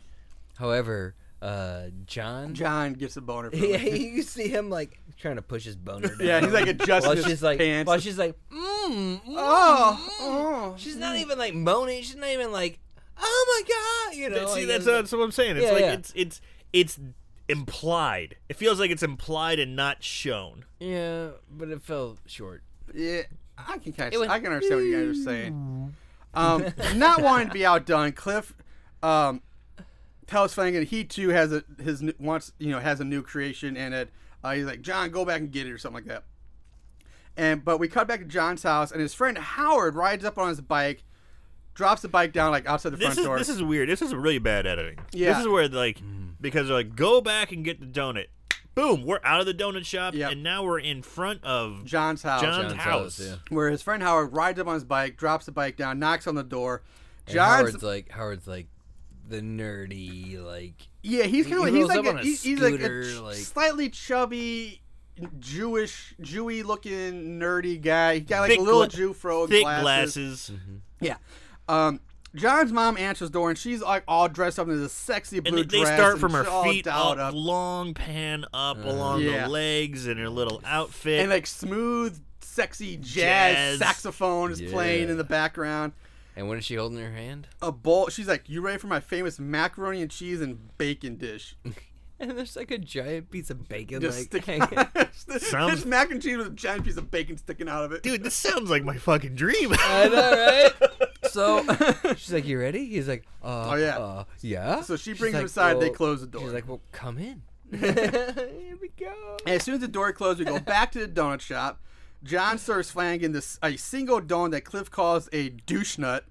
Speaker 3: However, uh, John.
Speaker 1: John gets a boner. [laughs] From
Speaker 3: [laughs] Yeah,
Speaker 1: yeah,
Speaker 3: you see him like trying to push his boner. Down.
Speaker 1: yeah, he's like
Speaker 3: while
Speaker 1: adjusting his
Speaker 3: she's like,
Speaker 1: pants.
Speaker 3: while she's like, mmm.
Speaker 1: oh, oh.
Speaker 3: She's not even like moaning. She's not even like, oh my god, you know.
Speaker 2: But see,
Speaker 3: like,
Speaker 2: that's,
Speaker 3: it's like-
Speaker 2: that's what I'm saying. It's
Speaker 3: Yeah,
Speaker 2: like
Speaker 3: yeah.
Speaker 2: it's it's it's implied. It feels like it's implied and not shown.
Speaker 3: yeah, but it fell short.
Speaker 1: Yeah, I can kind
Speaker 3: It
Speaker 1: of,
Speaker 3: went-
Speaker 1: I can understand what you guys are saying. Um, not wanting to be outdone, Cliff um, tells Flanagan he too has a his new- wants you know has a new creation and it. Uh, he's like John, go back and get it or something like that. And but we cut back to John's house and his friend Howard rides up on his bike, drops the bike down like outside the
Speaker 2: This
Speaker 1: front
Speaker 2: is
Speaker 1: door.
Speaker 2: this is weird. This is really bad editing.
Speaker 1: Yeah.
Speaker 2: This is where like because they're like go back and get the donut. Boom, we're out of the donut shop
Speaker 1: Yep.
Speaker 2: and now we're in front of
Speaker 1: John's house,
Speaker 2: John's,
Speaker 3: John's
Speaker 2: house.
Speaker 3: house, yeah.
Speaker 1: where his friend Howard rides up on his bike, drops the bike down, knocks on the door.
Speaker 3: And
Speaker 1: John's
Speaker 3: Howard's like, Howard's like, the nerdy like.
Speaker 1: Yeah, he's
Speaker 3: He
Speaker 1: kind of he's
Speaker 3: rolls
Speaker 1: like
Speaker 3: up
Speaker 1: a,
Speaker 3: on a
Speaker 1: he's, he's like a
Speaker 3: scooter,
Speaker 1: ch-
Speaker 3: like-
Speaker 1: slightly chubby, Jewish, Jewy looking nerdy guy. He got like
Speaker 2: Thick
Speaker 1: a little
Speaker 2: gla-
Speaker 1: Jew fro
Speaker 2: Thick
Speaker 1: glasses.
Speaker 2: glasses.
Speaker 1: Yeah. Um, John's mom answers the door and she's like all dressed up in this sexy
Speaker 2: And
Speaker 1: blue
Speaker 2: they, they
Speaker 1: dress.
Speaker 2: start
Speaker 1: and
Speaker 2: from her
Speaker 1: she's all
Speaker 2: feet
Speaker 1: dolled
Speaker 2: up,
Speaker 1: up,
Speaker 2: long pan up
Speaker 1: Uh-huh.
Speaker 2: along
Speaker 1: Yeah.
Speaker 2: the legs and her little outfit.
Speaker 1: and like smooth, sexy jazz,
Speaker 2: Jazz.
Speaker 1: saxophone is playing
Speaker 3: Yeah.
Speaker 1: in the background.
Speaker 3: And what is she holding in her hand? [laughs]
Speaker 1: A bowl. She's like, "You ready for my famous macaroni and cheese and bacon dish?"
Speaker 3: And there's like a giant piece of bacon
Speaker 1: Just
Speaker 3: like [laughs]
Speaker 1: stick-
Speaker 3: hanging.
Speaker 2: Sounds-
Speaker 1: it's mac and cheese with a giant piece of bacon sticking out of it.
Speaker 2: Dude, this sounds like my fucking dream. [laughs]
Speaker 3: I
Speaker 1: [laughs]
Speaker 3: know, right? So [laughs] she's like, "You ready?" He's like, uh,
Speaker 1: Oh, yeah.
Speaker 3: uh, yeah."
Speaker 1: So she
Speaker 3: She's
Speaker 1: brings him
Speaker 3: like,
Speaker 1: inside, they
Speaker 3: "Well,"
Speaker 1: close the door.
Speaker 3: She's like, "Well,
Speaker 1: [laughs]
Speaker 3: come in." [laughs] Here we go.
Speaker 1: And as soon as the door closed, we go back to the donut shop. John serves Flanagan this a single donut that Cliff calls a douche nut.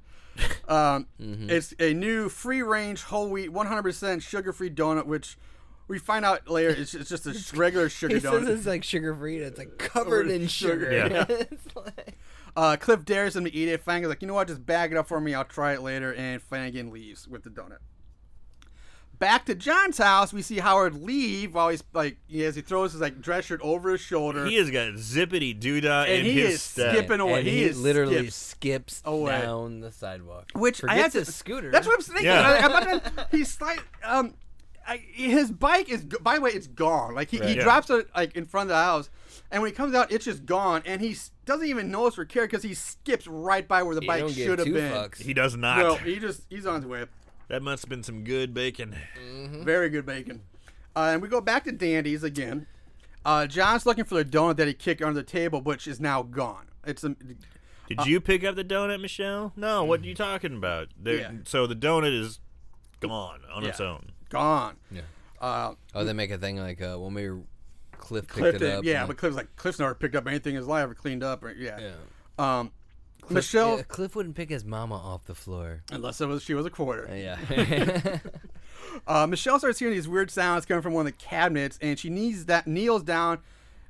Speaker 1: Um,
Speaker 3: Mm-hmm.
Speaker 1: It's a new free range whole wheat, 100% sugar free donut, which we find out later is just, it's just
Speaker 3: [laughs]
Speaker 1: a regular sugar
Speaker 3: He says
Speaker 1: donut.
Speaker 3: it's like sugar free, and it's like covered in sugar.
Speaker 2: Yeah.
Speaker 3: [laughs] It's like-
Speaker 1: Uh, Cliff dares him to eat it. Flanagan's like, you know what, just bag it up for me. I'll try it later. And Flanagan leaves with the donut. Back to John's house, we see Howard leave while he's like, as he throws his like dress shirt over his shoulder.
Speaker 2: he has got zippity doodah
Speaker 1: And
Speaker 2: in
Speaker 1: he
Speaker 2: his
Speaker 1: is
Speaker 2: step.
Speaker 1: skipping away.
Speaker 3: And
Speaker 1: He
Speaker 3: he,
Speaker 1: is
Speaker 3: literally
Speaker 1: skips
Speaker 3: skips,
Speaker 1: away.
Speaker 3: down the sidewalk.
Speaker 1: Which I
Speaker 3: Forgets
Speaker 1: had to-
Speaker 3: his scooter.
Speaker 1: That's what I'm thinking.
Speaker 2: Yeah.
Speaker 1: I, am not, he's slight. Um, I, his bike is g- by the way it's gone like he, he
Speaker 2: Yeah.
Speaker 1: drops it like in front of the house and when he comes out it's just gone and he s- doesn't even notice or care because he skips right by where the
Speaker 3: You
Speaker 1: bike
Speaker 3: don't give
Speaker 1: should have
Speaker 3: two
Speaker 1: been
Speaker 3: fucks.
Speaker 2: He does not.
Speaker 1: well he just he's on his way
Speaker 2: that must have been some good bacon.
Speaker 3: Hmm.
Speaker 1: very good bacon uh, and we go back to dandy's again uh, john's looking for the donut that he kicked under the table which is now gone it's um, a,
Speaker 2: Did you pick up the donut, Michelle? No. What are you talking about? There,
Speaker 1: Yeah.
Speaker 2: So the donut is gone on its
Speaker 1: Yeah.
Speaker 2: own.
Speaker 1: gone
Speaker 3: Yeah.
Speaker 1: uh,
Speaker 3: Oh, they make a thing like uh, when we were Cliff picked
Speaker 1: Cliff
Speaker 3: it
Speaker 1: didn't-
Speaker 3: up.
Speaker 1: yeah
Speaker 3: and-
Speaker 1: but cliff's like cliff's never picked up anything in his life or cleaned up or yeah,
Speaker 3: yeah.
Speaker 1: um michelle
Speaker 3: [laughs] yeah, Cliff wouldn't pick his mama off the floor.
Speaker 1: unless it was she was a quarter
Speaker 3: Yeah.
Speaker 1: Uh, Michelle starts hearing these weird sounds coming from one of the cabinets, and she kneels that kneels down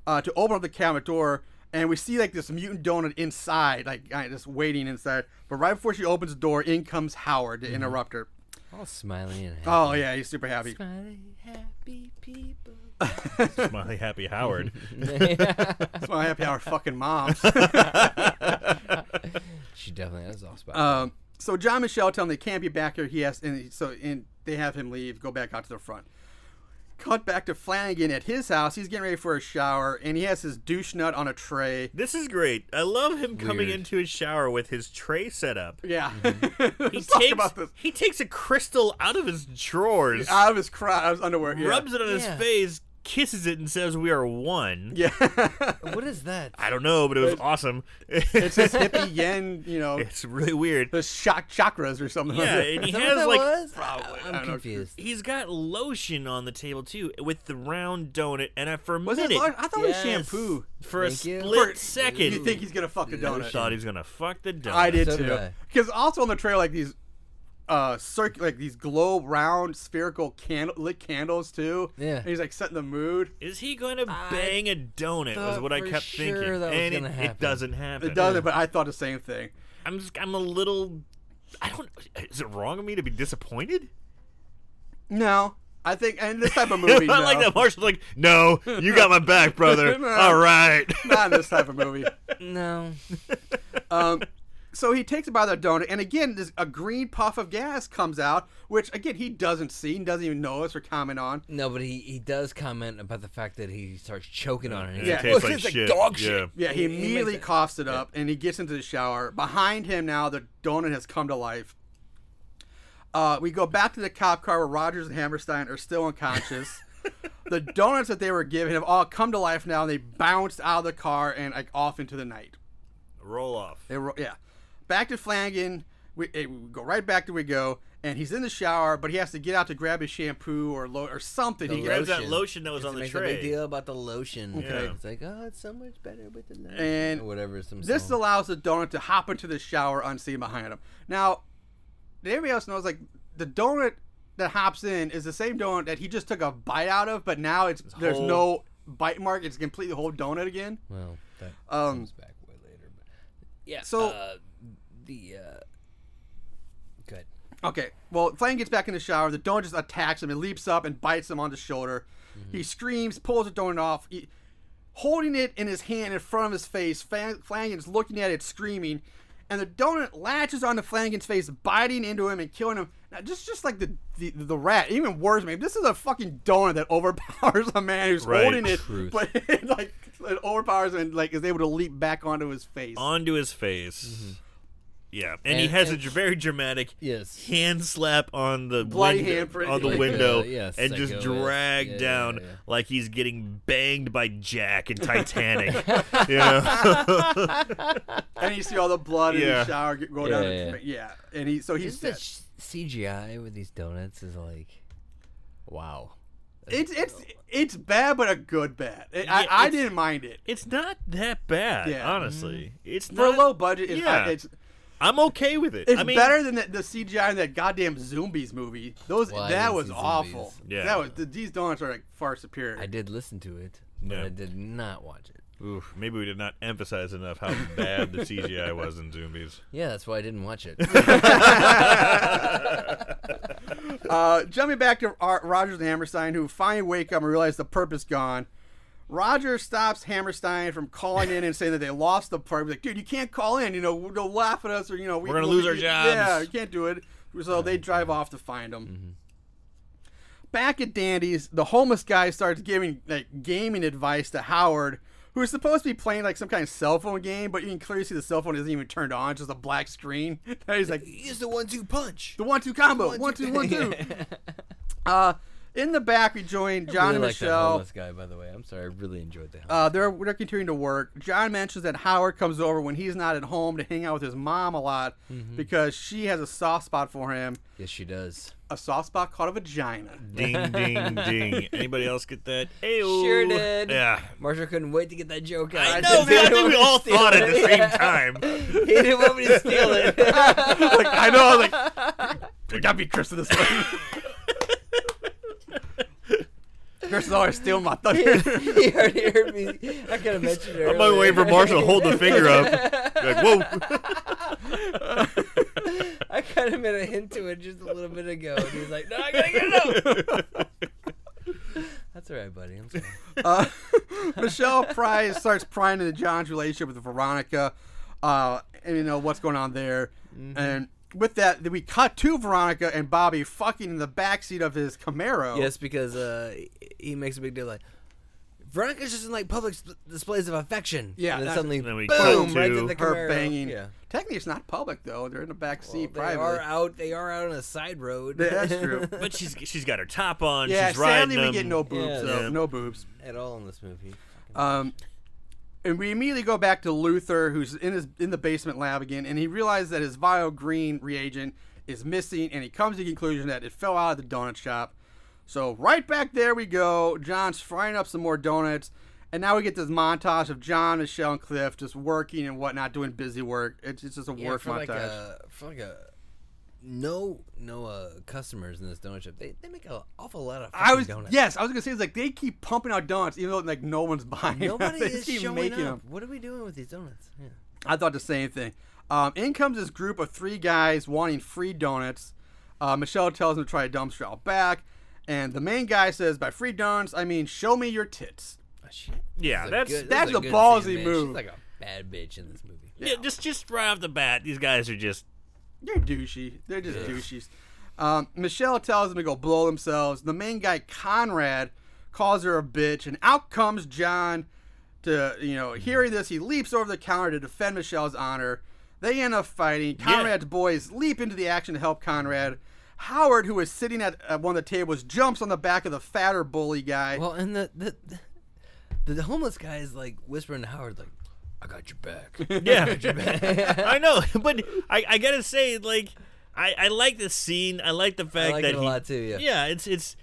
Speaker 1: uh, to open up the cabinet door, and we see like this mutant donut inside, like uh, just waiting inside. But right before she opens the door, in comes Howard
Speaker 2: Mm-hmm.
Speaker 1: to interrupt her.
Speaker 3: [laughs]
Speaker 1: [laughs]
Speaker 3: All smiley and happy.
Speaker 1: Oh yeah, he's super happy.
Speaker 3: Smiley, happy people.
Speaker 2: Smiley
Speaker 1: [laughs]
Speaker 2: Happy Howard.
Speaker 1: That's why I happy
Speaker 2: [laughs]
Speaker 1: our fucking moms.
Speaker 3: [laughs] She definitely has a soft spot.
Speaker 1: um, so John Michelle tell him they can't be back here. He has, and he- so and they have him leave, go back out to the front. Cut back to Flanagan at his house. He's getting ready for a shower, and he has his douche nut on a tray.
Speaker 2: this is great. I love him coming
Speaker 3: Weird.
Speaker 2: into his shower with his tray set up.
Speaker 1: Yeah,
Speaker 2: Mm-hmm.
Speaker 1: [laughs]
Speaker 2: He
Speaker 1: Let's talk
Speaker 2: takes
Speaker 1: about this.
Speaker 2: he takes a crystal out of his drawers,
Speaker 1: out of his crotch, out of his underwear. Yeah.
Speaker 2: rubs it on his
Speaker 3: Yeah.
Speaker 2: face, kisses it, and says, "We are one."
Speaker 1: Yeah, [laughs]
Speaker 3: what is that?
Speaker 2: I don't know, but it was awesome. [laughs]
Speaker 1: it's his hippie yen, you know,
Speaker 2: it's
Speaker 1: [laughs]
Speaker 2: really weird.
Speaker 1: the shock chakras or something.
Speaker 2: Yeah,
Speaker 1: like
Speaker 2: and he
Speaker 3: Is that what
Speaker 2: has
Speaker 3: that
Speaker 2: like
Speaker 3: was?
Speaker 1: probably. I
Speaker 3: I,
Speaker 1: don't
Speaker 3: am
Speaker 1: know.
Speaker 3: confused.
Speaker 2: he's got lotion on the table too with the round donut, and I for a
Speaker 1: that. Was it?
Speaker 2: minute,
Speaker 1: large? I thought
Speaker 3: Yes.
Speaker 1: it was shampoo.
Speaker 2: for a
Speaker 3: Thank you.
Speaker 2: split
Speaker 1: For-
Speaker 2: second,
Speaker 1: You think he's gonna fuck a
Speaker 2: I
Speaker 1: donut?
Speaker 2: thought he was gonna fuck the donut.
Speaker 1: I did
Speaker 3: So did
Speaker 1: too.
Speaker 3: I.
Speaker 1: Because also on the trail, like these, uh, circ, like these globe round spherical candle lit candles too.
Speaker 3: Yeah.
Speaker 1: and he's like setting the mood.
Speaker 2: Is he going to bang a donut? Was
Speaker 3: thought
Speaker 2: what I
Speaker 3: for
Speaker 2: kept
Speaker 3: sure
Speaker 2: thinking,
Speaker 3: that was
Speaker 2: and
Speaker 3: gonna
Speaker 2: it, it
Speaker 3: happen.
Speaker 2: doesn't happen.
Speaker 1: It doesn't, but I thought the same thing.
Speaker 2: I'm just, I'm a little. I don't. Is it wrong of me to be disappointed?
Speaker 1: No, I think, and this
Speaker 2: [laughs]
Speaker 1: type of
Speaker 2: I
Speaker 1: movie,
Speaker 2: like
Speaker 1: no.
Speaker 2: that Marshall's like, no, you got my
Speaker 1: [laughs]
Speaker 2: back, brother.
Speaker 1: No.
Speaker 2: All right. [laughs]
Speaker 1: Not in this type of movie.
Speaker 3: No.
Speaker 1: Um, so he takes about that donut, and again, this, a green puff of gas comes out, which again he doesn't see, and doesn't even notice or comment on.
Speaker 3: No, but he, he does comment about the fact that he starts choking on it. He's
Speaker 1: Yeah.
Speaker 2: It
Speaker 3: like,
Speaker 2: tastes
Speaker 3: "Look,
Speaker 2: like
Speaker 3: it's like
Speaker 2: shit.
Speaker 3: dog
Speaker 2: Yeah.
Speaker 3: shit.
Speaker 1: Yeah, he,
Speaker 3: He- he makes
Speaker 1: immediately
Speaker 3: it-
Speaker 1: coughs it up, and he gets into the shower. Behind him now, the donut has come to life. Uh, we go back to the cop car where Rogers and Hammerstein are still unconscious. the donuts that they were given have all come to life now, and they bounced out of the car and like off into the night.
Speaker 2: Roll off.
Speaker 1: They ro- yeah. Back to Flanagan. We, eh, we go right back to we go, and he's in the shower, but he has to get out to grab his shampoo or lo- or something.
Speaker 3: The
Speaker 1: He
Speaker 2: Grabs
Speaker 1: grabs
Speaker 2: that lotion
Speaker 3: Lotion.
Speaker 2: that was on
Speaker 3: It
Speaker 2: the
Speaker 3: makes
Speaker 2: tray.
Speaker 3: a big deal about the lotion.
Speaker 2: Okay.
Speaker 3: It's like, oh, it's so much better with the lotion.
Speaker 1: And
Speaker 3: or whatever. Some
Speaker 1: this
Speaker 3: song.
Speaker 1: allows the donut to hop into the shower unseen behind him. Now, did everybody else knows like the donut that hops in is the same donut that he just took a bite out of, but now it's there's
Speaker 2: whole-
Speaker 1: no bite mark. It's completely the whole donut again.
Speaker 3: Well, that
Speaker 1: Um,
Speaker 3: comes back way later. But yeah.
Speaker 1: so-
Speaker 3: uh, the uh, good.
Speaker 1: Okay. Well, Flanagan gets back in the shower. The donut just attacks him and leaps up and bites him on the shoulder. He screams, pulls the donut off. He, holding it in his hand in front of his face, Flan- Flanagan's looking at it, screaming, and the donut latches onto Flanagan's face, biting into him and killing him. Now, just just like the, the the rat, even worse, man. This is a fucking donut that [laughs] overpowers a man who's
Speaker 2: Right.
Speaker 1: holding it,
Speaker 3: Truth.
Speaker 1: but [laughs] it, like it overpowers him and like is able to leap back onto his face.
Speaker 2: onto his face. Yeah, and, he
Speaker 3: Mm-hmm. And-
Speaker 2: has a
Speaker 3: and-
Speaker 2: dr- very dramatic
Speaker 3: Yes.
Speaker 2: hand slap on the
Speaker 1: Bloody
Speaker 2: window,
Speaker 1: handprint.
Speaker 2: on the
Speaker 1: Like,
Speaker 2: window,
Speaker 3: uh, [laughs] yeah,
Speaker 2: and just
Speaker 3: psycho, yeah.
Speaker 2: drag
Speaker 3: Yeah, yeah,
Speaker 2: down
Speaker 3: yeah.
Speaker 2: like he's getting banged by Jack
Speaker 3: [laughs]
Speaker 2: in Titanic. you know? [laughs]
Speaker 1: and you see all the blood in
Speaker 2: Yeah.
Speaker 1: the shower get- go
Speaker 3: Yeah,
Speaker 1: down.
Speaker 3: yeah.
Speaker 1: Yeah, his, yeah, and he so he's
Speaker 3: Just the
Speaker 1: dead.
Speaker 3: sh- CGI with these donuts is like, wow.
Speaker 1: It's it's it's bad, but a good bad. I
Speaker 2: Yeah,
Speaker 1: I, I
Speaker 2: it's-
Speaker 1: didn't mind it
Speaker 2: It's not that bad,
Speaker 1: Yeah.
Speaker 2: honestly.
Speaker 3: Mm-hmm.
Speaker 2: It's
Speaker 1: for a
Speaker 2: not.
Speaker 1: low budget. It's,
Speaker 2: yeah.
Speaker 1: it's
Speaker 2: I'm okay with it.
Speaker 1: it's
Speaker 2: I mean,
Speaker 1: better than the, the CGI in that goddamn Zombies movie. Those
Speaker 3: Well, I
Speaker 1: that
Speaker 3: didn't
Speaker 1: was
Speaker 3: see Zombies.
Speaker 1: awful.
Speaker 2: Yeah.
Speaker 1: that was th- these donuts are like far superior.
Speaker 3: I did listen to it, but
Speaker 2: Yeah.
Speaker 3: I did not watch it.
Speaker 2: Oof, maybe we did not emphasize enough how bad the CGI was in
Speaker 3: [laughs]
Speaker 2: Zombies.
Speaker 3: Yeah, that's why I didn't watch it.
Speaker 1: Uh, jumping back to Ar- Rogers and Hammerstein, who finally wake up and realize the purpose gone. Roger stops Hammerstein from calling in and saying that they lost the purpose. Like, dude, you can't call in. You know, we will laugh at us, or you know, we,
Speaker 2: We're gonna
Speaker 1: we'll
Speaker 2: lose
Speaker 1: be-
Speaker 2: our jobs. Mm-hmm.
Speaker 1: Yeah, you can't do it. So they drive off to find him. Back at Dandy's, the homeless guy starts giving like gaming advice to Howard, who's supposed to be playing like some kind of cell phone game, but you can clearly see the cell phone isn't even turned on, it's just a black screen. [laughs] And he's like,
Speaker 3: He's the one two punch.
Speaker 1: the one two combo, one two one [laughs]
Speaker 2: [laughs]
Speaker 3: [laughs]
Speaker 1: two. Uh, in the back, we join John and
Speaker 3: really like that
Speaker 1: Michelle.
Speaker 3: homeless guy, by the way. I'm sorry. I really enjoyed that.
Speaker 1: Uh, they're they're continuing to work. John mentions that Howard comes over when he's not at home to hang out with his mom a lot
Speaker 3: Mm-hmm.
Speaker 1: because she has a soft spot for him,
Speaker 3: yes, she does.
Speaker 1: a soft spot called a vagina.
Speaker 2: Ding, ding, ding. Anybody else get that? Ayo.
Speaker 3: Sure did.
Speaker 2: Yeah.
Speaker 3: Marshall couldn't wait to get that joke out. [laughs]
Speaker 2: I know, man. I think we all thought at the same [laughs] time.
Speaker 3: He didn't want me to
Speaker 2: [laughs]
Speaker 3: steal it.
Speaker 1: like I know, I was like,
Speaker 3: [laughs]
Speaker 1: there gotta be Chris in this one.
Speaker 2: [laughs]
Speaker 1: Chris is always stealing my
Speaker 3: [laughs]
Speaker 1: thunder.
Speaker 3: he already heard me. I could have mentioned it.
Speaker 2: I'm on my way for
Speaker 3: earlier.
Speaker 2: Marshall to hold the finger up. Like, whoa.
Speaker 3: [laughs] I kind of made a hint to it just a little bit ago, and he's like, "No, I gotta get it out."
Speaker 2: [laughs]
Speaker 3: That's all right, buddy. I'm sorry.
Speaker 1: Uh, [laughs] Michelle Pry starts prying into John's relationship with Veronica, uh, and you know what's going on there.
Speaker 3: Mm-hmm.
Speaker 1: And with that, then we cut to Veronica and Bobby fucking in the backseat of his
Speaker 2: Oh.
Speaker 1: Camaro.
Speaker 3: Yes, because uh, he makes a big deal like. Veronica's just in like public sp- displays of affection.
Speaker 1: Yeah,
Speaker 3: and then
Speaker 1: that's-
Speaker 3: suddenly
Speaker 2: Then we cut
Speaker 3: boom, right
Speaker 2: to
Speaker 3: to the
Speaker 1: her
Speaker 3: Camaro.
Speaker 1: banging.
Speaker 3: Yeah,
Speaker 1: Technically, it's not public though; they're in the back
Speaker 3: Well,
Speaker 1: seat
Speaker 3: they
Speaker 1: privately.
Speaker 3: are out. They are out on a side road.
Speaker 1: Yeah, that's true.
Speaker 2: But she's she's got her top on.
Speaker 1: yeah,
Speaker 2: she's riding
Speaker 1: sadly we get
Speaker 2: them.
Speaker 1: no boobs.
Speaker 3: Yeah.
Speaker 1: though.
Speaker 2: Yeah.
Speaker 1: No boobs.
Speaker 3: [laughs] At all in this movie.
Speaker 1: Um, and we immediately go back to Luther, who's in his in the basement lab again, and he realizes that his vile green reagent is missing, and he comes to the conclusion that it fell out of the donut shop. So right back there we go. John's frying up some more donuts, and now we get this montage of John, Michelle, and Cliff just working and whatnot, doing busy work. It's, it's just a
Speaker 3: Yeah,
Speaker 1: work
Speaker 3: for
Speaker 1: montage.
Speaker 3: like a for like a no no uh, customers in this donut shop. They they make an awful lot of fucking
Speaker 1: I was [laughs]
Speaker 3: donuts.
Speaker 1: yes, I was gonna say it's like they keep pumping out donuts even though like no one's [laughs] buying. them.
Speaker 3: Nobody
Speaker 1: they
Speaker 3: is
Speaker 1: keep
Speaker 3: showing
Speaker 1: making them.
Speaker 3: up. What are we doing with these donuts? Yeah.
Speaker 1: I thought the same thing. Um, in comes this group of three guys wanting free donuts. Uh, Michelle tells them to try a dumpster out back, and the main guy says, "By free donuts, I mean show me your tits."
Speaker 3: Oh, shit.
Speaker 2: [laughs] Yeah,
Speaker 3: This is
Speaker 2: that's-
Speaker 3: good- this
Speaker 1: that's
Speaker 3: is
Speaker 1: a
Speaker 3: good
Speaker 1: ballsy
Speaker 3: scene, man.
Speaker 1: move.
Speaker 3: She's like a bad bitch in this movie.
Speaker 2: Yeah, just just right off the bat, these guys are just
Speaker 1: They're douchey. They're just douchies. Um, Michelle tells them to go blow themselves. The main guy Conrad calls her a bitch, and out comes John. To you know, hearing this, he leaps over the counter to defend Michelle's honor. They end up fighting. Conrad's boys leap into the action to help Conrad. Howard, who is sitting at, at one of the tables, jumps on the back of the fatter bully guy.
Speaker 3: Well, and the the, the the homeless guy is like whispering to Howard like, "I got your back."
Speaker 2: [laughs] yeah. [laughs] I know, [laughs] but I, I gotta say, like, I, I like this scene. I like the fact
Speaker 3: like
Speaker 2: that
Speaker 3: it a
Speaker 2: he,
Speaker 3: lot, too, yeah.
Speaker 2: yeah, it's it's.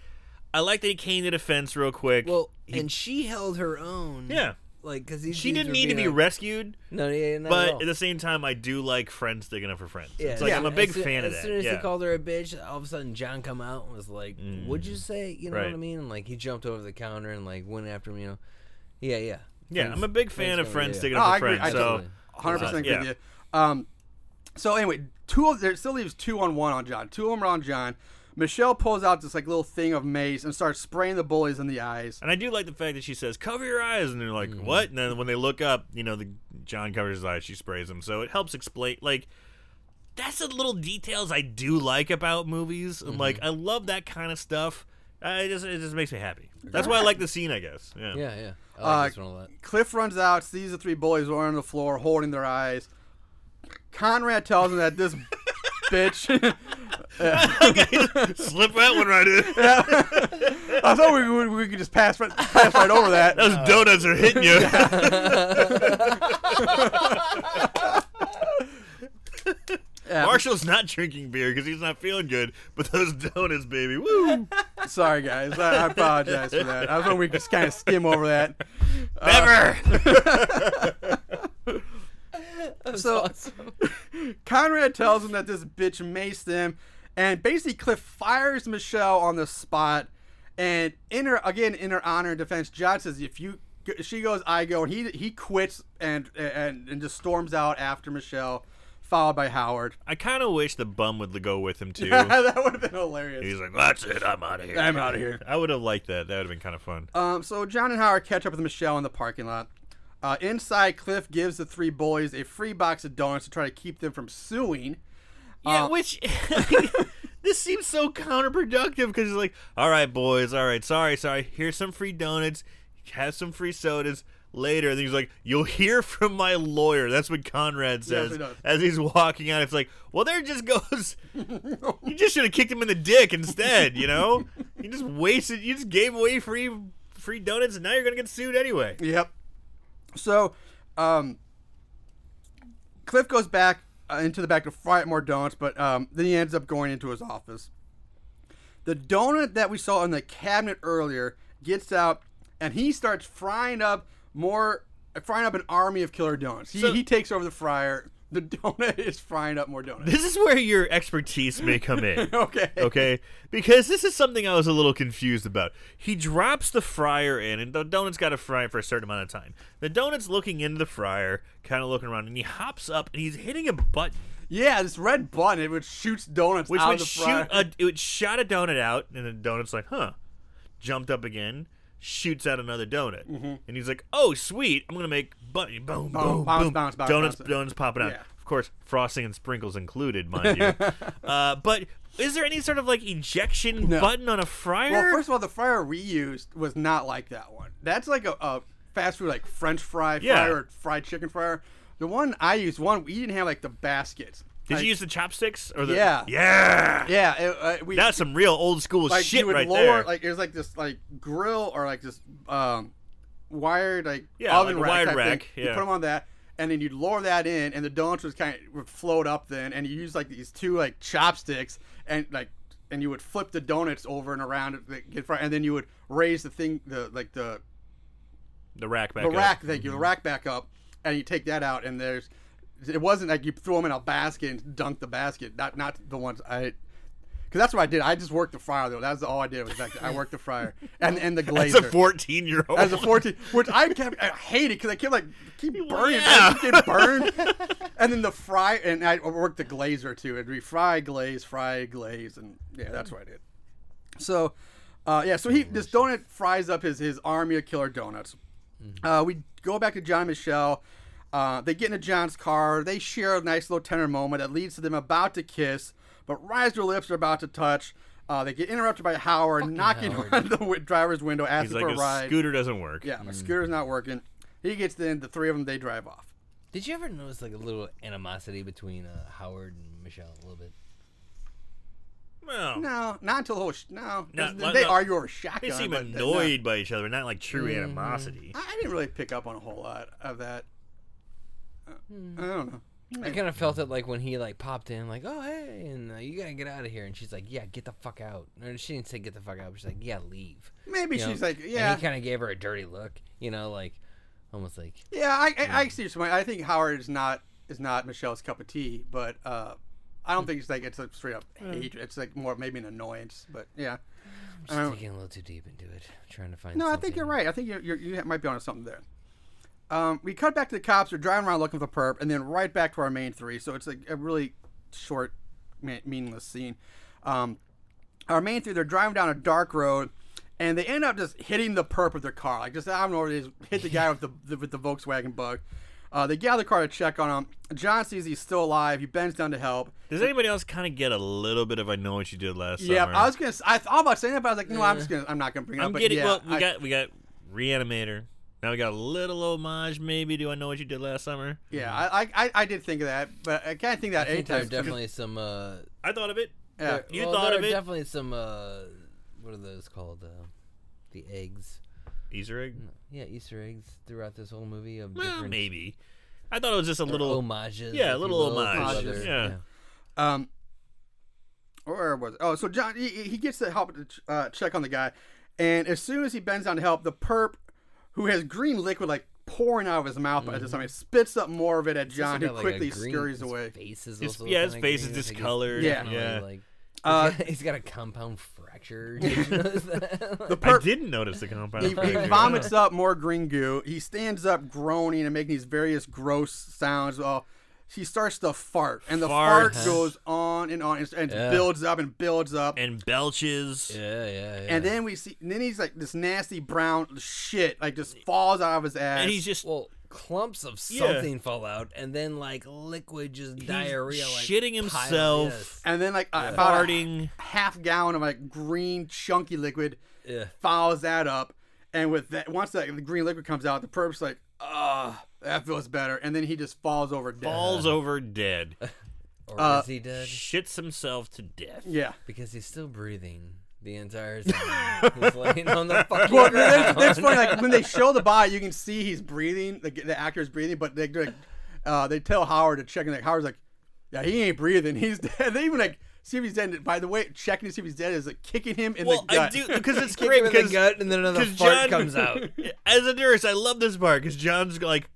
Speaker 2: I like that he came to defense real quick.
Speaker 3: well, and she held her own.
Speaker 2: Yeah.
Speaker 3: Like, cause these
Speaker 2: she
Speaker 3: dudes
Speaker 2: didn't
Speaker 3: were
Speaker 2: need to
Speaker 3: being
Speaker 2: be
Speaker 3: like,
Speaker 2: rescued,
Speaker 3: No, yeah, not at
Speaker 2: but
Speaker 3: all.
Speaker 2: at the same time, I do like friends sticking up for friends.
Speaker 3: Yeah,
Speaker 2: it's like
Speaker 1: yeah.
Speaker 2: I'm a big
Speaker 3: as soo-
Speaker 2: fan of
Speaker 3: As
Speaker 2: that.
Speaker 3: soon as
Speaker 2: yeah. Mm.
Speaker 3: he called her a bitch, all of a sudden John come out and was like, "What'd you say?" You know what I
Speaker 2: Right.
Speaker 3: mean? And like he jumped over the counter and like went after him. You know? Yeah, yeah.
Speaker 2: yeah,
Speaker 3: Friends-
Speaker 2: I'm a big fan of friends
Speaker 3: friends going,
Speaker 2: sticking
Speaker 1: No,
Speaker 2: up
Speaker 1: Oh, I
Speaker 2: for
Speaker 1: agree.
Speaker 2: friends.
Speaker 1: I
Speaker 2: so
Speaker 1: totally, 100%
Speaker 2: uh,
Speaker 1: agree
Speaker 2: yeah.
Speaker 1: with you. Um, so anyway, two of there still leaves two on one on John. Two of them are on John. Michelle pulls out this like little thing of mace and starts spraying the bullies in the eyes.
Speaker 2: And I do like the fact that she says, "Cover your eyes," and they're like,
Speaker 3: Mm.
Speaker 2: "What?" And then when they look up, you know, the John covers his eyes. She sprays him, so it helps explain. Like, that's the little details I do like about movies. And
Speaker 3: Mm-hmm.
Speaker 2: like, I love that kind of stuff. Uh, it just it just makes me happy. That's why I like the scene, I guess. Yeah. [laughs]
Speaker 3: Yeah, yeah. I like
Speaker 1: Uh,
Speaker 3: this one a lot.
Speaker 1: Cliff runs out, sees the three bullies lying on the floor holding their eyes. Conrad tells him that this [laughs] bitch. [laughs]
Speaker 2: [laughs] Slip that one right
Speaker 3: [laughs]
Speaker 2: in.
Speaker 1: I thought we, we, we could just pass right, pass right over that.
Speaker 2: [laughs] Those donuts are hitting you. [laughs] Marshall's not drinking beer because he's not feeling good, but those donuts, baby, woo!
Speaker 1: Sorry, guys. I, I apologize for that. I was hoping we could just kind of skim over that. Uh, [laughs]
Speaker 2: Never.
Speaker 1: so Conrad tells him that this bitch maced them, and basically Cliff fires Michelle on the spot. And in her again, in her honor and defense, John says, "If you," she goes, "I go," and he he quits and and and just storms out after Michelle, followed by Howard. [laughs]
Speaker 2: I kind of wish the bum would go with him too.
Speaker 1: that would have been hilarious.
Speaker 2: He's like, that's it, I'm out of here.
Speaker 1: I'm outta here.
Speaker 2: I would have liked that. That would have been kind of fun.
Speaker 1: Um, so John and Howard catch up with Michelle in the parking lot. Uh, inside, Cliff gives the three boys a free box of donuts to try to keep them from suing.
Speaker 2: yeah,
Speaker 1: uh,
Speaker 2: which [laughs] this seems so counterproductive because he's like, all right, boys, all right, sorry, sorry. Here's some free donuts. Have some free sodas later. And he's like, you'll hear from my lawyer. That's what Conrad says
Speaker 1: he does.
Speaker 2: as he's walking out. It's like, well, there just goes. you just should have kicked him in the dick instead, you know? you just wasted, you just gave away free free donuts and now you're going to get sued anyway.
Speaker 1: Yep. So, um, Cliff goes back uh, into the back to fry up more donuts, but um, then he ends up going into his office. The donut that we saw in the cabinet earlier gets out, and he starts frying up more, frying up an army of killer donuts. He,
Speaker 2: So-
Speaker 1: he takes over the fryer. The [laughs] donut is frying up more
Speaker 2: [laughs]
Speaker 1: donuts.
Speaker 2: This is where your expertise may come in.
Speaker 1: okay.
Speaker 2: [laughs] okay? Because this is something I was a little confused about. He drops the fryer in, and the donut's got to fry for a certain amount of time. The donut's looking into the fryer, kind of looking around, and he hops up and he's hitting a button,
Speaker 1: Yeah, this red button which shoots donuts
Speaker 2: which
Speaker 1: out
Speaker 2: would
Speaker 1: of the
Speaker 2: shoot
Speaker 1: fryer.
Speaker 2: a, it would shot a donut out, and the donut's like, huh? Jumped up again. Shoots out another donut,
Speaker 1: Mm-hmm.
Speaker 2: and he's like, "Oh, sweet! I'm gonna make button, boom, boom, boom,
Speaker 1: bounce, bounce, bounce,
Speaker 2: donuts,
Speaker 1: bounce.
Speaker 2: donuts popping out.
Speaker 1: Yeah.
Speaker 2: Of course, frosting and
Speaker 1: [laughs]
Speaker 2: sprinkles included, mind you. uh, but is there any sort of like ejection
Speaker 1: No.
Speaker 2: button on a fryer?
Speaker 1: Well, first of all, the fryer we used was not like that one. That's like a, a fast food, like French fry fryer,
Speaker 2: Yeah.
Speaker 1: or fried chicken fryer. The one I used, one we didn't have like the baskets.
Speaker 2: Did
Speaker 1: I-
Speaker 2: you use the chopsticks or the?
Speaker 1: Yeah.
Speaker 2: yeah.
Speaker 1: Yeah, it, uh, we
Speaker 2: That's some real old school
Speaker 1: like
Speaker 2: shit
Speaker 1: you would
Speaker 2: right
Speaker 1: lower
Speaker 2: there.
Speaker 1: like it was like this like grill or like this um wired like
Speaker 2: Yeah,
Speaker 1: oven
Speaker 2: like a
Speaker 1: rack
Speaker 2: wired
Speaker 1: type
Speaker 2: rack,
Speaker 1: thing. You
Speaker 2: yeah.
Speaker 1: put them on that, and then you'd lower that in, and the donuts was kind of would float up then, and you use like these two like chopsticks and like. And you would flip the donuts over and around, like, get fry, and then you would raise the thing, the like the
Speaker 2: the rack back.
Speaker 1: the
Speaker 2: up.
Speaker 1: rack, thank you, the rack back up, and you take that out, and there's, it wasn't like you throw them in a basket and dunk the basket. Not not the ones I, because that's what I did. I just worked the fryer though. That's all I did was like I worked the fryer and and
Speaker 2: [laughs]
Speaker 1: the glazer.
Speaker 2: As a fourteen-year-old.
Speaker 1: As a [laughs] 14, which I kept, I hated because I kept like keep burning,
Speaker 2: Yeah.
Speaker 1: I get burned, and then the fry, and I worked the glazer too. It'd be fry, glaze, fry, glaze, and yeah, that's what I did. So, uh, yeah, so he this donut fries up his his army of killer donuts. Uh, we go back to John and Michelle. Uh, they get into John's car. They share a nice little tender moment that leads to them about to kiss, but right as their lips are about to touch, uh, they get interrupted by Howard knocking
Speaker 3: Howard.
Speaker 1: on [laughs] the wi- driver's window,
Speaker 2: He's
Speaker 1: asking
Speaker 2: like
Speaker 1: for a
Speaker 2: a
Speaker 1: ride.
Speaker 2: scooter doesn't work.
Speaker 1: Yeah, my scooter's not working. He gets in. The three of them they drive off.
Speaker 3: Did you ever notice like a little animosity between uh, Howard and Michelle a little bit?
Speaker 2: Well,
Speaker 1: No, not until the whole. Sh- no, 'cause
Speaker 2: no,
Speaker 1: they
Speaker 2: no.
Speaker 1: argue over shotgun.
Speaker 2: they seem
Speaker 1: but-
Speaker 2: annoyed by each other, not like true
Speaker 1: Mm-hmm.
Speaker 2: animosity.
Speaker 1: no. I I didn't really pick up on a whole lot of that. Uh, I don't know.
Speaker 3: I kind of felt it like when he like popped in, like, "Oh hey, and uh, you gotta get out of here," and she's like, "Yeah, get the fuck out." Or she didn't say get the fuck out. but She's like, "Yeah, leave."
Speaker 1: Maybe
Speaker 3: You know?
Speaker 1: she's like,
Speaker 3: And
Speaker 1: yeah,
Speaker 3: he kind of gave her a dirty look, you know, like almost like
Speaker 1: yeah. I, I, I see. Somebody. I think Howard is not is not Michelle's cup of tea, but uh, I don't think it's like it's a straight up hatred. It's like more maybe an annoyance. But yeah,
Speaker 3: I'm
Speaker 1: I
Speaker 3: just
Speaker 1: don't-
Speaker 3: digging a little too deep into it, trying to find.
Speaker 1: No, I think
Speaker 3: something.
Speaker 1: you're right. I think you're, you're, you might be onto something there. Um, we cut back to the cops. They're driving around looking for the perp, and then right back to our main three. So it's like a really short, me- meaningless scene. Um, our main three, they're driving down a dark road, and they end up just hitting the perp with their car. Like just I don't know what it is, hit the guy with the, the with the Volkswagen Bug. Uh, they get out of the car to check on him. John sees he's still alive. He bends down to help.
Speaker 2: Does anybody else kind of get a little bit of "I know what you did last
Speaker 1: Yeah,
Speaker 2: summer"?
Speaker 1: I was gonna. s- I thought about saying that, but I was like, no, I'm just gonna. I'm not gonna bring it up.
Speaker 2: I'm
Speaker 1: but
Speaker 2: getting.
Speaker 1: yeah,
Speaker 2: well, we
Speaker 1: I-
Speaker 2: got we got Reanimator. Now we got a little homage, maybe. Do I know what you did last summer?
Speaker 1: Yeah, I, I- I I did think of that, but I can't think of that
Speaker 3: Mm-hmm. I think
Speaker 1: anytime.
Speaker 3: there's definitely some. Uh,
Speaker 2: I thought of it.
Speaker 1: yeah.
Speaker 3: there-
Speaker 2: You
Speaker 3: well,
Speaker 2: thought
Speaker 3: there
Speaker 2: of
Speaker 3: are
Speaker 2: it.
Speaker 3: Definitely some. Uh, what are those called? Uh, the eggs.
Speaker 2: Easter egg.
Speaker 3: Yeah, Easter eggs throughout this whole movie of
Speaker 2: Well,
Speaker 3: different
Speaker 2: maybe. I thought it was just a
Speaker 3: or
Speaker 2: little.
Speaker 3: homages.
Speaker 2: yeah,
Speaker 3: if you
Speaker 2: little
Speaker 3: will, to
Speaker 1: homages,
Speaker 3: other-
Speaker 2: yeah.
Speaker 1: Um, or where was it? Oh, so John he, he gets to help to ch- uh, check on the guy, and as soon as he bends down to help, the perp who has green liquid like pouring out of his mouth by this time, it spits up more of it at
Speaker 3: Mm-hmm. It's also
Speaker 1: John, who
Speaker 3: got, like, a
Speaker 1: quickly
Speaker 3: green-
Speaker 1: scurries
Speaker 3: his
Speaker 1: away.
Speaker 3: Face is
Speaker 2: His-
Speaker 3: also
Speaker 2: yeah, his
Speaker 3: kinda
Speaker 2: face is
Speaker 3: green, it's like he's
Speaker 2: discolored,
Speaker 1: Yeah.
Speaker 3: definitely,
Speaker 2: yeah.
Speaker 3: Like,
Speaker 1: Uh,
Speaker 3: he's got- [laughs] he's got a compound fracture. Did [laughs] you notice that?
Speaker 1: The
Speaker 2: I
Speaker 1: perp
Speaker 2: didn't notice the compound.
Speaker 1: he,
Speaker 3: [laughs]
Speaker 1: he
Speaker 2: fracture.
Speaker 1: vomits up more green goo. He stands up groaning and making these various gross sounds. Well, he starts to fart, and the fart,
Speaker 2: Farts.
Speaker 1: goes on and on and, and
Speaker 3: Yeah.
Speaker 1: builds up and builds up.
Speaker 2: and belches.
Speaker 3: yeah, yeah, yeah.
Speaker 1: And then we see, and then he's like this nasty brown shit, like just falls out of his ass.
Speaker 2: And he's just
Speaker 3: well, clumps of
Speaker 2: Yeah.
Speaker 3: something fall out, and then like liquid just diarrhea, like
Speaker 2: shitting
Speaker 3: pile-
Speaker 2: himself.
Speaker 3: yes.
Speaker 1: And then like about a
Speaker 2: Farting.
Speaker 1: half gallon of like green chunky liquid
Speaker 3: Yeah.
Speaker 1: fouls that up, and with that once that the green liquid comes out, the perp's like, ah, that feels better, and then he just falls over dead.
Speaker 2: falls
Speaker 1: [laughs]
Speaker 2: over dead,
Speaker 3: Or is he dead?
Speaker 2: shits himself to death.
Speaker 1: Yeah.
Speaker 3: Because he's still breathing the [laughs] entire time. he's laying on the fucking
Speaker 1: Well,
Speaker 3: ground.
Speaker 1: that's, that's funny. Like when they show the body, you can see he's breathing. The, the actor is breathing, but they they're like, uh, they tell Howard to check, and like Howard's like, "Yeah, he ain't breathing. [laughs] He's dead." They even like see if he's dead. and By the way, checking to see if he's dead is like kicking him in
Speaker 2: Well,
Speaker 1: the gut.
Speaker 2: I do because it's
Speaker 3: Kick
Speaker 2: great
Speaker 3: him in
Speaker 2: because
Speaker 3: the gut, and then another
Speaker 2: because
Speaker 3: fart
Speaker 2: John
Speaker 3: comes out.
Speaker 2: [laughs] As a nurse, I love this part because John's like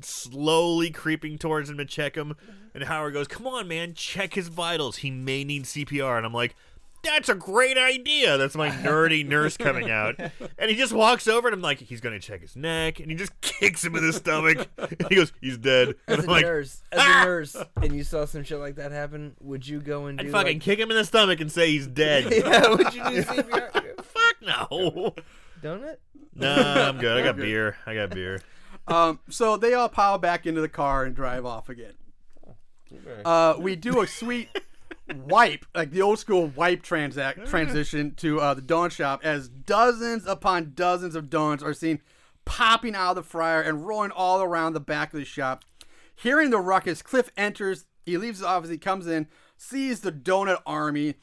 Speaker 2: slowly creeping towards him to check him, and Howard goes, "Come on, man, check his vitals. He may need CPR." And I'm like. That's a great idea. That's my
Speaker 3: [laughs]
Speaker 2: nerdy nurse coming out. And he just walks over and I'm like, he's going to check his neck. And he just [laughs] kicks him in the stomach. And he goes, he's dead. And
Speaker 3: As
Speaker 2: I'm [laughs]
Speaker 3: a
Speaker 2: like,
Speaker 3: nurse, as
Speaker 2: "Ah!"
Speaker 3: a nurse, and you saw some shit like that happen, would you go and do
Speaker 2: I'd fucking
Speaker 3: like,
Speaker 2: kick him in the stomach and say he's dead.
Speaker 3: [laughs] yeah, would you do CPR?
Speaker 2: Fuck no. [laughs]
Speaker 3: Don't it?
Speaker 2: Nah, I'm good. I got beer. I got beer.
Speaker 1: Um, [laughs] so they all pile back into the car and drive off again. Uh, we do a sweet wipe, like the old school wipe transact transition to uh, the Dawn Shop as dozens upon dozens of Dawns are seen popping out of the fryer and rolling all around the back of the shop. Hearing the ruckus, Cliff enters. He leaves his office. He comes in, sees the donut army.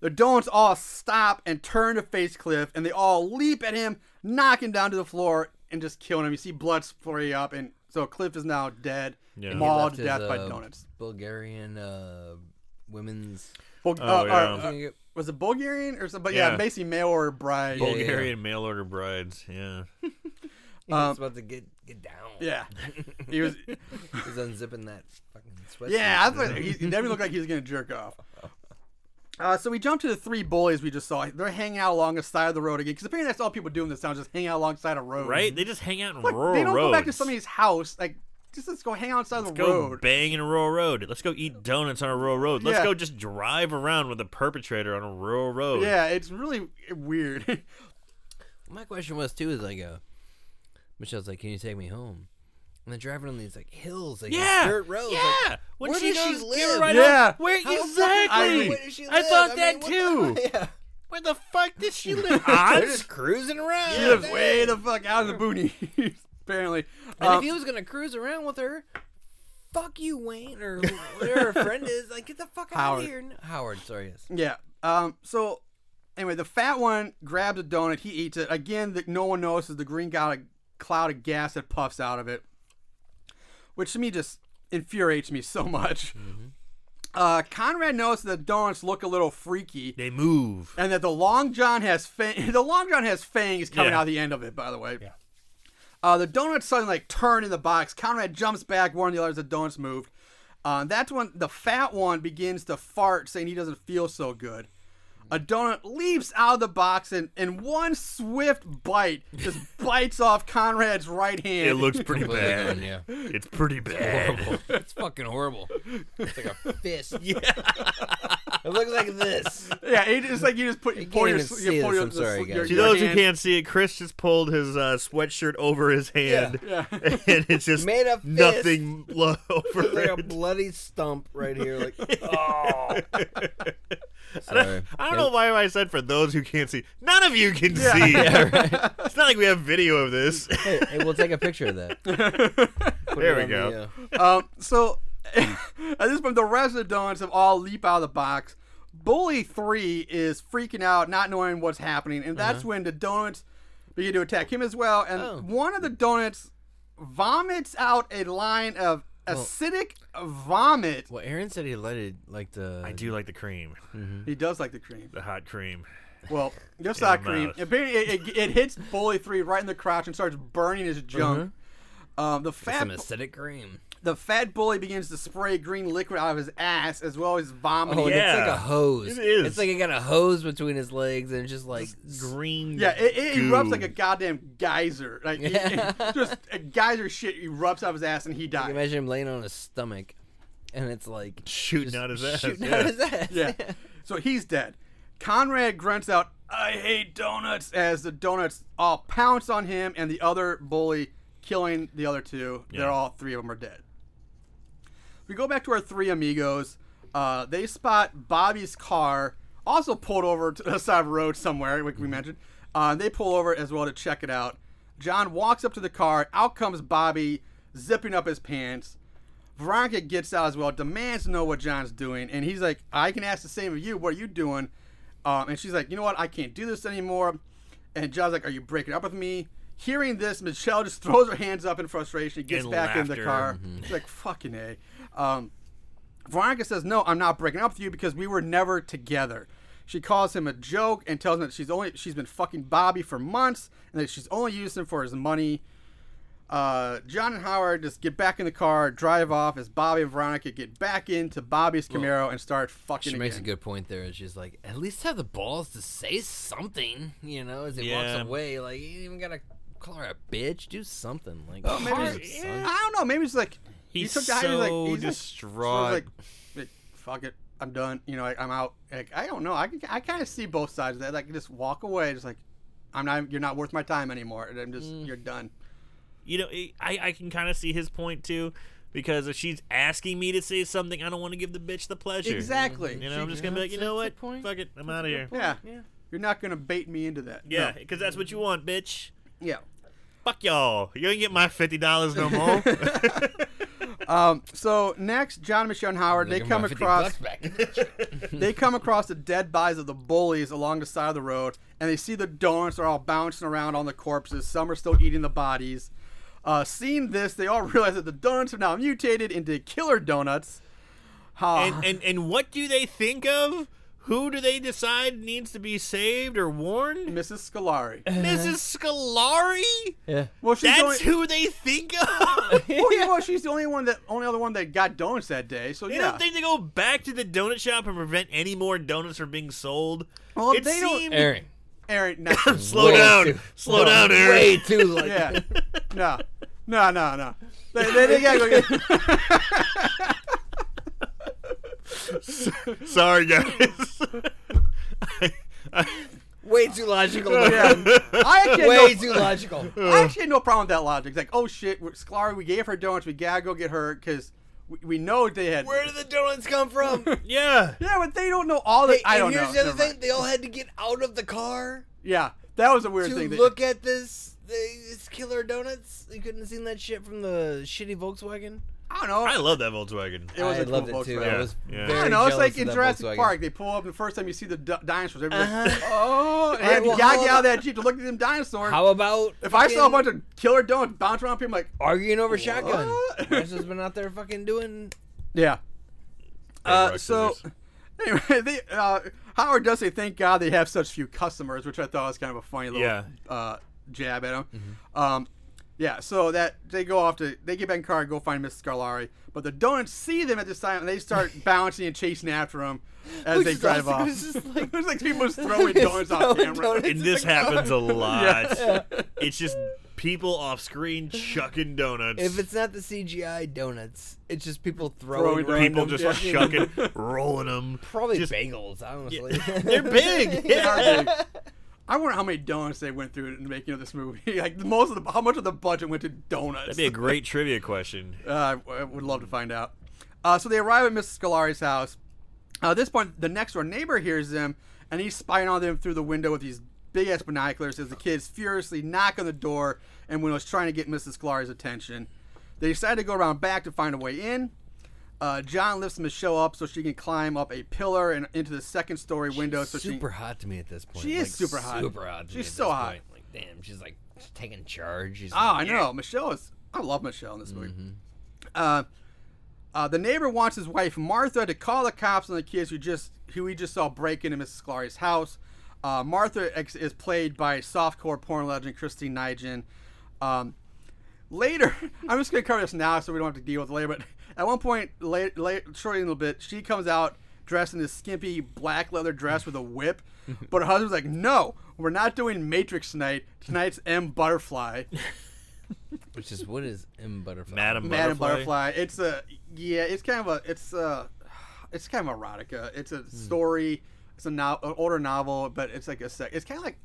Speaker 1: The donuts all stop and turn to face Cliff, and they all leap at him, knock him down to the floor and just killing him. You see blood spray up, and so Cliff is now dead,
Speaker 2: Yeah.
Speaker 1: mauled
Speaker 3: Left
Speaker 1: to
Speaker 3: his,
Speaker 1: death by
Speaker 3: uh,
Speaker 1: donuts.
Speaker 3: Bulgarian uh, women's.
Speaker 1: Bul-
Speaker 2: Oh,
Speaker 1: uh,
Speaker 2: yeah.
Speaker 1: uh, uh, was it Bulgarian or something? But
Speaker 2: Yeah.
Speaker 1: yeah, basically mail order bride.
Speaker 3: Yeah, yeah. Hmm.
Speaker 2: Bulgarian mail order brides. Yeah.
Speaker 3: He's about to get get down.
Speaker 1: yeah, he was.
Speaker 3: He's unzipping that fucking
Speaker 1: [laughs]
Speaker 3: sweat.
Speaker 1: Yeah, I thought he, he definitely looked like he was gonna jerk off. Uh, so we jump to the three bullies we just saw. They're hanging out along the side of the road again, because apparently that's all people do in this town, just hang out alongside a road.
Speaker 2: Right? They just hang out in
Speaker 1: Like,
Speaker 2: rural
Speaker 1: they don't
Speaker 2: roads.
Speaker 1: go back to somebody's house. Like, just let's go hang outside the
Speaker 2: Let's go
Speaker 1: road.
Speaker 2: bang in a rural road. Let's go eat donuts on a rural road. Let's
Speaker 1: Yeah.
Speaker 2: go just drive around with a perpetrator on a rural road.
Speaker 1: Yeah, it's really weird. [laughs]
Speaker 3: My question was too is like, uh, Michelle's like, "Can you take me home?" And then driving on these like hills, like these
Speaker 2: Yeah.
Speaker 3: dirt roads.
Speaker 2: Yeah.
Speaker 3: like,
Speaker 2: when
Speaker 3: where
Speaker 2: she
Speaker 3: does she
Speaker 2: goes,
Speaker 3: live?
Speaker 2: Right
Speaker 1: Yeah.
Speaker 2: up- Where
Speaker 3: how the fuck-
Speaker 2: exactly?
Speaker 3: where does she
Speaker 2: I
Speaker 3: live?
Speaker 2: thought that
Speaker 3: mean,
Speaker 2: too.
Speaker 3: what the- [laughs] yeah.
Speaker 2: Where the fuck did she
Speaker 3: [laughs]
Speaker 2: live?
Speaker 3: They're
Speaker 2: Oz?
Speaker 3: just cruising around.
Speaker 1: He lives way the fuck out of the boonies, [laughs] apparently.
Speaker 3: And
Speaker 1: Um,
Speaker 3: if he was gonna cruise around with her, fuck you, Wayne, or whatever her friend is. Like, get the fuck out
Speaker 1: Howard.
Speaker 3: of here. No- Howard, sorry, yes.
Speaker 1: yeah. Um. So, anyway, the fat one grabs a donut. He eats it again. That no one notices the green cloud cloud of gas that puffs out of it, which to me just infuriates me so [laughs] much. Uh, Conrad notices that donuts look a little freaky,
Speaker 2: They move.
Speaker 1: and that the long john has fang- [laughs] the long john has fangs coming
Speaker 2: Yeah.
Speaker 1: out the end of it. By the way, yeah. Uh, the donuts suddenly like turn in the box. Conrad jumps back, warning the others the donuts moved. Uh, that's when the fat one begins to fart, saying he doesn't feel so good. A donut leaps out of the box and in one swift bite
Speaker 2: [laughs]
Speaker 1: just bites off Conrad's right hand.
Speaker 2: It looks
Speaker 3: [laughs]
Speaker 2: pretty bad.
Speaker 3: Yeah.
Speaker 2: [laughs] It's pretty bad.
Speaker 3: It's fucking horrible. It's like a fist.
Speaker 2: [laughs]
Speaker 3: Yeah. it looks like this.
Speaker 1: [laughs] yeah, it- it's like you just put you
Speaker 3: can't
Speaker 1: pour your,
Speaker 3: even
Speaker 1: you
Speaker 3: see
Speaker 1: pour
Speaker 3: this,
Speaker 1: your,
Speaker 3: I'm sorry,
Speaker 1: your-
Speaker 3: guys.
Speaker 2: To
Speaker 1: your
Speaker 2: those who
Speaker 1: hand-
Speaker 2: can't see it, Chris just pulled his uh, sweatshirt over his hand,
Speaker 1: Yeah.
Speaker 2: [laughs] and it's just
Speaker 3: Made a fist.
Speaker 2: nothing [laughs] lo- over
Speaker 3: It's [laughs] like a
Speaker 2: it.
Speaker 3: bloody stump right here.
Speaker 2: [laughs]
Speaker 3: Like, oh. Sorry.
Speaker 2: I don't know
Speaker 3: [laughs]
Speaker 2: why I said for those who can't see. None of you can see. It's not like we have video of
Speaker 3: [laughs]
Speaker 2: this.
Speaker 3: Hey, hey, we'll take a picture of
Speaker 2: [laughs]
Speaker 3: that. Put it
Speaker 2: There we
Speaker 3: on
Speaker 2: go.
Speaker 3: The, uh,
Speaker 1: Um, so [laughs] at this point, the rest of the Dons have all leap out of the box. Bully three is freaking out, not knowing what's happening, and that's when the donuts begin to attack him as well. And
Speaker 3: Uh-huh. Oh.
Speaker 1: one of the donuts vomits out a line of acidic vomit.
Speaker 3: well, Aaron said he lighted like the.
Speaker 2: I do like the cream,
Speaker 1: He does like the
Speaker 3: [laughs]
Speaker 1: cream.
Speaker 2: the hot cream.
Speaker 1: Well, just not
Speaker 2: the
Speaker 1: cream.
Speaker 2: mouth.
Speaker 1: Apparently, it, it, it hits Bully three right in the crotch and starts burning his junk.
Speaker 3: Uh-huh.
Speaker 1: Um, the fat
Speaker 3: some acidic cream.
Speaker 1: the fat bully begins to spray green liquid out of his ass as well as vomiting.
Speaker 3: Oh, and it's like
Speaker 2: Yeah.
Speaker 3: a hose.
Speaker 2: It is.
Speaker 3: It's like he got a hose between his legs and it's just like
Speaker 2: Green.
Speaker 1: Yeah, it, it
Speaker 2: goo.
Speaker 1: erupts like a goddamn geyser. Like it- it- just a geyser shit erupts out of his ass and he
Speaker 3: You
Speaker 1: dies.
Speaker 3: imagine him laying on his stomach, and it's like
Speaker 2: [laughs] shooting
Speaker 3: just
Speaker 2: out his ass.
Speaker 3: shooting
Speaker 2: yeah.
Speaker 3: out his ass.
Speaker 1: [laughs]
Speaker 3: [laughs]
Speaker 1: Yeah. So he's dead. Conrad grunts out, "I hate donuts," as the donuts all pounce on him and the other bully killing the other two.
Speaker 2: Yeah.
Speaker 1: They're all three of them are dead. We go back to our three amigos. Uh, they spot Bobby's car also pulled over to the [laughs] side of the road somewhere, like we mentioned. Uh, they pull over as well to check it out. John walks up to the car. Out comes Bobby, zipping up his pants. Veronica gets out as well, demands to know what John's doing, and he's like, "I can ask the same of you. What are you doing?" Um, and she's like, "You know what? I can't do this anymore." And John's like, "Are you breaking up with me?" Hearing this, Michelle just [laughs] throws her hands up in frustration, gets
Speaker 2: And
Speaker 1: back in the
Speaker 2: laughter. Mm-hmm.
Speaker 1: car. She's like, "Fucking a." Um, Veronica says, "No, I'm not breaking up with you because we were never together." She calls him a joke and tells him that she's only she's been fucking Bobby for months and that she's only used him for his money. Uh, John and Howard just get back in the car, drive off as Bobby and Veronica get back into Bobby's Camaro and start fucking
Speaker 3: She makes a
Speaker 1: again.
Speaker 3: good point there. She's like, at least have the balls to say something, you know, as he
Speaker 2: Yeah.
Speaker 3: walks away. Like, you ain't even gotta call her a bitch. Do something. Like,
Speaker 1: maybe
Speaker 3: hard,
Speaker 1: it's-
Speaker 3: son.
Speaker 1: I don't know. Maybe it's like he
Speaker 2: He's
Speaker 1: took the-
Speaker 2: so
Speaker 1: like- [laughs] he's like-
Speaker 2: distraught.
Speaker 1: Like, like, fuck it, I'm done. You know, like, I'm out. Like, I don't know. I can, I kind of see both sides of that. Like, just walk away. Just like, I'm not. You're not worth my time anymore. And I'm just.
Speaker 3: Mm.
Speaker 1: You're done.
Speaker 2: you know, I, I can kind of see his point too, because if she's asking me to say something, I don't want to give the bitch the pleasure.
Speaker 1: Exactly.
Speaker 2: You know,
Speaker 1: She-
Speaker 2: I'm just gonna be like, you
Speaker 3: That's
Speaker 2: know
Speaker 3: a
Speaker 2: what?
Speaker 3: good point.
Speaker 2: Fuck it, I'm out of here.
Speaker 1: yeah. You're not gonna bait me into that. No.
Speaker 2: Yeah, because that's what you want, bitch.
Speaker 1: Yeah.
Speaker 2: Fuck y'all. You ain't get my fifty dollars no
Speaker 1: [laughs]
Speaker 2: more. [laughs]
Speaker 1: Um, so next, John, Michelle, and Howard, they
Speaker 3: Give him
Speaker 1: come
Speaker 3: my 50
Speaker 1: across
Speaker 3: bucks back.
Speaker 1: [laughs] they come across the dead bodies of the bullies along the side of the road, and they see the donuts are all bouncing around on the corpses. Some are still eating the bodies. Uh, seeing this, they all [laughs] realize that the donuts are now mutated into killer donuts. Ha.
Speaker 2: and, and and what do they think of? Who do they decide needs to be saved or warned?
Speaker 1: Mrs. Scolari.
Speaker 2: Mrs. Scolari?
Speaker 3: yeah.
Speaker 1: Well, she's the only,
Speaker 2: That's who they think of.
Speaker 1: [laughs]
Speaker 2: they
Speaker 1: well, yeah, well, she's the only one that only other one that got donuts that day. So yeah,
Speaker 2: don't think they go back to the donut shop and prevent any more donuts from being sold.
Speaker 1: Well,
Speaker 2: it
Speaker 1: they don't-
Speaker 2: seemed-
Speaker 3: Aaron.
Speaker 2: [laughs]
Speaker 1: Aaron, no,
Speaker 2: slow
Speaker 3: Way
Speaker 2: down,
Speaker 3: too-
Speaker 2: slow down, Aaron.
Speaker 3: Way too late. [laughs]
Speaker 1: yeah, no, no, no, no. They, they, they gotta go get.
Speaker 3: [laughs]
Speaker 2: [laughs] Sorry, guys. [laughs] I, I,
Speaker 3: Way too
Speaker 1: [laughs]
Speaker 3: logical.
Speaker 1: Yeah. I actually had no-
Speaker 3: Way too logical.
Speaker 1: I actually had no problem with that logic. It's like, oh shit, we're- Scolari, we gave her donuts. We gotta go get her because we, we know they had.
Speaker 3: Where did the donuts come
Speaker 1: [laughs]
Speaker 3: from?
Speaker 2: yeah.
Speaker 1: yeah, but they don't know all the.
Speaker 3: Hey,
Speaker 1: I don't
Speaker 3: and
Speaker 1: know.
Speaker 3: here's the other
Speaker 1: Never
Speaker 3: thing:
Speaker 1: mind.
Speaker 3: they all had to get out of the car
Speaker 1: Yeah, that was a weird
Speaker 3: to
Speaker 1: thing. that-
Speaker 3: look at this. This killer donuts. You couldn't have seen that shit from the shitty Volkswagen.
Speaker 1: I don't know.
Speaker 2: I love that Volkswagen.
Speaker 1: it was
Speaker 3: I
Speaker 1: a
Speaker 3: loved
Speaker 1: cool
Speaker 3: it too.
Speaker 1: Volkswagen.
Speaker 2: Yeah.
Speaker 3: I was
Speaker 2: Yeah.
Speaker 1: I
Speaker 3: very
Speaker 1: don't know. It's
Speaker 3: jealous
Speaker 1: like
Speaker 3: of
Speaker 1: in
Speaker 3: that
Speaker 1: Jurassic
Speaker 3: Volkswagen.
Speaker 1: Park, they pull up and the first time you see the d- dinosaurs, everybody's like,
Speaker 3: Uh-huh. [laughs]
Speaker 1: "Oh!" And
Speaker 3: All right,
Speaker 1: you
Speaker 3: well,
Speaker 1: gotta
Speaker 3: how
Speaker 1: get out of
Speaker 3: about-
Speaker 1: that jeep to look at them dinosaurs.
Speaker 3: How about
Speaker 1: if I saw a
Speaker 3: fucking
Speaker 1: bunch of killer donuts bounce around people, I'm like,
Speaker 3: arguing over shotgun?
Speaker 1: What?
Speaker 3: Rush has been out there fucking doing.
Speaker 1: "Yeah." Uh,
Speaker 2: rock,
Speaker 1: so,
Speaker 2: scissors.
Speaker 1: anyway, [laughs] they, uh, Howard does say, "Thank God they have such few customers," which I thought was kind of a funny little
Speaker 2: Yeah.
Speaker 1: uh, jab at him.
Speaker 3: Mm-hmm.
Speaker 1: Um, yeah, so that they go off to they get back in the car and go find Miss Scarlari, but the donuts see them at this time and they
Speaker 3: [laughs]
Speaker 1: start bouncing and chasing after him as
Speaker 3: Which
Speaker 1: they
Speaker 3: is [laughs]
Speaker 1: drive
Speaker 3: awesome,
Speaker 1: off. [laughs]
Speaker 3: 'cause it's just like-
Speaker 1: There's like people just
Speaker 3: [laughs]
Speaker 1: throwing donuts off
Speaker 3: Throwing
Speaker 1: camera. [laughs]
Speaker 3: donuts.
Speaker 2: And this [laughs] happens a lot.
Speaker 1: Yeah.
Speaker 2: It's just people off screen chucking donuts.
Speaker 3: If it's not the CGI donuts, it's just people
Speaker 1: Throwing
Speaker 3: throwing,
Speaker 1: donuts.
Speaker 2: people
Speaker 3: random
Speaker 2: just
Speaker 3: fucking-
Speaker 2: chucking,
Speaker 1: [laughs]
Speaker 2: rolling them.
Speaker 3: Probably
Speaker 2: just-
Speaker 3: bagels, honestly.
Speaker 2: They're
Speaker 3: [laughs]
Speaker 2: big.
Speaker 1: They are
Speaker 2: Yeah.
Speaker 1: big. I wonder how many donuts they went through in the making of this movie. [laughs] like most of the how much of the budget went to donuts.
Speaker 2: That'd be a great trivia question.
Speaker 1: Uh, I- I would love to find out. Uh, so they arrive at Mrs. Scolari's house. Uh, at this point, the next door neighbor hears them, and he's spying on them through the window with these big ass binoculars as the kids furiously knock on the door and when was trying to get Mrs. Scolari's attention. They decide to go around back to find a way in. Uh, John lifts Michelle up so she can climb up a pillar and into the second story window. so she
Speaker 3: super hot to me at this point.
Speaker 1: She is
Speaker 3: Like,
Speaker 1: super hot.
Speaker 3: Super hot. To
Speaker 1: She's
Speaker 3: me at
Speaker 1: so
Speaker 3: this
Speaker 1: hot.
Speaker 3: Point. Like damn, she's like taking charge. She's
Speaker 1: Oh, I
Speaker 3: like,
Speaker 1: know. Michelle is. I love Michelle in this movie. Uh, uh, the neighbor wants his wife Martha to call the cops on the kids who just who he just saw break into Mrs. Scolari's house. Uh, Martha ex- is played by softcore porn legend Christine Nijin. Um, later, [laughs] I'm just gonna cover this now so we don't have to deal with it later. But at one point, late, late, shortly in a little bit, she comes out dressed in this skimpy black leather dress with a whip. But her husband's like, "No, we're not doing Matrix night. Tonight's M Butterfly."
Speaker 3: Which is what is M butterfly?
Speaker 2: Madam
Speaker 1: Madam
Speaker 2: Butterfly.
Speaker 1: Butterfly. It's a yeah. It's kind of a it's a it's kind of
Speaker 2: Hmm.
Speaker 1: erotica. It's a story. It's a no, an older novel, but it's like a sec. It's kind of like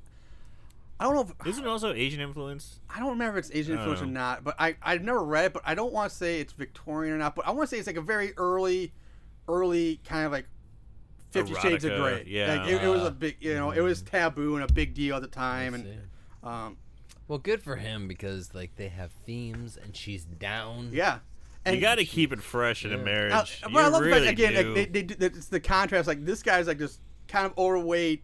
Speaker 1: I don't know. If,
Speaker 2: Isn't it also Asian influence?
Speaker 1: I don't remember if it's Asian influence or
Speaker 2: know.
Speaker 1: not, but I I've never read it, but I don't want to say it's Victorian or not, but I want to say it's like a very early, early kind of like Fifty Shades of
Speaker 2: Erotica,
Speaker 1: Grey.
Speaker 2: yeah. Hmm.
Speaker 1: like, it, it was a big, you know, it was taboo and a big deal at the time, and
Speaker 3: see.
Speaker 1: um,
Speaker 3: Well, good for him because like they have themes and she's down.
Speaker 1: yeah, and
Speaker 2: you got to keep it fresh in a marriage.
Speaker 1: I, but
Speaker 2: you
Speaker 1: Uh, I love
Speaker 2: really
Speaker 1: the fact again,
Speaker 2: do.
Speaker 1: like, they, they do, that it's the contrast. Like this guy's like just kind of overweight,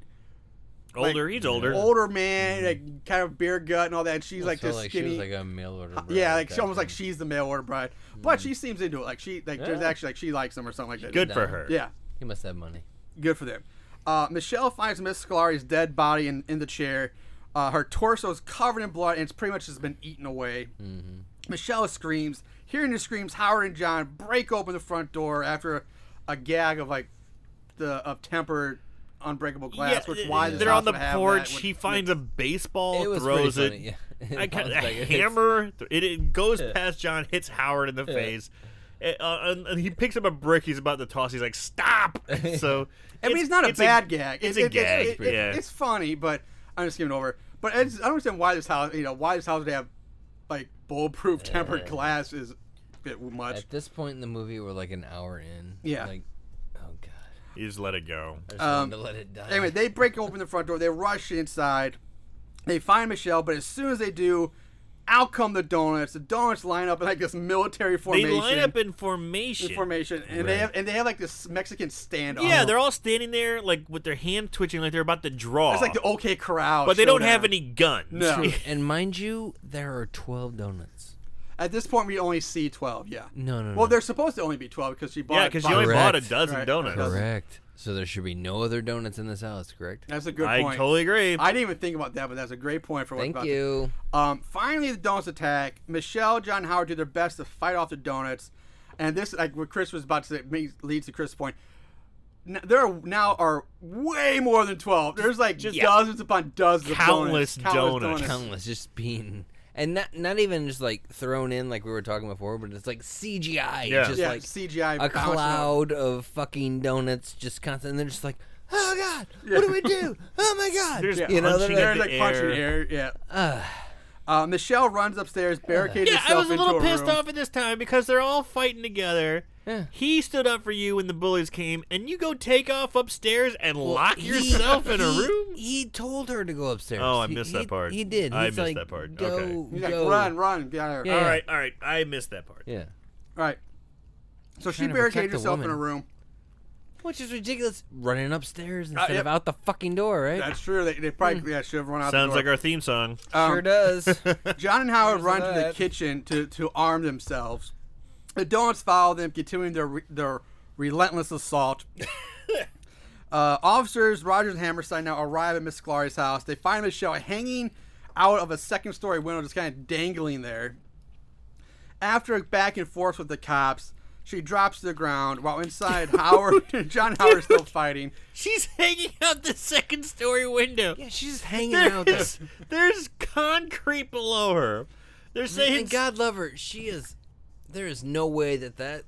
Speaker 2: older, he's older. Mm-hmm.
Speaker 1: older man, like kind of beer gut and all that. And she's like
Speaker 3: so,
Speaker 1: this
Speaker 3: like
Speaker 1: skinny.
Speaker 3: she was like a mail order. bride
Speaker 1: yeah, like
Speaker 3: back
Speaker 1: she almost
Speaker 3: then.
Speaker 1: like she's the male order bride, but she seems into it. Like she, like there's
Speaker 3: Yeah.
Speaker 1: actually like she likes him or something like that.
Speaker 2: Good for
Speaker 3: down.
Speaker 2: her.
Speaker 1: Yeah,
Speaker 3: He must have money.
Speaker 1: good for them. Uh, Michelle finds Miss Scolari's dead body in, in the chair. Uh, her torso is covered in blood and it's pretty much just been eaten away. Michelle screams. Hearing the screams, Howard and John break open the front door after a, a gag of like the of tempered unbreakable glass.
Speaker 2: Yeah, uh,
Speaker 1: which why this
Speaker 2: they're
Speaker 1: house
Speaker 2: on the
Speaker 1: would have
Speaker 2: porch.
Speaker 1: That, would-
Speaker 2: he finds a baseball,
Speaker 3: It was
Speaker 2: throws
Speaker 3: pretty
Speaker 2: it.
Speaker 3: funny, [laughs] yeah.
Speaker 2: I ca-
Speaker 3: Bounce
Speaker 2: a [laughs]
Speaker 3: back, it hits.
Speaker 2: hammer. th- It, it goes past John, hits Howard in the face. It- uh, and, and he picks up a brick he's about to toss. He's
Speaker 1: [laughs]
Speaker 2: like, "Stop!" So
Speaker 1: I mean,
Speaker 2: it's-
Speaker 1: it's not a
Speaker 2: it's
Speaker 1: bad gag.
Speaker 2: It's
Speaker 1: It-
Speaker 2: a
Speaker 1: it- it's-
Speaker 2: gag.
Speaker 1: it- it-
Speaker 2: yeah,
Speaker 1: it's funny, but I'm just skipping over. But it's, I don't understand why this house, you know, why this house would have like bulletproof tempered glass is a bit much.
Speaker 3: At this point in the movie, we're like an hour in.
Speaker 1: Yeah.
Speaker 3: Like, oh god,
Speaker 2: you just let it go.
Speaker 3: I just
Speaker 1: Um,
Speaker 3: wanted to let it die.
Speaker 1: Anyway, they break open the front door. They rush inside. They find Michelle, but as soon as they do, out come the donuts. The donuts line up in like this military
Speaker 2: They
Speaker 1: formation.
Speaker 2: line up in formation.
Speaker 1: formation, and they have and they have like this Mexican standoff.
Speaker 2: Yeah, they're all standing there like with their hand twitching, like they're about to draw.
Speaker 1: it's like the OK Corral.
Speaker 2: but they don't have
Speaker 1: showdown.
Speaker 2: any guns.
Speaker 1: [laughs] No.
Speaker 3: [laughs] and mind you, there are twelve donuts.
Speaker 1: At this point, we only see twelve. Yeah.
Speaker 3: No, no,
Speaker 1: Well,
Speaker 3: no.
Speaker 1: they're supposed to only be twelve because she bought.
Speaker 2: yeah, because you only
Speaker 1: bought-
Speaker 2: bought a
Speaker 3: Correct.
Speaker 2: dozen
Speaker 1: Right.
Speaker 2: donuts.
Speaker 3: Correct. So there should be no other donuts in this house, correct?
Speaker 1: That's a good
Speaker 2: I
Speaker 1: point.
Speaker 2: totally agree.
Speaker 1: I didn't even think about that, but that's a great point for what
Speaker 3: Thank
Speaker 1: about
Speaker 3: you.
Speaker 1: Um, finally, the donuts attack. Michelle, John Howard do their best to fight off the donuts, and this, like what Chris was about to say, makes- leads to Chris's point. N there are, now are way more than twelve. There's like
Speaker 2: yeah.
Speaker 1: dozens upon dozens,
Speaker 2: Countless
Speaker 1: of donuts. Countless
Speaker 2: donuts.
Speaker 3: Countless, just being, and not not even just like thrown in like we were talking before, but it's like CGI,
Speaker 2: Yeah.
Speaker 3: just
Speaker 1: yeah,
Speaker 3: like
Speaker 1: CGI.
Speaker 3: a
Speaker 1: bouncing off.
Speaker 3: cloud of fucking donuts, just constant. And they're just like, oh god, what do we do? Oh my god,
Speaker 2: There's
Speaker 3: you know,
Speaker 2: punching
Speaker 1: They're
Speaker 3: they're
Speaker 2: in
Speaker 3: like,
Speaker 1: like
Speaker 2: the
Speaker 1: punching air. Yeah. Uh, Michelle runs upstairs, barricades
Speaker 2: Yeah, I
Speaker 1: herself
Speaker 2: was a
Speaker 1: into
Speaker 2: little pissed
Speaker 1: room.
Speaker 2: off at this time because they're all fighting together.
Speaker 3: Yeah.
Speaker 2: He stood up for you when the bullies came, and you go take off upstairs and lock
Speaker 3: he-
Speaker 2: yourself in a
Speaker 3: he-
Speaker 2: room.
Speaker 3: He told her to go upstairs.
Speaker 2: Oh, I
Speaker 3: He-
Speaker 2: missed that
Speaker 3: he-
Speaker 2: part.
Speaker 3: He did.
Speaker 2: I
Speaker 3: He's
Speaker 2: missed
Speaker 3: like,
Speaker 2: that part.
Speaker 3: Go,
Speaker 2: Okay.
Speaker 1: He's like,
Speaker 3: go.
Speaker 1: run, run, get out of here.
Speaker 3: Yeah.
Speaker 2: All right, all right, I missed that part.
Speaker 3: Yeah.
Speaker 1: All right. So she
Speaker 3: Trying to
Speaker 1: barricades
Speaker 3: protect the
Speaker 1: herself in a
Speaker 3: woman.
Speaker 1: room.
Speaker 3: Which is ridiculous. Running upstairs
Speaker 2: Uh,
Speaker 3: instead
Speaker 1: yep.
Speaker 3: of out the fucking door, right?
Speaker 1: That's true. They, they probably yeah should have run out.
Speaker 2: Hmm. Sounds
Speaker 1: the
Speaker 2: like
Speaker 1: door.
Speaker 2: our theme song.
Speaker 1: Um,
Speaker 3: sure does.
Speaker 2: [laughs]
Speaker 1: John and Howard run to the
Speaker 3: that.
Speaker 1: kitchen to, to arm themselves. The donuts follow them, continuing their re- their relentless
Speaker 3: [laughs]
Speaker 1: assault. uh, officers Rogers and Hammerstein now arrive at Miss Clary's house. They find Michelle hanging out of a second story window, just kind of dangling there. After a back and forth with the cops, she drops to the ground while
Speaker 3: [laughs]
Speaker 1: inside Howard and John Howard are still fighting.
Speaker 2: She's hanging out the second story window.
Speaker 3: yeah, she's just hanging out there.
Speaker 2: There's, there's concrete below her. They're saying
Speaker 3: And God love her. She is. There is no way that that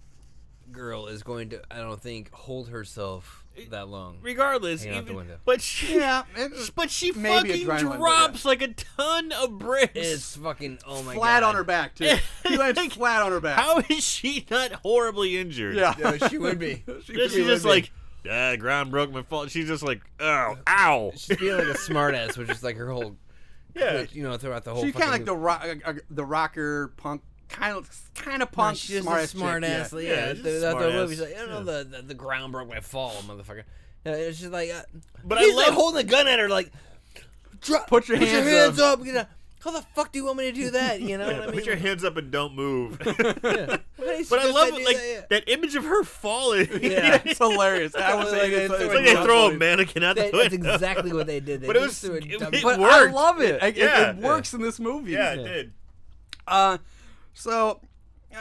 Speaker 3: girl is going to. I don't think hold herself that long.
Speaker 2: regardless,
Speaker 3: Hanging out the
Speaker 2: even-
Speaker 3: window.
Speaker 2: but she
Speaker 1: Yeah, it-
Speaker 2: but she
Speaker 1: Maybe
Speaker 2: fucking
Speaker 1: adrenaline, but
Speaker 2: drops like a ton of bricks.
Speaker 3: It's fucking. Oh my
Speaker 1: flat
Speaker 3: god.
Speaker 1: on her back too. She lands
Speaker 3: [laughs]
Speaker 2: Like,
Speaker 1: flat on her back.
Speaker 2: How is she not horribly injured?
Speaker 1: yeah,
Speaker 3: No, she
Speaker 1: [laughs]
Speaker 3: would be.
Speaker 1: She
Speaker 2: She's
Speaker 1: really
Speaker 2: just
Speaker 1: would be.
Speaker 2: like, ah, ground broke my fault. She's just like, oh, ow.
Speaker 3: She's being like a smartass, which is like her whole.
Speaker 2: Yeah.
Speaker 3: You know, throughout the whole.
Speaker 1: She's kind of like
Speaker 3: fucking
Speaker 1: the rock, uh, uh, the rocker punk, kind of kind of punk,
Speaker 3: she's
Speaker 1: smart
Speaker 3: a smart ass.
Speaker 1: [laughs] chick,
Speaker 3: Yeah,
Speaker 2: Yeah,
Speaker 3: yeah
Speaker 2: she's
Speaker 3: the,
Speaker 2: a
Speaker 3: that's
Speaker 2: smart
Speaker 3: the movie.
Speaker 2: ass.
Speaker 3: She's like, I don't know the, the the ground broke my fall, motherfucker. Uh, it's just like, uh,
Speaker 2: But
Speaker 3: but
Speaker 2: I
Speaker 3: he's like
Speaker 2: love-
Speaker 3: holding a gun at her, like, drop,
Speaker 1: Put your hands
Speaker 3: up. you know. how the fuck do you want me to do that?
Speaker 2: [laughs]
Speaker 3: You know what I mean?
Speaker 2: Put your hands up and don't
Speaker 3: [laughs]
Speaker 2: move.
Speaker 3: but
Speaker 2: [laughs] but I love like that image of her falling. [laughs]
Speaker 3: Yeah.
Speaker 1: it's hilarious. I would
Speaker 3: Like,
Speaker 1: say
Speaker 3: they
Speaker 1: it's,
Speaker 3: throw
Speaker 2: it's like they
Speaker 3: Yeah.
Speaker 2: throw a mannequin out the
Speaker 1: [laughs]
Speaker 3: That,
Speaker 2: window. [laughs]
Speaker 3: that's exactly what they did. They
Speaker 2: But it
Speaker 3: just
Speaker 2: was-
Speaker 3: threw a
Speaker 2: it-
Speaker 3: dumb-
Speaker 2: it
Speaker 1: But I
Speaker 2: worked.
Speaker 1: love it. I- it,
Speaker 2: Yeah.
Speaker 1: it works in this movie.
Speaker 2: Yeah, it did.
Speaker 1: Uh, so,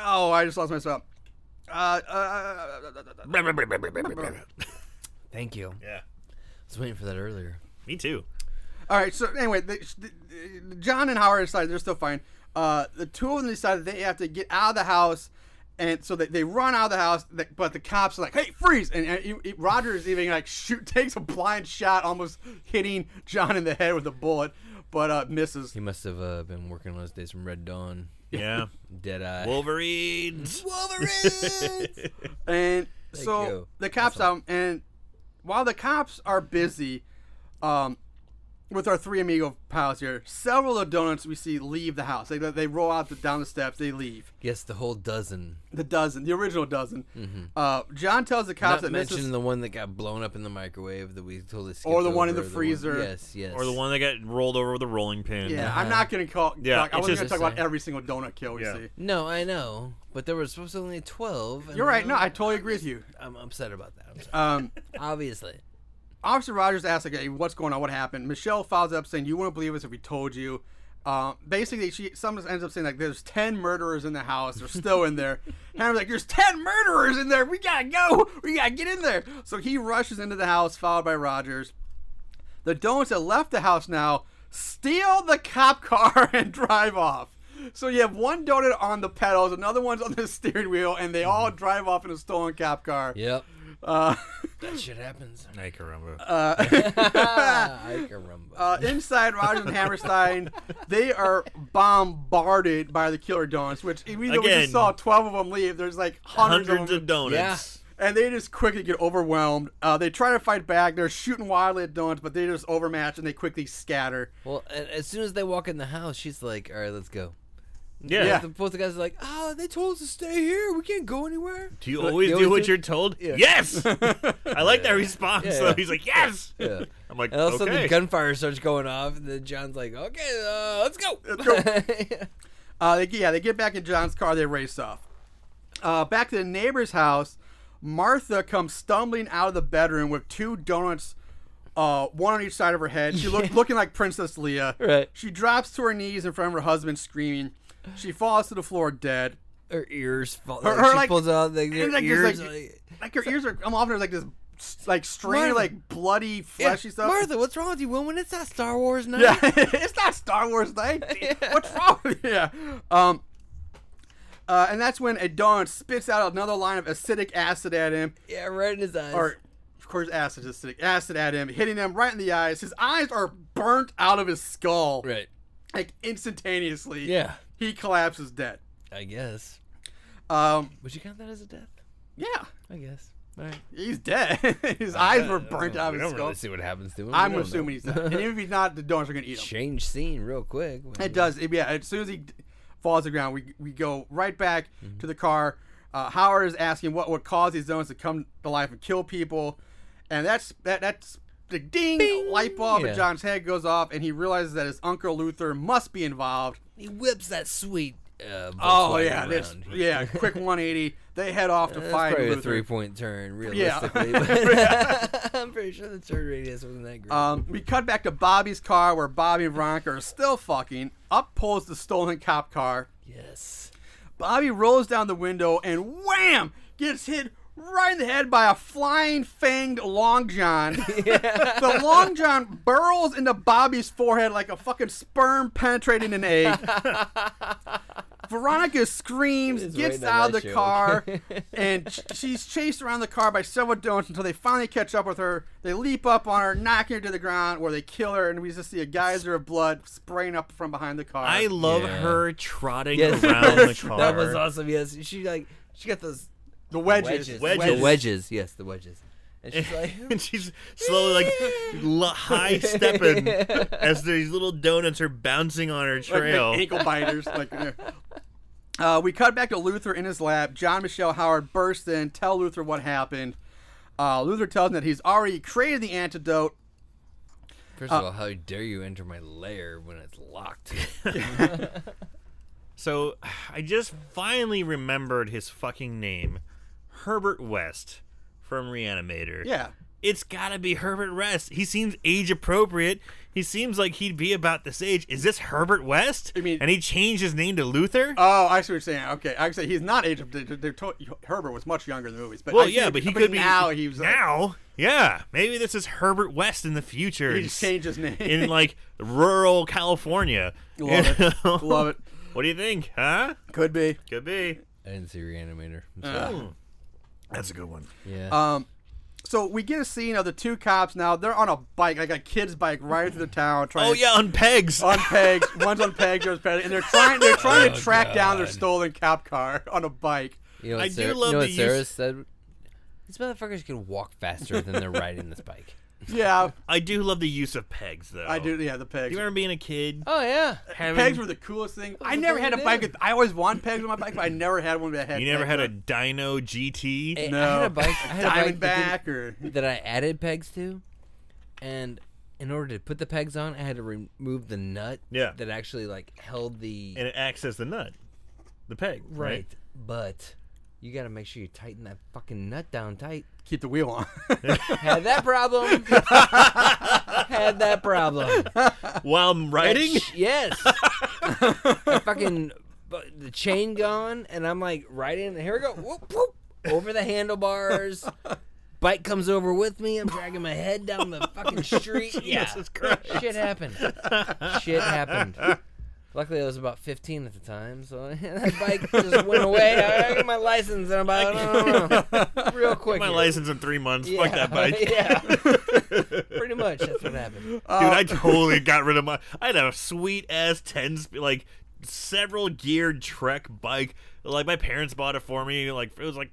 Speaker 1: oh, I just lost myself. Uh, uh,
Speaker 3: [laughs] Thank you.
Speaker 2: yeah.
Speaker 3: I was waiting for that earlier.
Speaker 2: Me too.
Speaker 1: all right. So anyway, they, they- John and Howard decide they're still fine. Uh, the two of them decide they have to get out of the house. And so they, they run out of the house, th- but the cops are like, "Hey, freeze!" And, and he- he- [laughs] Rogers even like shoot takes a blind shot, almost hitting John in the head with a bullet. but uh, misses.
Speaker 3: He must have uh, been working on his days from Red Dawn, [laughs]
Speaker 2: Yeah.
Speaker 3: Dead Eye.
Speaker 2: Wolverines.
Speaker 3: Wolverines!
Speaker 1: And so
Speaker 3: you.
Speaker 1: the cops out, and while the cops are busy um, with our three amigo pals here, several of the donuts we see leave the house. They, they roll out the, down the steps, they leave.
Speaker 3: [laughs] yes, the whole dozen.
Speaker 1: The dozen, the original dozen. Uh, John tells the cops
Speaker 3: Mm-hmm. Not
Speaker 1: that Mrs.
Speaker 3: mentioning the one that got blown up in the microwave that we totally skipped
Speaker 1: Or the one in
Speaker 3: over,
Speaker 1: the
Speaker 3: one-
Speaker 1: freezer.
Speaker 3: yes, yes.
Speaker 2: Or the one that got rolled over with a rolling pin.
Speaker 1: yeah, I'm not gonna call.
Speaker 2: Yeah,
Speaker 1: talk- I
Speaker 2: it's
Speaker 1: wasn't gonna
Speaker 2: just-
Speaker 1: talk about every single donut kill we
Speaker 2: Yeah.
Speaker 1: see.
Speaker 3: No, I know, but there was supposed to only twelve. and
Speaker 1: You're right.
Speaker 3: I'm-
Speaker 1: No, I totally agree with you.
Speaker 3: I'm upset about that. I'm sorry.
Speaker 1: Um,
Speaker 3: Obviously.
Speaker 1: Officer Rogers asks, like, hey, what's going on? What happened? Michelle files up saying, you wouldn't believe us if we told you. Uh, basically, she some ends up saying, like, there's 10 murderers in the house. They're still in there. [laughs] Hammer's like, there's 10 murderers in there. We got to go. We got to get in there. So he rushes into the house, followed by Rogers. The donuts that left the house now steal the cop car [laughs] and drive off. So you have one donut on the pedals, another one's on the steering wheel, and they all drive off in a stolen cop car.
Speaker 3: Yep.
Speaker 1: Uh, [laughs]
Speaker 3: That shit happens.
Speaker 2: I
Speaker 3: [laughs]
Speaker 2: caramba.
Speaker 3: I can remember.
Speaker 1: uh, inside Rogers and Hammerstein, they are bombarded by the killer donuts. Which even though we
Speaker 2: Again.
Speaker 1: just saw twelve of them leave, there's like hundreds,
Speaker 2: Hundreds
Speaker 1: of
Speaker 2: of
Speaker 1: them,
Speaker 3: yeah.
Speaker 2: donuts.
Speaker 1: and they just quickly get overwhelmed. Uh, they try to fight back. They're shooting wildly at donuts, but they just overmatch and they quickly scatter.
Speaker 3: Well, a- as soon as they walk in the house, she's like, "All right, let's go."
Speaker 2: Yeah.
Speaker 1: Yeah.
Speaker 3: The, both the guys are like, "Oh, they told us to stay here. We can't go anywhere." [laughs]
Speaker 2: Do you always
Speaker 3: you
Speaker 2: do
Speaker 3: always
Speaker 2: what
Speaker 3: do-
Speaker 2: you're told?
Speaker 3: Yeah. [laughs]
Speaker 2: Yes. I like that response.
Speaker 3: Yeah,
Speaker 2: though.
Speaker 3: yeah.
Speaker 2: He's like, yes.
Speaker 3: Yeah.
Speaker 2: I'm like,
Speaker 3: And all of a sudden,
Speaker 2: okay.
Speaker 3: the gunfire starts going off, and then John's like, "Okay, uh, let's go."
Speaker 1: Let's
Speaker 3: [laughs]
Speaker 1: go. Uh, they, yeah, they get back in John's car. They race off. Uh, back to the neighbor's house, Martha comes stumbling out of the bedroom with two donuts, uh, one on each side of her head. She
Speaker 3: [laughs]
Speaker 1: look, looking like Princess Leia.
Speaker 3: Right.
Speaker 1: She drops to her knees in front of her husband, screaming. She falls to the floor dead.
Speaker 3: her ears fall.
Speaker 1: Her-
Speaker 3: Like,
Speaker 1: her,
Speaker 3: she
Speaker 1: like-
Speaker 3: pulls out like, their
Speaker 1: and, like, just,
Speaker 3: ears.
Speaker 1: like,
Speaker 3: like,
Speaker 1: Like her ears are, I'm often like this, like stringy,
Speaker 3: Martha.
Speaker 1: like bloody,
Speaker 3: "Yeah,
Speaker 1: fleshy stuff.
Speaker 3: Martha, what's wrong with you, woman? It's not Star Wars night.
Speaker 1: Yeah, [laughs] it's not Star Wars night. What's wrong with you? Yeah. Um, uh, and that's when a donut spits out another line of acidic acid at him,
Speaker 3: [laughs] Yeah, right in his eyes.
Speaker 1: or of course acid, is acidic acid at him, hitting him right in the eyes. His eyes are burnt out of his skull,
Speaker 3: Right.
Speaker 1: like instantaneously.
Speaker 3: Yeah.
Speaker 1: he collapses dead.
Speaker 3: I guess.
Speaker 1: Um,
Speaker 3: Would you count that as a death?
Speaker 1: yeah,
Speaker 3: I guess. All right.
Speaker 1: he's dead. [laughs] his eyes were burnt out
Speaker 3: We
Speaker 1: of his
Speaker 3: don't
Speaker 1: skull.
Speaker 3: really see what happens to him.
Speaker 1: I'm
Speaker 3: We don't
Speaker 1: assuming
Speaker 3: know.
Speaker 1: he's dead.
Speaker 3: [laughs]
Speaker 1: And even if he's not, the donuts are gonna eat him.
Speaker 3: Change scene real quick.
Speaker 1: It does. It- yeah. As soon as he d- falls to the ground, we we go right back
Speaker 3: Mm-hmm.
Speaker 1: to the car. Uh, Howard is asking what would cause these zones to come to life and kill people, and that's that that's the ding, light bulb
Speaker 3: Yeah.
Speaker 1: in John's head goes off, and he realizes that his uncle Luther must be involved.
Speaker 3: He whips that sweet. Uh,
Speaker 1: Oh
Speaker 3: Volkswagen
Speaker 1: yeah, that's,
Speaker 3: around.
Speaker 1: yeah. [laughs]
Speaker 3: [laughs]
Speaker 1: Quick 180. They head off to
Speaker 3: That's
Speaker 1: find
Speaker 3: probably
Speaker 1: Luther.
Speaker 3: a three-point turn,
Speaker 1: Yeah.
Speaker 3: realistically. [laughs] I'm pretty sure the turn radius wasn't that great.
Speaker 1: Um, we cut back to Bobby's car where Bobby and Veronica are still fucking. Up pulls the stolen cop car.
Speaker 3: yes.
Speaker 1: Bobby rolls down the window and wham! Gets hit right in the head by a flying fanged Long John. [laughs] the Long John burrows into Bobby's forehead like a fucking sperm penetrating an egg. Veronica screams,
Speaker 3: It's
Speaker 1: gets
Speaker 3: right
Speaker 1: out of
Speaker 3: down
Speaker 1: the
Speaker 3: that joke.
Speaker 1: car, and sh- she's chased around the car by several donuts until they finally catch up with her. They leap up on her, knocking her to the ground, where they kill her, and we just see a geyser of blood spraying up from behind the car.
Speaker 2: I love
Speaker 3: Yeah.
Speaker 2: her trotting
Speaker 3: Yes. [laughs]
Speaker 2: around the car.
Speaker 3: That was awesome. Yes, she like she got those
Speaker 1: the wedges.
Speaker 2: Wedges.
Speaker 3: The wedges. Yes, the wedges. And she's [laughs] like,
Speaker 2: [laughs] and she's slowly like
Speaker 3: [laughs]
Speaker 2: l- high stepping as these little donuts are bouncing on her
Speaker 1: like,
Speaker 2: trail.
Speaker 1: Like ankle
Speaker 2: [laughs]
Speaker 1: biters. like, yeah. uh, we cut back to Luther in his lab. John Michelle Howard bursts in, tell Luther what happened. Uh, Luther tells him that he's already created the antidote.
Speaker 3: first of all, how dare you enter my lair when it's [laughs] locked?
Speaker 2: So I just finally remembered his fucking name, Herbert West from Reanimator.
Speaker 1: Yeah.
Speaker 2: It's gotta be Herbert West. He seems age appropriate. He seems like he'd be about this age. Is this Herbert West?
Speaker 1: I mean-
Speaker 2: and he changed his name to Luther.
Speaker 1: Oh, I see what you're saying. Okay, I say he's not age. They, they told, Herbert was much younger in the movies, but I
Speaker 2: well,
Speaker 1: see
Speaker 2: yeah,
Speaker 1: what-
Speaker 2: but he could be
Speaker 1: now. He was like,
Speaker 2: now. Yeah, maybe this is Herbert West in the future.
Speaker 1: he just changed his name. [laughs]
Speaker 2: in like rural California.
Speaker 1: Love
Speaker 2: You
Speaker 1: it.
Speaker 2: know?
Speaker 1: Love it.
Speaker 2: What do you think? Huh?
Speaker 1: Could be.
Speaker 2: Could be.
Speaker 3: Uh, I didn't see Reanimator. I'm sorry. uh,
Speaker 2: That's a good one.
Speaker 3: yeah.
Speaker 1: Um, So we get a scene of the two cops now. They're on a bike, like a kid's bike, riding through the town trying
Speaker 2: Oh
Speaker 1: to
Speaker 2: yeah, on pegs.
Speaker 1: on pegs. One's on pegs, one's pegs, and they're trying. They're trying to
Speaker 3: Oh,
Speaker 1: track down their
Speaker 3: God.
Speaker 1: stolen cop car on a bike.
Speaker 3: You know
Speaker 2: I
Speaker 3: what
Speaker 2: do
Speaker 3: Sarah,
Speaker 2: love
Speaker 3: you know
Speaker 2: the
Speaker 3: what Sarah
Speaker 2: use-
Speaker 3: said? These motherfuckers can walk faster than [laughs] they're riding this bike.
Speaker 1: Yeah,
Speaker 2: I do love the use of pegs though.
Speaker 1: I do.
Speaker 2: Do
Speaker 1: Yeah, the pegs.
Speaker 2: you remember being a kid?
Speaker 3: Oh yeah.
Speaker 2: having-
Speaker 1: pegs were the coolest thing. I
Speaker 3: the
Speaker 1: never
Speaker 3: thing
Speaker 1: had a
Speaker 3: to
Speaker 1: bike.
Speaker 3: do.
Speaker 1: With, I always wanted pegs on my bike, but I never had one that had.
Speaker 2: You never
Speaker 1: pegs
Speaker 2: had a
Speaker 1: on.
Speaker 2: Dino GT.
Speaker 3: Hey, I had
Speaker 1: No.
Speaker 3: a bike. I had a bike that
Speaker 1: Diamondback
Speaker 3: didn't-
Speaker 1: or
Speaker 3: that I added pegs to, and in order to put the pegs on, I had to remove the nut.
Speaker 2: Yeah.
Speaker 3: That actually like held the
Speaker 2: and it acts as the nut, the peg. Right.
Speaker 3: right. But you got to make sure you tighten that fucking nut down tight.
Speaker 1: keep the wheel on.
Speaker 3: Had that
Speaker 2: [laughs]
Speaker 3: problem. Had that problem.
Speaker 1: [laughs]
Speaker 2: While I'm [laughs] riding,
Speaker 3: Yes. I fucking bu- the chain gone, and I'm like right in. Here we go. Whoop, whoop, over the handlebars. Bike comes over with me. I'm dragging my head down the
Speaker 2: [laughs]
Speaker 3: fucking street. Yeah.
Speaker 2: Jesus Christ.
Speaker 3: Shit happened. Shit happened. Luckily, I was about 15 at the time, so [laughs] that bike just went away. I got my license in about I don't
Speaker 2: [laughs]
Speaker 3: know, real quick.
Speaker 2: my
Speaker 3: here.
Speaker 2: license in three months.
Speaker 3: Yeah.
Speaker 2: Fuck that bike.
Speaker 3: [laughs]
Speaker 1: [laughs]
Speaker 3: yeah.
Speaker 2: [laughs]
Speaker 3: Pretty much, that's what happened.
Speaker 2: Dude,
Speaker 3: [laughs]
Speaker 2: I totally got rid of my. I had a sweet ass ten, sp- like several geared Trek bike. Like my parents bought it for me. Like it was like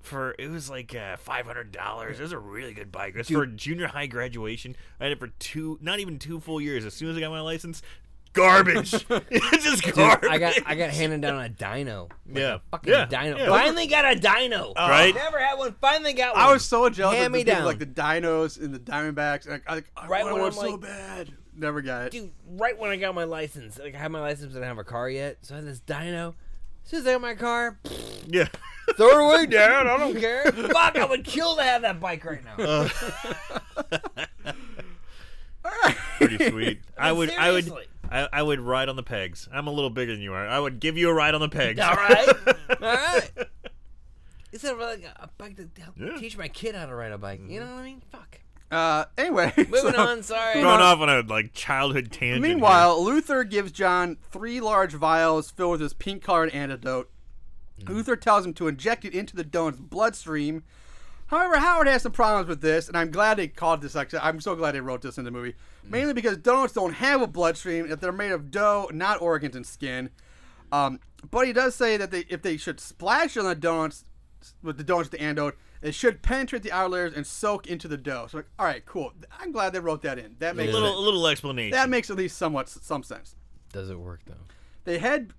Speaker 2: for it was like uh, five hundred dollars. It was a really good bike. It was for junior high graduation. I had it for two, not even two full years. As soon as I got my license,
Speaker 3: [laughs]
Speaker 2: garbage. [laughs] it's just garbage.
Speaker 3: I got I got handed down a dino.
Speaker 2: [laughs]
Speaker 3: Like
Speaker 2: Yeah.
Speaker 3: a fucking
Speaker 2: Yeah,
Speaker 3: dino.
Speaker 2: yeah. Uh,
Speaker 3: Finally got a dino.
Speaker 2: Right?
Speaker 3: Never had one. Finally got
Speaker 1: [laughs]
Speaker 3: one.
Speaker 1: I was so jealous
Speaker 3: Hand
Speaker 1: of
Speaker 3: me
Speaker 1: the people
Speaker 3: down.
Speaker 1: like the Dinos and the Diamondbacks. And I, I, I
Speaker 3: Right
Speaker 1: wanted
Speaker 3: when
Speaker 1: one
Speaker 3: I'm
Speaker 1: so
Speaker 3: like-
Speaker 1: bad, never got it. [laughs]
Speaker 3: dude right when I got my license. Like I had my license, but I didn't have a car yet, so I had this dino. As soon as I got my car, [laughs]
Speaker 2: yeah.
Speaker 3: throw it away, Dad. I don't care. Fuck, I would kill to have that bike right now.
Speaker 2: Uh.
Speaker 3: [laughs]
Speaker 2: pretty
Speaker 3: [laughs]
Speaker 2: sweet. I
Speaker 3: mean,
Speaker 2: would, I would,
Speaker 3: seriously.
Speaker 2: I, I would ride on the pegs. I'm a little bigger than you are. I would give you a ride on the pegs. [laughs]
Speaker 3: All right, all right. Instead of like a, a bike to help
Speaker 2: Yeah.
Speaker 3: teach my kid how to ride a bike, you know what I mean?
Speaker 2: [laughs]
Speaker 3: Fuck.
Speaker 1: Uh, anyway,
Speaker 3: Moving
Speaker 1: so-
Speaker 3: on. Sorry.
Speaker 2: Going off on a like childhood tangent. here.
Speaker 1: Meanwhile, Luther gives John three large vials filled with this pink colored antidote. Luther tells him to inject it into the don's bloodstream. However, Howard has some problems with this, and I'm glad they called this. Actually, I'm so glad they wrote this in the movie, mainly because donuts don't have a bloodstream if they're made of dough, not organs and skin. Um, but he does say that they, if they should splash on the donuts with the donuts with the antidote, it should penetrate the outer layers and soak into the dough. So, like, all right, cool. I'm glad they wrote that in. That makes
Speaker 2: a
Speaker 1: sense.
Speaker 2: little, a little explanation.
Speaker 1: That makes at least somewhat some sense.
Speaker 3: Does it work though?
Speaker 1: They head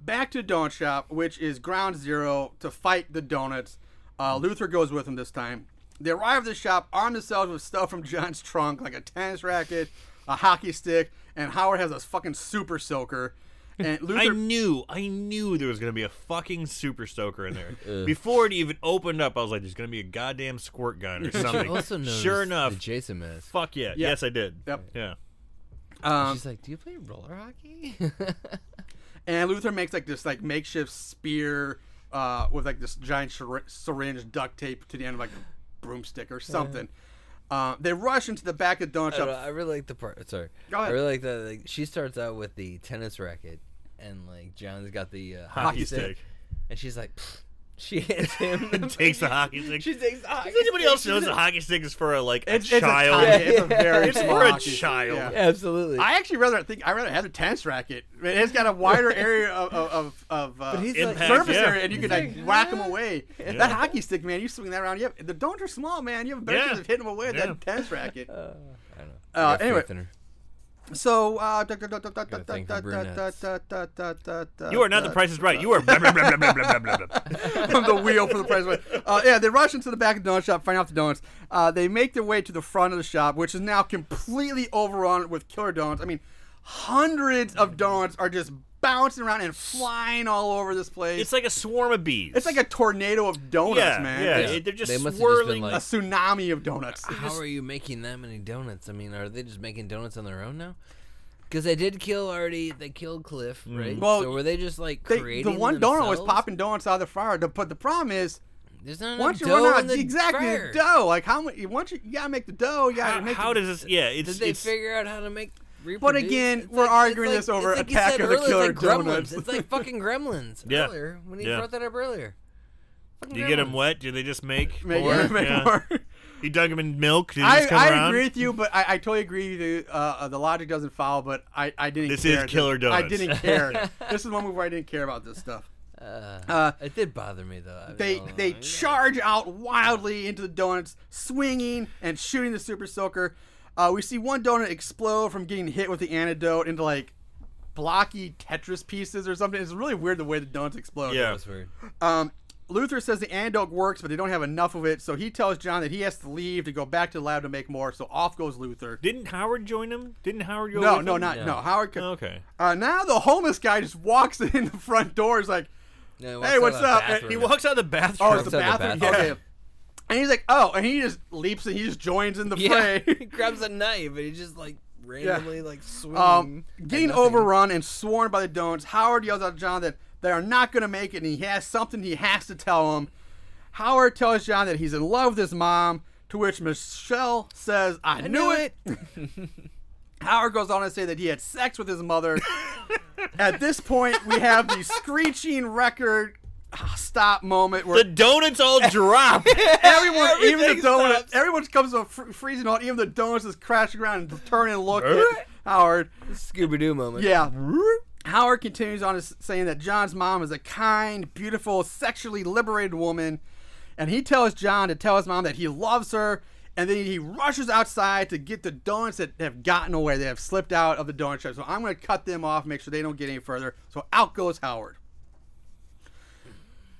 Speaker 1: back to Donut Shop, which is Ground Zero, to fight the donuts. Uh, Luther goes with them this time. They arrive at the shop armed themselves with stuff from John's trunk, like a tennis racket, a hockey stick, and Howard has a fucking super soaker. And
Speaker 2: I
Speaker 1: Luther,
Speaker 2: knew, I knew there was gonna be a fucking super stoker in [laughs] there. Before it even opened up, I was like, "There's gonna be a goddamn squirt gun or something." sure enough,
Speaker 3: Jason mask.
Speaker 2: fuck yeah.
Speaker 1: Yeah.
Speaker 2: yes I did.
Speaker 1: Yep.
Speaker 2: Yeah,
Speaker 1: um,
Speaker 3: She's like, "Do you play roller hockey?" [laughs]
Speaker 1: and Luther makes like this like makeshift spear uh, with like this giant syr- syringe duct tape to the end of like a broomstick or something. Uh, they rush into the back of the donut
Speaker 3: I,
Speaker 1: shop.
Speaker 3: don't know, I really like the part. Sorry,
Speaker 1: Go ahead.
Speaker 3: I really like that. Like, she starts out with the tennis racket, and like John's got the uh, hockey,
Speaker 2: hockey
Speaker 3: stick,
Speaker 2: stick.
Speaker 3: and she's like, she hits
Speaker 2: [laughs]
Speaker 3: him.
Speaker 1: [laughs]
Speaker 3: and
Speaker 2: Takes the hockey stick.
Speaker 3: She takes the hockey.
Speaker 2: Does anybody
Speaker 3: stick.
Speaker 2: else knows the hockey stick is for a, like a
Speaker 1: It's, it's a
Speaker 2: child?
Speaker 1: tiny- it's a
Speaker 3: Yeah.
Speaker 1: very
Speaker 2: It's
Speaker 1: small
Speaker 2: for a
Speaker 1: hockey stick,
Speaker 2: child.
Speaker 1: yeah.
Speaker 3: Absolutely.
Speaker 1: I actually rather think I rather have a tennis racket. I mean, it's got a
Speaker 2: [laughs]
Speaker 1: wider area of of, of, of uh,
Speaker 3: But he's like-
Speaker 2: Impact,
Speaker 1: surface
Speaker 2: yeah.
Speaker 1: area, and you can like,
Speaker 3: like,
Speaker 1: whack them away.
Speaker 2: Yeah.
Speaker 1: That hockey stick, man, you swing that around. You have, the don'ts are small, man. You have a better
Speaker 2: Yeah.
Speaker 1: chance of hitting them away with
Speaker 2: Yeah.
Speaker 1: that tennis
Speaker 2: [laughs]
Speaker 1: racket.
Speaker 3: I don't know.
Speaker 1: Uh,
Speaker 3: I got faith
Speaker 1: anyway.
Speaker 3: in her.
Speaker 1: So, uh,
Speaker 3: thing for brunettes.
Speaker 2: You are not the Price is Right. You are blah, blah, blah, blah, blah, blah, blah, blah.
Speaker 1: [laughs]
Speaker 2: [laughs]
Speaker 1: from the wheel for the price. Right. Uh, yeah, they rush into the back of the donut shop, find out the donuts. Uh, they make their way to the front of the shop, which is now completely overrun with killer donuts. I mean, hundreds of donuts are just bouncing around and flying all over this place.
Speaker 2: It's like a swarm of bees.
Speaker 1: It's like a tornado of donuts,
Speaker 2: yeah,
Speaker 1: man.
Speaker 2: Yeah,
Speaker 1: It's
Speaker 2: It- they're just
Speaker 3: They must have just been
Speaker 2: swirling.
Speaker 1: a
Speaker 3: like-
Speaker 1: tsunami of donuts.
Speaker 3: How are you making that many donuts? I mean, are they just making donuts on their own now? Because they did kill already. They killed Cliff,
Speaker 2: Mm.
Speaker 3: right?
Speaker 1: Well,
Speaker 3: so were they just like
Speaker 1: They- the
Speaker 3: creating
Speaker 1: one donut was
Speaker 3: themselves?
Speaker 1: popping donuts out of the fryer, the- but the problem is
Speaker 3: There's not enough
Speaker 1: once you
Speaker 3: dough
Speaker 1: run
Speaker 3: in
Speaker 1: out
Speaker 3: the
Speaker 1: exactly
Speaker 3: fryer.
Speaker 1: the dough, like how many? Once you, you gotta make the dough, you gotta
Speaker 2: how,
Speaker 1: make
Speaker 2: how
Speaker 1: the,
Speaker 2: does this? Yeah, it's.
Speaker 3: Did they
Speaker 2: it's,
Speaker 3: figure out how to make? Reproduce?
Speaker 1: again,
Speaker 3: It's
Speaker 1: we're
Speaker 3: like-
Speaker 1: arguing
Speaker 3: it's
Speaker 1: this
Speaker 3: like-
Speaker 1: over
Speaker 3: it's
Speaker 1: a
Speaker 3: like you
Speaker 1: pack
Speaker 3: said
Speaker 1: of the
Speaker 3: earlier,
Speaker 1: killer
Speaker 3: it's like
Speaker 1: donuts.
Speaker 3: Gremlins. It's like
Speaker 1: [laughs]
Speaker 3: fucking Gremlins.
Speaker 2: Yeah.
Speaker 3: Earlier, when you
Speaker 2: Yeah.
Speaker 3: brought that up earlier. Fucking
Speaker 2: You get them
Speaker 3: Gremlins.
Speaker 2: wet? Do they just
Speaker 1: [laughs]
Speaker 2: make?
Speaker 1: make,
Speaker 3: Or-
Speaker 1: make
Speaker 2: yeah.
Speaker 1: more.
Speaker 2: You dug him in milk. Did he
Speaker 1: I,
Speaker 2: just come
Speaker 1: I
Speaker 2: around?
Speaker 1: agree with you, but I, I totally agree. The, uh, uh, the logic doesn't follow, but I, I didn't.
Speaker 2: This
Speaker 1: care
Speaker 2: is Killer
Speaker 1: I
Speaker 2: Donuts.
Speaker 1: didn't
Speaker 2: [laughs]
Speaker 1: care. this is one movie where I didn't care about this stuff.
Speaker 3: Uh,
Speaker 1: Uh,
Speaker 3: it did bother me though. I was
Speaker 1: They
Speaker 3: like,
Speaker 1: they
Speaker 3: "Oh,
Speaker 1: charge out wildly into the donuts, swinging and shooting the super soaker. Uh, we see one donut explode from getting hit with the antidote into like blocky Tetris pieces or something. It's really weird the way the donuts explode.
Speaker 2: Yeah.
Speaker 3: that was weird.
Speaker 1: Um, Luther says the antidote works, but they don't have enough of it, so he tells John that he has to leave to go back to the lab to make more. So off goes Luther.
Speaker 2: Didn't Howard join him? Didn't Howard go?
Speaker 1: No,
Speaker 2: with
Speaker 1: no,
Speaker 2: him? Oh,
Speaker 1: not no.
Speaker 3: No.
Speaker 1: Howard. Co-
Speaker 2: Okay.
Speaker 1: Uh, now the homeless guy just walks [laughs] in the front door. Is like,
Speaker 3: No, he walks
Speaker 1: hey,
Speaker 3: out
Speaker 1: what's
Speaker 3: of the
Speaker 1: up?
Speaker 3: bathroom.
Speaker 2: He walks out of the bathroom.
Speaker 1: Oh, it's the
Speaker 3: Outside the
Speaker 1: bathroom.
Speaker 3: bathroom.
Speaker 1: Okay. And he's like, oh, and he just leaps and he just joins in the
Speaker 3: [laughs] Yeah, he [laughs]
Speaker 1: fray. [laughs]
Speaker 3: grabs a knife and he just like randomly like swings.
Speaker 1: um,
Speaker 3: at
Speaker 1: getting
Speaker 3: nothing.
Speaker 1: overrun and sworn by the don'ts, Howard yells out to John that they are not going to make it, and he has something he has to tell him. Howard tells John that he's in love with his mom, to which Michelle says, I, knew,
Speaker 3: knew
Speaker 1: it.
Speaker 3: [laughs]
Speaker 1: Howard goes on to say that he had sex with his mother. At this point, we have the screeching record ah, stop moment where
Speaker 2: The donuts all
Speaker 1: [laughs]
Speaker 2: drop.
Speaker 1: Everyone, even the
Speaker 3: Everything
Speaker 1: donuts,
Speaker 3: stops.
Speaker 1: everyone comes to a fr- freezing halt. Even the donuts is crashing around and turn and look at Howard.
Speaker 3: Scooby Doo moment.
Speaker 1: Yeah. Howard continues on as saying that John's mom is a kind, beautiful, sexually liberated woman, and he tells John to tell his mom that he loves her. And then he rushes outside to get the donuts that have gotten away. They have slipped out of the donut shop. So I'm going to cut them off, make sure they don't get any further. So out goes Howard.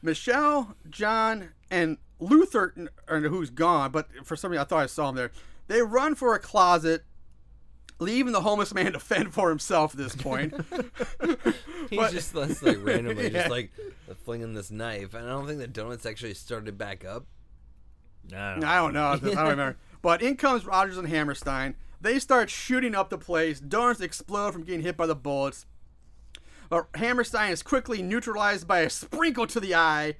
Speaker 1: Michelle, John, and Luther, n- or who's gone, but for some reason I thought I saw him there. They run for a closet, leaving the homeless man to fend for himself at this point.
Speaker 3: He
Speaker 1: But-
Speaker 3: just lets like
Speaker 1: [laughs]
Speaker 3: randomly
Speaker 1: Yeah.
Speaker 3: just like flinging this knife, and I don't think the donuts actually started back up.
Speaker 2: No.
Speaker 1: I don't know. I don't remember. But in comes Rogers and Hammerstein. They start shooting up the place. Donuts explode from getting hit by the bullets. But Hammerstein is quickly neutralized by a sprinkle to the eye.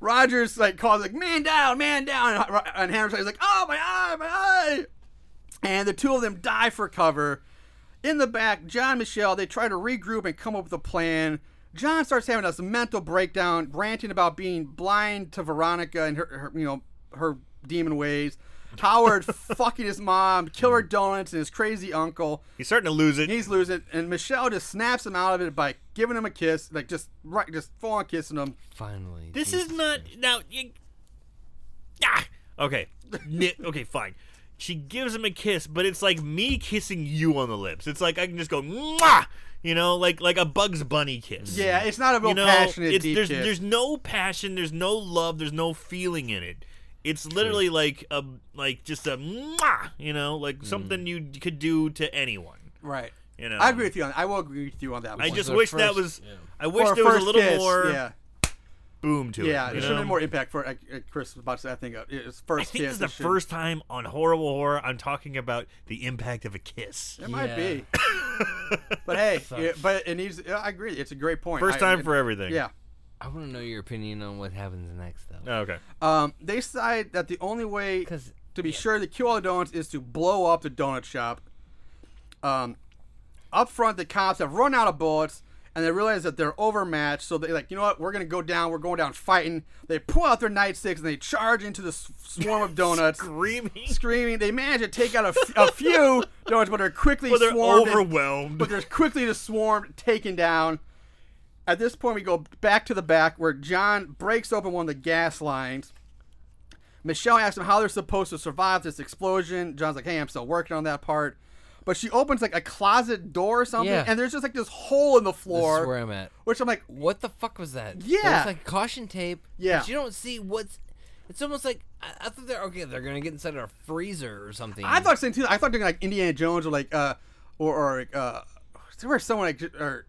Speaker 1: Rogers like calls like man down, man down, and, Ro- and Hammerstein's like oh my eye, my eye, and the two of them die for cover. In the back, John and Michelle they try to regroup and come up with a plan. John starts having this mental breakdown, ranting about being blind to Veronica and her, her you know her demon ways. Howard fucking his mom, killer donuts, and his crazy uncle.
Speaker 2: He's starting to lose it.
Speaker 1: He's losing, it, and Michelle just snaps him out of it by giving him a kiss, like just right, just full on kissing him.
Speaker 3: Finally,
Speaker 2: This is not now. You, ah, okay, Ni- okay, fine. She gives him a kiss, but it's like me kissing you on the lips. It's like I can just go, Mwah! you know, like like a Bugs Bunny kiss.
Speaker 1: Yeah, it's not a real
Speaker 2: you know,
Speaker 1: passionate
Speaker 2: it's,
Speaker 1: deep
Speaker 2: there's
Speaker 1: kiss.
Speaker 2: there's no passion, there's no love, there's no feeling in it. It's literally like a like just a, Mwah! you know, like
Speaker 1: Hmm.
Speaker 2: something you could do to anyone.
Speaker 1: right.
Speaker 2: You know,
Speaker 1: I agree with you on. I will agree with you on that.
Speaker 2: I
Speaker 1: point.
Speaker 2: just
Speaker 3: their
Speaker 2: wish that
Speaker 3: first-
Speaker 2: was.
Speaker 3: yeah.
Speaker 2: I wish
Speaker 1: For
Speaker 2: there was a
Speaker 1: first
Speaker 2: little
Speaker 1: kiss,
Speaker 2: more
Speaker 1: Yeah,
Speaker 2: boom to
Speaker 1: yeah.
Speaker 2: it.
Speaker 1: There
Speaker 2: you
Speaker 1: should have
Speaker 2: know?
Speaker 1: been more impact for. Uh, uh, Chris was about to say. I think uh, it's first
Speaker 2: I think
Speaker 1: kiss.
Speaker 2: this is the
Speaker 1: it should-
Speaker 2: first time on Horrible Horror I'm talking about the impact of a kiss.
Speaker 1: It might
Speaker 3: Yeah.
Speaker 1: be. [laughs] but
Speaker 2: [laughs]
Speaker 1: hey, yeah, but it needs. I agree. It's a great point.
Speaker 2: First
Speaker 1: I-
Speaker 2: time for everything.
Speaker 1: Yeah.
Speaker 3: I want to know your opinion on what happens next though,
Speaker 2: Oh, okay.
Speaker 1: Um, they decide that the only way
Speaker 3: because
Speaker 1: to be sure to kill all the donuts is to blow up the donut shop. Um, up front, the cops have run out of bullets, and they realize that they're overmatched. So they like, you know what? We're gonna go down. We're going down fighting. They pull out their night sticks and they charge into the s- swarm
Speaker 2: [laughs]
Speaker 1: of donuts,
Speaker 2: Screaming. [laughs]
Speaker 1: screaming. They manage to take out a, f- a
Speaker 3: [laughs]
Speaker 1: few donuts, but are quickly
Speaker 2: But they're
Speaker 1: swarmed and-
Speaker 2: overwhelmed.
Speaker 1: but there's quickly the swarm taken down. At this point, we go back to the back where John breaks open one of the gas lines. Michelle asks him how they're supposed to survive this explosion. John's like, "Hey, I'm still working on that part." But she opens like a closet door or something,
Speaker 3: Yeah.
Speaker 1: and there's just like this hole in the
Speaker 3: this is
Speaker 1: floor,
Speaker 3: where I'm at.
Speaker 1: which I'm like,
Speaker 3: What the fuck was that?
Speaker 1: Yeah.
Speaker 3: it's like caution tape.
Speaker 1: Yeah.
Speaker 3: but you don't see what's. It's almost like I, I thought they're okay. They're gonna get inside a freezer or something.
Speaker 1: I thought same too. I thought they're like Indiana Jones or like uh or or like, uh there was someone like j- or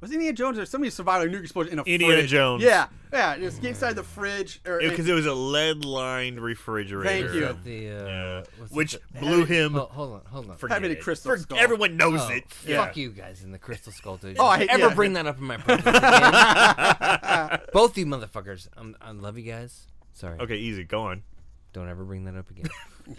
Speaker 1: was it Indiana Jones or somebody survived a nuke explosion in a
Speaker 2: Indiana
Speaker 1: fridge.
Speaker 2: Jones.
Speaker 1: Yeah, yeah. Just get inside the fridge or
Speaker 2: Because it was a lead lined refrigerator.
Speaker 1: Thank you.
Speaker 3: the uh,
Speaker 2: Yeah.
Speaker 3: what's
Speaker 2: Which
Speaker 3: the-
Speaker 2: blew him.
Speaker 3: Hold, hold on, hold on.
Speaker 2: forget
Speaker 1: Having a
Speaker 2: it.
Speaker 1: crystal skull.
Speaker 2: Everyone knows
Speaker 3: Oh,
Speaker 2: it.
Speaker 3: Fuck
Speaker 2: Yeah.
Speaker 3: you guys in the crystal skull, dude.
Speaker 1: Oh,
Speaker 3: Oh,
Speaker 1: I
Speaker 3: I
Speaker 1: hate-
Speaker 3: ever
Speaker 1: yeah.
Speaker 3: bring that up
Speaker 1: [laughs]
Speaker 3: in my podcast. Both you motherfuckers. I'm, I love you guys. Sorry.
Speaker 2: Okay, easy. Go on.
Speaker 3: Don't ever bring that up again. [laughs]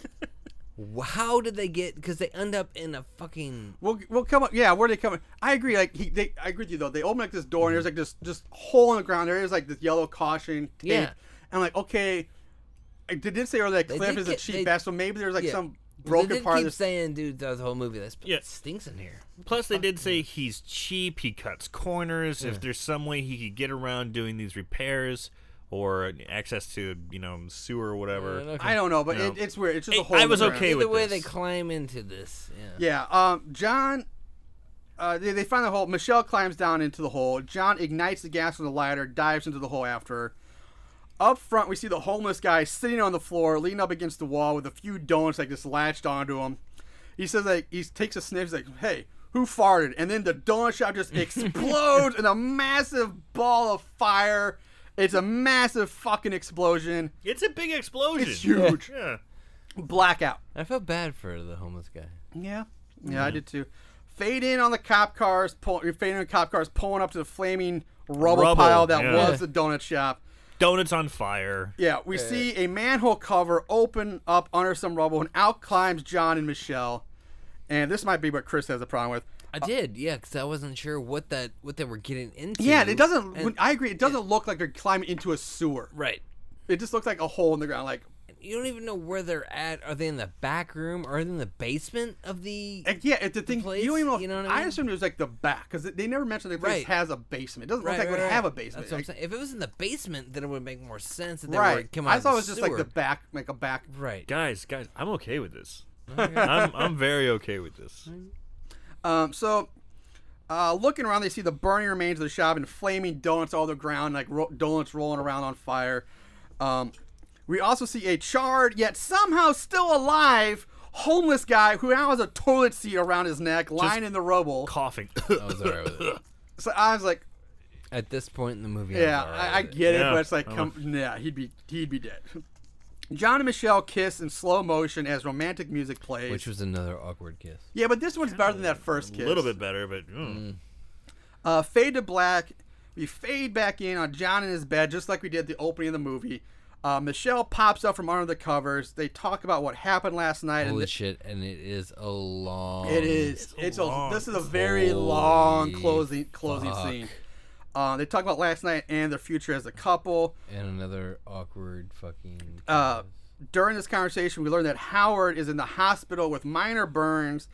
Speaker 3: Wh- How did they get? Because they end up in a fucking.
Speaker 1: We'll, we'll come up. Yeah, where they come? I agree. Like he, they, I agree with you though. They open like this door and there's like this just hole in the ground. There is like this yellow caution tape.
Speaker 3: Yeah.
Speaker 1: And I'm like, okay, I did did say earlier that
Speaker 3: They
Speaker 1: Cliff
Speaker 3: did
Speaker 1: is a
Speaker 3: get-
Speaker 1: cheap
Speaker 3: they-
Speaker 1: bastard. Maybe there's like
Speaker 3: yeah.
Speaker 1: some
Speaker 3: Well, they
Speaker 1: broken
Speaker 3: did
Speaker 1: part of
Speaker 3: keep
Speaker 1: this.
Speaker 3: saying, dude, throughout the whole movie, this
Speaker 2: Yeah.
Speaker 3: it stinks in here.
Speaker 2: Plus, they did say he's cheap. He cuts corners. If there's some way he could get around doing these repairs or access to you know sewer or whatever,
Speaker 1: I don't know, but
Speaker 2: Yeah.
Speaker 1: it, it's weird. It's just a
Speaker 2: Hey,
Speaker 1: whole.
Speaker 2: I was okay with
Speaker 3: Either way,
Speaker 2: this.
Speaker 3: they climb into this. Yeah.
Speaker 1: Yeah. Um. John. Uh, they, they find the hole. Michelle climbs down into the hole. John ignites the gas with a lighter, dives into the hole after her. Up front, we see the homeless guy sitting on the floor, leaning up against the wall with a few donuts like just latched onto him. He says like he takes a sniff. He's like, "Hey, who farted?" And then the donut shop just explodes in a massive ball of fire. It's a massive fucking explosion.
Speaker 2: it's a big explosion.
Speaker 1: It's huge.
Speaker 2: Yeah.
Speaker 1: Blackout.
Speaker 3: I felt bad for the homeless guy.
Speaker 1: Yeah, yeah, I did too. Fade in on the cop cars, pull, fade in on cop cars, pulling up to the flaming rubble,
Speaker 2: Rubble,
Speaker 1: pile that
Speaker 2: yeah.
Speaker 1: was the donut shop.
Speaker 2: Donuts on fire.
Speaker 1: Yeah, we see a manhole cover open up under some rubble, and out climbs John and Michelle. And this might be what Chris has a problem with.
Speaker 3: I did, yeah, because I wasn't sure what that what they were getting into.
Speaker 1: Yeah, it doesn't.
Speaker 3: And-
Speaker 1: when- I agree. It doesn't look like they're climbing into a sewer.
Speaker 3: right.
Speaker 1: It just looks like a hole in the ground. Like,
Speaker 3: You don't even know where they're at. Are they in the back room? Are they in the basement of the?
Speaker 1: and yeah, it's the thing.
Speaker 3: place,
Speaker 1: you don't even know. If,
Speaker 3: you know what I
Speaker 1: I,
Speaker 3: mean?
Speaker 1: assumed it was like the back because they never mentioned the place
Speaker 3: Right.
Speaker 1: has a basement. It doesn't look
Speaker 3: Right,
Speaker 1: like
Speaker 3: right,
Speaker 1: it would
Speaker 3: right.
Speaker 1: have a basement.
Speaker 3: That's what I'm
Speaker 1: Like,
Speaker 3: saying. If it was in the basement, then it would make more sense. That they Were
Speaker 1: Right.
Speaker 3: coming out
Speaker 1: I
Speaker 3: of
Speaker 1: thought
Speaker 3: the
Speaker 1: it was just like
Speaker 3: sewer.
Speaker 1: the back, like a back.
Speaker 3: Right.
Speaker 2: Guys, guys, I'm okay with this.
Speaker 1: Oh
Speaker 2: I'm, I'm very okay
Speaker 1: [laughs]
Speaker 2: with this.
Speaker 1: Um, so, uh, looking around, they see the burning remains of the shop and flaming donuts all over the ground, like ro- donuts rolling around on fire. Um, we also see a charred yet somehow still alive homeless guy who now has a toilet seat around his neck, lying in the rubble.
Speaker 2: Coughing. [laughs]
Speaker 3: I was alright with [laughs] it.
Speaker 1: So I was like,
Speaker 3: At this point in the movie,
Speaker 1: yeah,
Speaker 3: I, was
Speaker 1: I, I
Speaker 3: alright with it.
Speaker 1: get it,
Speaker 2: Yeah.
Speaker 1: but it's like,
Speaker 2: Oh.
Speaker 1: come, yeah, he'd be he'd be dead. [laughs] John and Michelle kiss in slow motion as romantic music plays.
Speaker 3: which was another awkward kiss.
Speaker 1: yeah, but this one's better than that first kiss.
Speaker 2: A little bit better, but mm.
Speaker 1: Uh, fade to black. We fade back in on John in his bed, just like we did at the opening of the movie. Uh, Michelle pops up from under the covers. They talk about what happened last night.
Speaker 3: Holy
Speaker 1: and th-
Speaker 3: shit! And it is a long.
Speaker 1: it is. It's a.
Speaker 2: long.
Speaker 1: This is a very
Speaker 3: Holy
Speaker 1: long closing closing
Speaker 3: fuck.
Speaker 1: scene. Uh, they talk about last night and their future as a couple.
Speaker 3: And another awkward fucking.
Speaker 1: Uh, during this conversation, we learn that Howard is in the hospital with minor burns,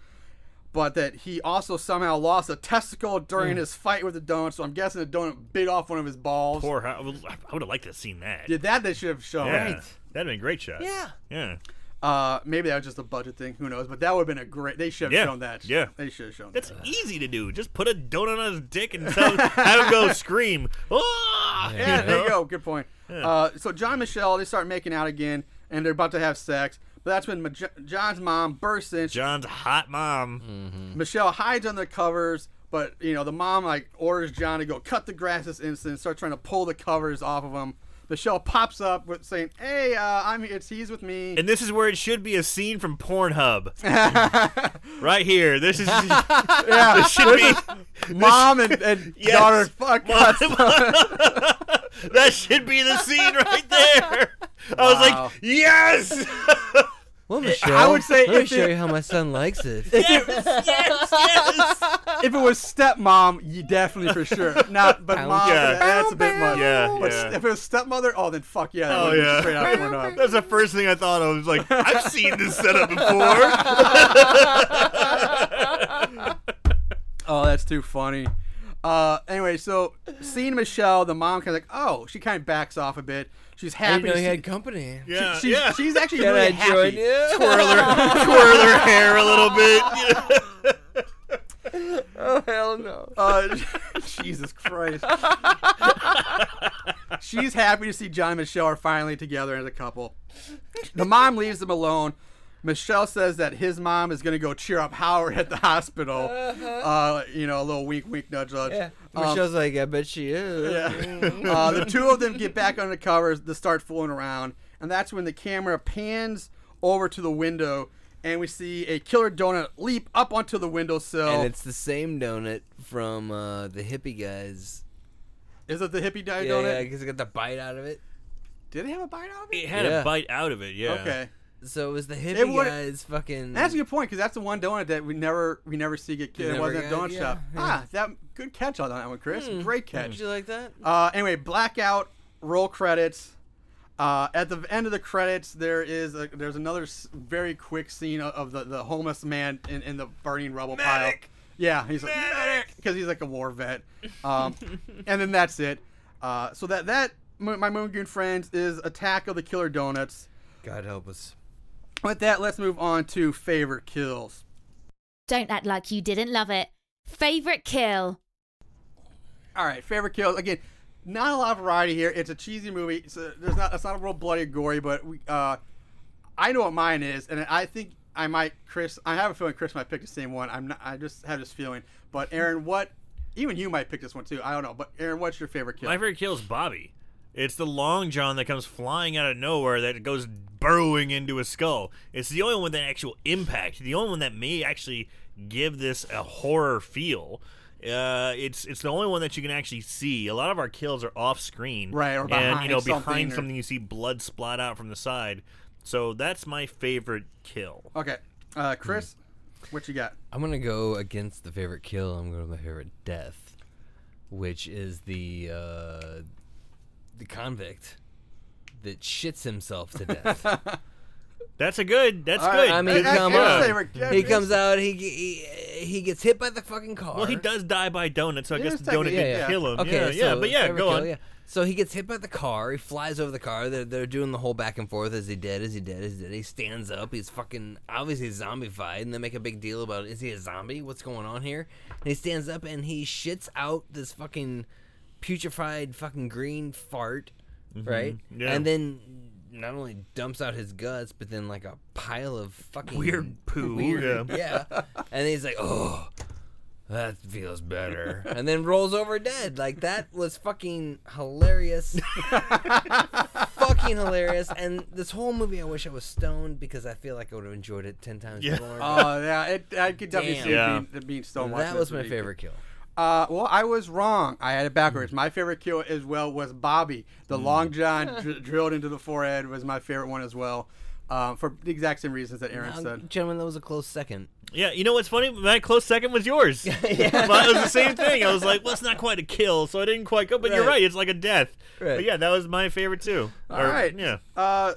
Speaker 1: but that he also somehow lost a testicle during
Speaker 3: Mm.
Speaker 1: his fight with the donut. So I'm guessing the donut bit off one of his balls.
Speaker 2: poor. Ho- I would have liked to have seen that.
Speaker 1: Did that they should have shown.
Speaker 2: yeah. That'd been a great shot.
Speaker 3: Yeah.
Speaker 2: Yeah.
Speaker 1: Uh, maybe that was just a budget thing. Who knows? But that would have been a great. They should have
Speaker 2: Yeah,
Speaker 1: shown that.
Speaker 2: yeah.
Speaker 1: They should have shown
Speaker 2: That's
Speaker 1: that.
Speaker 2: easy to do. Just put a donut on his dick and tell him, have him [laughs] go scream. Ah! [laughs]
Speaker 1: Yeah, there you go. Good point. Uh, so John and Michelle, they start making out again, and they're about to have sex. But that's when Maj- John's mom bursts in.
Speaker 2: John's hot mom.
Speaker 1: Michelle hides under the covers, but you know the mom like orders John to go cut the grass this instant. Start trying to pull the covers off of him. Michelle pops up with saying, "Hey, uh, I'm it's he's with me."
Speaker 2: And this is where it should be a scene from Pornhub. [laughs] right here. This [laughs] is [laughs] this should be
Speaker 1: mom and, and
Speaker 2: [laughs] Yes.
Speaker 1: daughter fuck.
Speaker 2: [laughs] that should be the scene right there. I was
Speaker 1: Wow.
Speaker 2: like, yes,
Speaker 3: well, Michelle,
Speaker 1: I would say
Speaker 3: let me
Speaker 1: if
Speaker 3: show
Speaker 1: it-
Speaker 3: you how my son
Speaker 1: [laughs]
Speaker 3: likes it.
Speaker 2: yes, yes, yes.
Speaker 1: if it was stepmom, you definitely for sure. Not, but mom,
Speaker 2: Yeah.
Speaker 1: that- that's a bit much.
Speaker 2: Yeah,
Speaker 1: But
Speaker 2: yeah.
Speaker 1: if it was stepmother, oh, then fuck yeah. That
Speaker 2: [laughs] Oh
Speaker 1: would've been
Speaker 2: yeah.
Speaker 1: Straight out porn up.
Speaker 3: [laughs]
Speaker 2: That's the first thing I thought of. I was like, I've seen this setup before. [laughs]
Speaker 1: Oh, that's too funny. Uh, anyway, so seeing Michelle, the mom kind of like, oh, she kind of backs off a bit. She's
Speaker 3: I
Speaker 1: happy.
Speaker 3: didn't know
Speaker 1: to
Speaker 3: he
Speaker 1: see-
Speaker 3: had company.
Speaker 2: Yeah,
Speaker 1: she's,
Speaker 2: [laughs] yeah.
Speaker 1: she's actually
Speaker 3: Can
Speaker 1: really
Speaker 3: I join
Speaker 1: happy. [laughs]
Speaker 3: you?
Speaker 2: twirl her, twirl her hair a little bit. [laughs]
Speaker 3: Oh hell no!
Speaker 1: Uh, Jesus Christ. She's happy to see John and Michelle are finally together as a couple. The mom leaves them alone. Michelle says that his mom is going to go cheer up Howard at the hospital. Uh, you know, a little wink, wink, nudge, nudge.
Speaker 3: Yeah.
Speaker 1: Um,
Speaker 3: Michelle's like, I bet she is.
Speaker 1: yeah. uh, the two of them get back under covers to start fooling around, and that's when the camera pans over to the window, and we see a killer donut leap up onto the windowsill.
Speaker 3: And it's the same donut from uh, the hippie guys.
Speaker 1: is it the hippie
Speaker 3: Yeah,
Speaker 1: diet
Speaker 3: yeah, 'cause
Speaker 1: donut?
Speaker 3: it got the bite out of it.
Speaker 1: Did it have a bite out of it?
Speaker 2: It had
Speaker 3: Yeah.
Speaker 2: a bite out of it. Yeah.
Speaker 1: Okay,
Speaker 3: So it was the
Speaker 1: It
Speaker 3: hippie
Speaker 1: would-
Speaker 3: guys fucking.
Speaker 1: that's a good point because that's the one donut that we never we never see get killed. It
Speaker 3: never
Speaker 1: wasn't a
Speaker 3: got-
Speaker 1: donut
Speaker 3: yeah,
Speaker 1: shop.
Speaker 3: yeah. Hmm.
Speaker 1: Ah, that good catch on that one, Chris. Great catch.
Speaker 3: Did you like that?
Speaker 1: Uh, anyway, blackout roll credits. Uh, at the end of the credits, there is a, there's another s- very quick scene of- of the, the homeless man in, in the burning rubble
Speaker 2: Medic!
Speaker 1: pile. Yeah, he's like [laughs] medic because he's like a war vet. Um, and then that's it. Uh, so that that Mo- my Moon Goon friends is Attack of the Killer Donuts.
Speaker 3: God help us.
Speaker 1: With that, let's move on to favorite kills.
Speaker 5: Don't act like you didn't love it. Favorite kill.
Speaker 1: All right, favorite kills. Again, not a lot of variety here. It's a cheesy movie. So there's not. It's not real bloody or gory, but we. Uh, I know what mine is, and I think I might. Chris, I have a feeling Chris might pick the same one. I'm not. I just have this feeling. But Aaron, what? Even you might pick this one too. I don't know. But Aaron, what's your favorite kill?
Speaker 2: My favorite kill is Bobby. It's the long john that comes flying out of nowhere that goes burrowing into his skull. It's the only one with an actual impact. The only one that may actually give this a horror feel. Uh, it's it's the only one that you can actually see. A lot of our kills are off screen,
Speaker 1: Right, or
Speaker 2: and you
Speaker 1: behind
Speaker 2: know
Speaker 1: something
Speaker 2: behind
Speaker 1: or-
Speaker 2: something you see blood splot out from the side. So that's my favorite kill.
Speaker 1: okay, uh, Chris, what you
Speaker 3: [laughs]
Speaker 1: got?
Speaker 3: I'm gonna go against the favorite kill. I'm going to my favorite death, which is the uh, the convict that shits himself to death.
Speaker 2: [laughs] That's a good. That's
Speaker 1: All right,
Speaker 2: good.
Speaker 3: I mean,
Speaker 2: Good
Speaker 1: That's
Speaker 3: come
Speaker 2: kill.
Speaker 1: his
Speaker 3: on.
Speaker 1: favorite kill.
Speaker 3: He comes out. He, he he gets hit by the fucking car.
Speaker 2: Well, he does die by donuts, so I
Speaker 1: It
Speaker 2: guess
Speaker 1: is
Speaker 2: the donut
Speaker 1: technically-
Speaker 2: did
Speaker 1: yeah, yeah.
Speaker 2: kill him.
Speaker 3: Okay,
Speaker 2: yeah, yeah,
Speaker 3: so
Speaker 2: but yeah,
Speaker 3: favorite
Speaker 2: go
Speaker 3: kill,
Speaker 2: on.
Speaker 3: yeah. So he gets hit by the car. He flies over the car. They're, they're doing the whole back and forth. Is he dead? Is he dead? Is he dead? He stands up. He's fucking obviously zombified, and they make a big deal about is he a zombie? What's going on here? And he stands up and he shits out this fucking putrefied fucking green fart, right?
Speaker 2: Mm-hmm. yeah.
Speaker 3: And then not only dumps out his guts, but then like a pile of fucking
Speaker 2: Weird poo.
Speaker 3: [laughs]
Speaker 2: Yeah.
Speaker 3: yeah. And he's like, oh, that feels better. And then rolls over dead. Like, that was fucking
Speaker 1: [laughs]
Speaker 3: hilarious. fucking hilarious. And this whole movie, I wish I was stoned because I feel like I would have enjoyed it 10 times
Speaker 2: Yeah.
Speaker 3: more.
Speaker 1: Oh yeah, it, I could definitely
Speaker 3: Damn.
Speaker 1: see
Speaker 2: Yeah.
Speaker 1: it being, it being so much.
Speaker 3: that was
Speaker 1: That's
Speaker 3: my
Speaker 1: ridiculous.
Speaker 3: favorite kill.
Speaker 1: Uh, well, I was wrong. I had it backwards. My favorite kill as well was Bobby. The long john dr- drilled into the forehead was my favorite one as well, um, for the exact same reasons that Aaron
Speaker 3: Now,
Speaker 1: said.
Speaker 3: gentlemen, that was a close second.
Speaker 2: Yeah, you know what's funny? My close second was yours. [laughs] Mine was the same thing. I was like, well, it's not quite a kill, so I didn't quite go. But you're
Speaker 3: Right.
Speaker 2: right, it's like a death.
Speaker 3: Right.
Speaker 2: But yeah, that was my favorite too.
Speaker 1: All right.
Speaker 2: Yeah.
Speaker 1: Uh,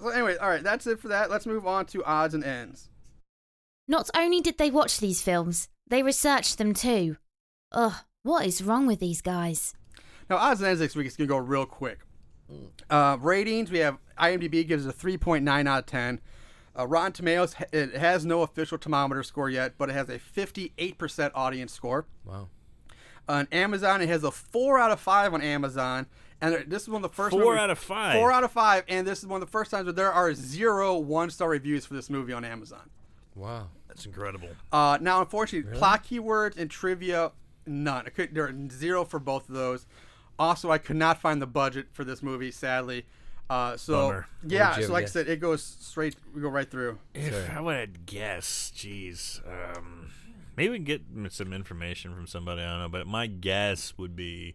Speaker 1: so anyway, all right. That's it for that. Let's move on to odds and ends.
Speaker 5: Not only did they watch these films, they researched them too. Ugh, what is wrong with these guys?
Speaker 1: Now, odds and ends this week is gonna go real quick. Uh, ratings: We have IMDb gives it a 3.9 out of 10. Uh, Rotten Tomatoes ha- it has no official thermometer score yet, but it has a 58% audience score.
Speaker 3: Wow.
Speaker 1: on Amazon. It has a four out of five on Amazon, and this is one of the first
Speaker 2: Four
Speaker 1: movies-
Speaker 2: out of five.
Speaker 1: Four out of five, and this is one of the first times where there are zero one star reviews for this movie on Amazon.
Speaker 3: Wow.
Speaker 2: That's incredible.
Speaker 1: Uh, now, unfortunately, plot keywords and trivia, none. I could, there are zero for both of those. Also, I could not find the budget for this movie, sadly. Uh, so
Speaker 2: Bummer.
Speaker 1: yeah,
Speaker 3: What'd you
Speaker 1: so like I
Speaker 3: guess?
Speaker 1: said, it goes straight. We go right through.
Speaker 2: If I would have guessed, jeez. Um, maybe we can get m- some information from somebody. I don't know, but my guess would be.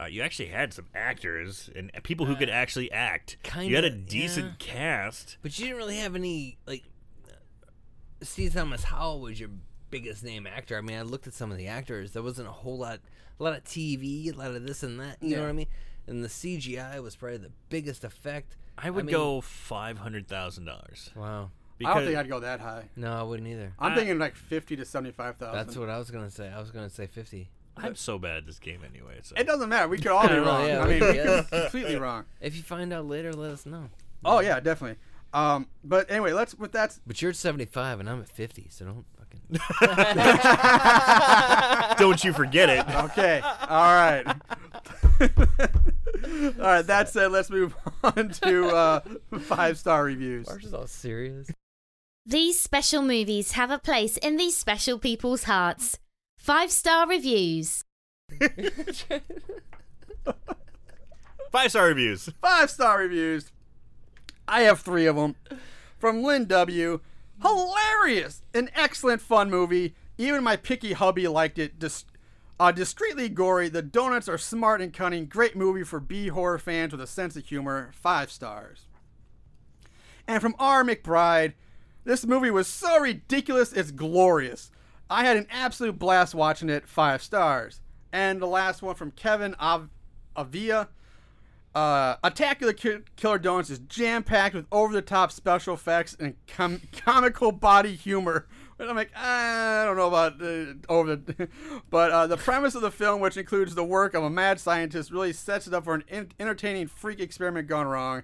Speaker 2: Uh, you actually had some actors and people who could actually act. you had a
Speaker 3: kinda,
Speaker 2: decent cast.
Speaker 3: But you didn't really have any, like, Steve Thomas Howell was your biggest name actor. I mean, I looked at some of the actors. There wasn't a whole lot, a lot of TV, a lot of this and that. You know
Speaker 1: Yeah.
Speaker 3: what I mean? And the CGI was probably the biggest effect.
Speaker 2: I would
Speaker 3: mean-
Speaker 2: go five hundred thousand dollars.
Speaker 3: Wow.
Speaker 1: I don't think I'd go that high.
Speaker 3: No, I wouldn't either.
Speaker 1: I'm
Speaker 2: I-
Speaker 1: thinking like fifty to seventy five thousand.
Speaker 3: That's what I was gonna say. I was gonna say fifty.
Speaker 2: [laughs] I'm so bad at this game anyway. So.
Speaker 1: It doesn't matter. We could all be
Speaker 3: I don't know,
Speaker 1: wrong.
Speaker 3: yeah,
Speaker 1: I
Speaker 3: we
Speaker 1: mean,
Speaker 3: could
Speaker 1: we could
Speaker 3: guess.
Speaker 1: be completely wrong.
Speaker 3: If you find out later, let us know.
Speaker 1: Oh yeah, definitely. Um, but anyway, let's with that.
Speaker 3: But you're at seventy-five, and I'm at fifty, so don't
Speaker 1: [laughs]
Speaker 3: fucking.
Speaker 2: [laughs] Don't you forget it.
Speaker 1: Okay, all right, [laughs] all right. That said, let's move [laughs] on to uh, five star reviews.
Speaker 3: Marsh is all serious.
Speaker 5: These special movies have a place in these special people's hearts. Five star reviews.
Speaker 2: Five star reviews.
Speaker 1: Five star reviews. I have three of them from Lynn W. Hilarious, an excellent fun movie. Even my picky hubby liked it. Dis- uh, discreetly gory. The donuts are smart and cunning. Great movie for B horror fans with a sense of humor. Five stars. And from R. McBride, this movie was so ridiculous, it's glorious. I had an absolute blast watching it. Five stars. And the last one from Kevin Av- Avia. Uh, Attack of the Ki- Killer Donuts is jam packed with over the top special effects and com- comical body humor. And I'm like, I don't know about uh, over the, [laughs] but uh, the premise of the film, which includes the work of a mad scientist, really sets it up for an en- entertaining freak experiment gone wrong.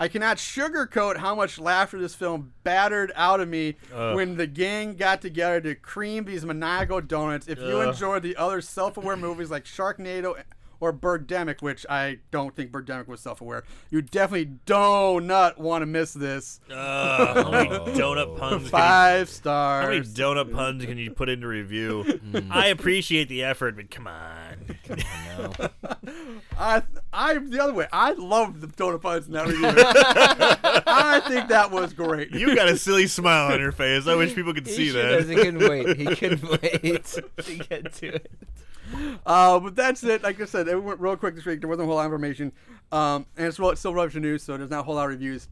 Speaker 1: I cannot sugarcoat how much laughter this film battered out of me when the gang got together to cream these maniacal donuts. If you enjoyed the other self-aware movies like Sharknado or Birdemic, which I don't think Birdemic was self-aware, you definitely do not want to miss this.
Speaker 2: Ugh, Uh, how many donut puns? Can you,
Speaker 1: Five stars.
Speaker 2: how many donut puns can you put into review? I appreciate the effort, but come on.
Speaker 1: I, I the other way. I love the donut puns
Speaker 2: [laughs]
Speaker 1: in that review. I think that was great.
Speaker 2: You got a silly smile on your face. I wish people could see
Speaker 3: sure
Speaker 2: that.
Speaker 3: does.
Speaker 4: [laughs]
Speaker 3: He couldn't
Speaker 2: [laughs]
Speaker 3: wait. He couldn't wait to get to it.
Speaker 1: Uh, but that's it. Like I said, it went real quick this week. There wasn't a whole lot of information. Um, and it's, real, it's still rubbish news, so there's not a whole lot of reviews.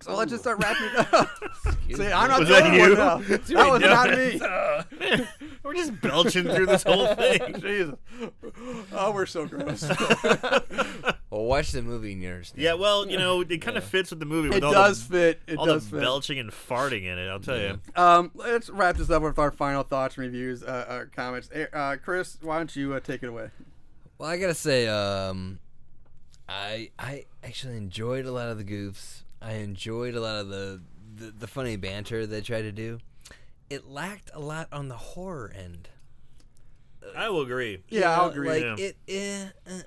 Speaker 1: So let's just start wrapping it up. [laughs] See, I'm not
Speaker 2: Was
Speaker 1: the
Speaker 2: that
Speaker 1: only one
Speaker 2: you? [laughs]
Speaker 1: now. That was not me.
Speaker 2: We're just belching through this [laughs] whole thing.
Speaker 1: Jesus.
Speaker 2: [laughs]
Speaker 1: Oh, we're so gross.
Speaker 4: Well, watch the movie and you understand.
Speaker 2: Yeah, well, you know, it kind of fits with the movie. With
Speaker 1: it
Speaker 2: all
Speaker 1: does
Speaker 2: the,
Speaker 1: fit. It
Speaker 2: all
Speaker 1: does
Speaker 2: the
Speaker 1: fit.
Speaker 2: belching and farting in it. I'll tell you.
Speaker 1: Um, let's wrap this up with our final thoughts and reviews, uh, uh, comments. Uh, Uh, Chris, why don't you uh, take it away?
Speaker 4: Well, I gotta say, um, I I actually enjoyed a lot of the goofs. I enjoyed a lot of the the, the funny banter they tried to do. It lacked a lot on the horror end.
Speaker 2: I will agree.
Speaker 1: Yeah,
Speaker 4: You
Speaker 1: I'll
Speaker 4: know,
Speaker 1: agree.
Speaker 4: Like
Speaker 2: Yeah.
Speaker 4: it, eh, eh,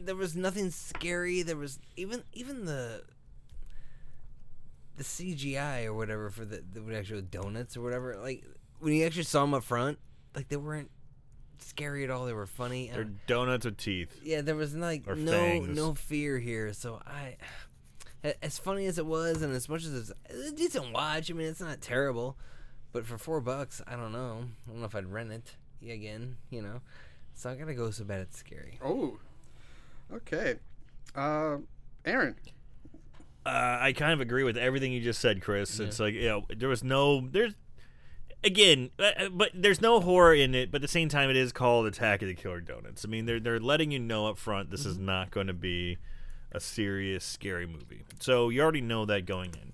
Speaker 4: there was nothing scary. There was even even the the CGI or whatever for the the actual donuts or whatever. Like when you actually saw them up front, like they weren't scary at all. They were funny. and-
Speaker 2: They're donuts with teeth.
Speaker 4: yeah, there was like
Speaker 2: Or
Speaker 4: no
Speaker 2: fangs.
Speaker 4: no fear here. So I, a- as funny as it was, and as much as it's it's a decent watch, I mean it's not terrible, but for four bucks, I don't know. I don't know if I'd rent it y- again. You know, so I gotta go so bad it's scary.
Speaker 1: Oh, okay. Uh, Aaron.
Speaker 2: uh, I kind of agree with everything you just said, Chris. It's like, you know, there was no there's again, uh, but there's no horror in it. But at the same time, it is called Attack of the Killer Donuts. I mean, they're they're letting you know up front this is not going to be a serious scary movie. So you already know that going in.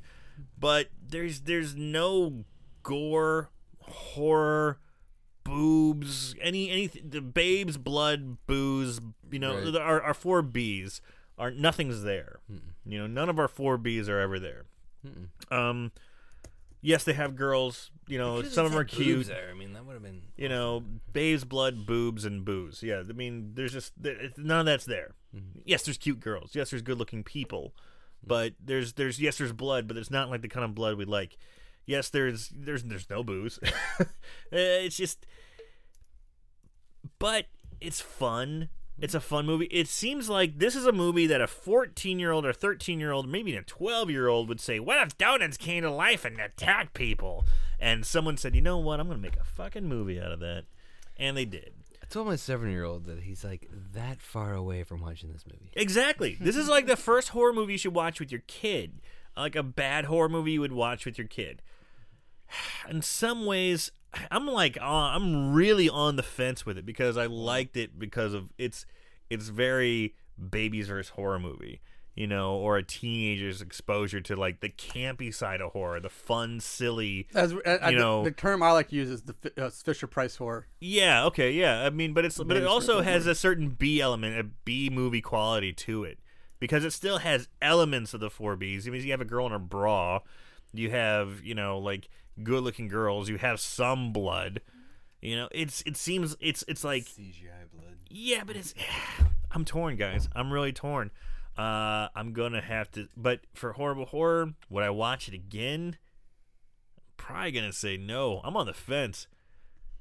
Speaker 2: But there's there's no gore, horror, boobs, any anything. The babes, blood, booze. You know,
Speaker 4: Right.
Speaker 2: the- our our four Bs are nothing's there. You know, none of our four Bs are ever there. Um, yes, they have girls. You know,
Speaker 4: Should've
Speaker 2: some of
Speaker 4: said
Speaker 2: them are
Speaker 4: boobs
Speaker 2: cute.
Speaker 4: there. I mean that would have been
Speaker 2: You know, babes, blood, boobs, and booze. Yeah, I mean, there's just there- it's- none of that's there. Yes, there's cute girls. Yes, there's good-looking people, but there's there's yes, there's blood, but it's not like the kind of blood we like. Yes, there's there's there's no booze. [laughs] Uh, it's just, but it's fun. It's a fun movie. It seems like this is a movie that a 14 year old or 13 year old, maybe even a 12 year old, would say, What if donuts came to life and attacked people? And someone said, You know what? I'm going to make a fucking movie out of that. And they did.
Speaker 4: I told my seven year old that he's like that far away from watching this movie.
Speaker 2: Exactly. This is like the first horror movie you should watch with your kid, like a bad horror movie you would watch with your kid. [sighs] In some ways, I'm like uh, I'm really on the fence with it because I liked it because of it's it's very babies versus horror movie, you know, or a teenager's exposure to like the campy side of horror, the fun, silly.
Speaker 1: As, uh, uh,
Speaker 2: You
Speaker 1: the-
Speaker 2: know-
Speaker 1: the, term I like to use is the fi- uh, Fisher Price horror.
Speaker 2: Yeah, okay, yeah. I mean, but it's but it also has a certain B element, a B movie quality to it, because it still has elements of the four Bs. I mean, you have a girl in a bra, you have you know like good looking girls, you have some blood. You know, it's it seems it's it's like
Speaker 4: CGI blood.
Speaker 2: yeah, but it's [sighs] I'm torn, guys. I'm really torn. Uh, I'm gonna have to, but for horrible horror, would I watch it again? Probably gonna say no. I'm on the fence.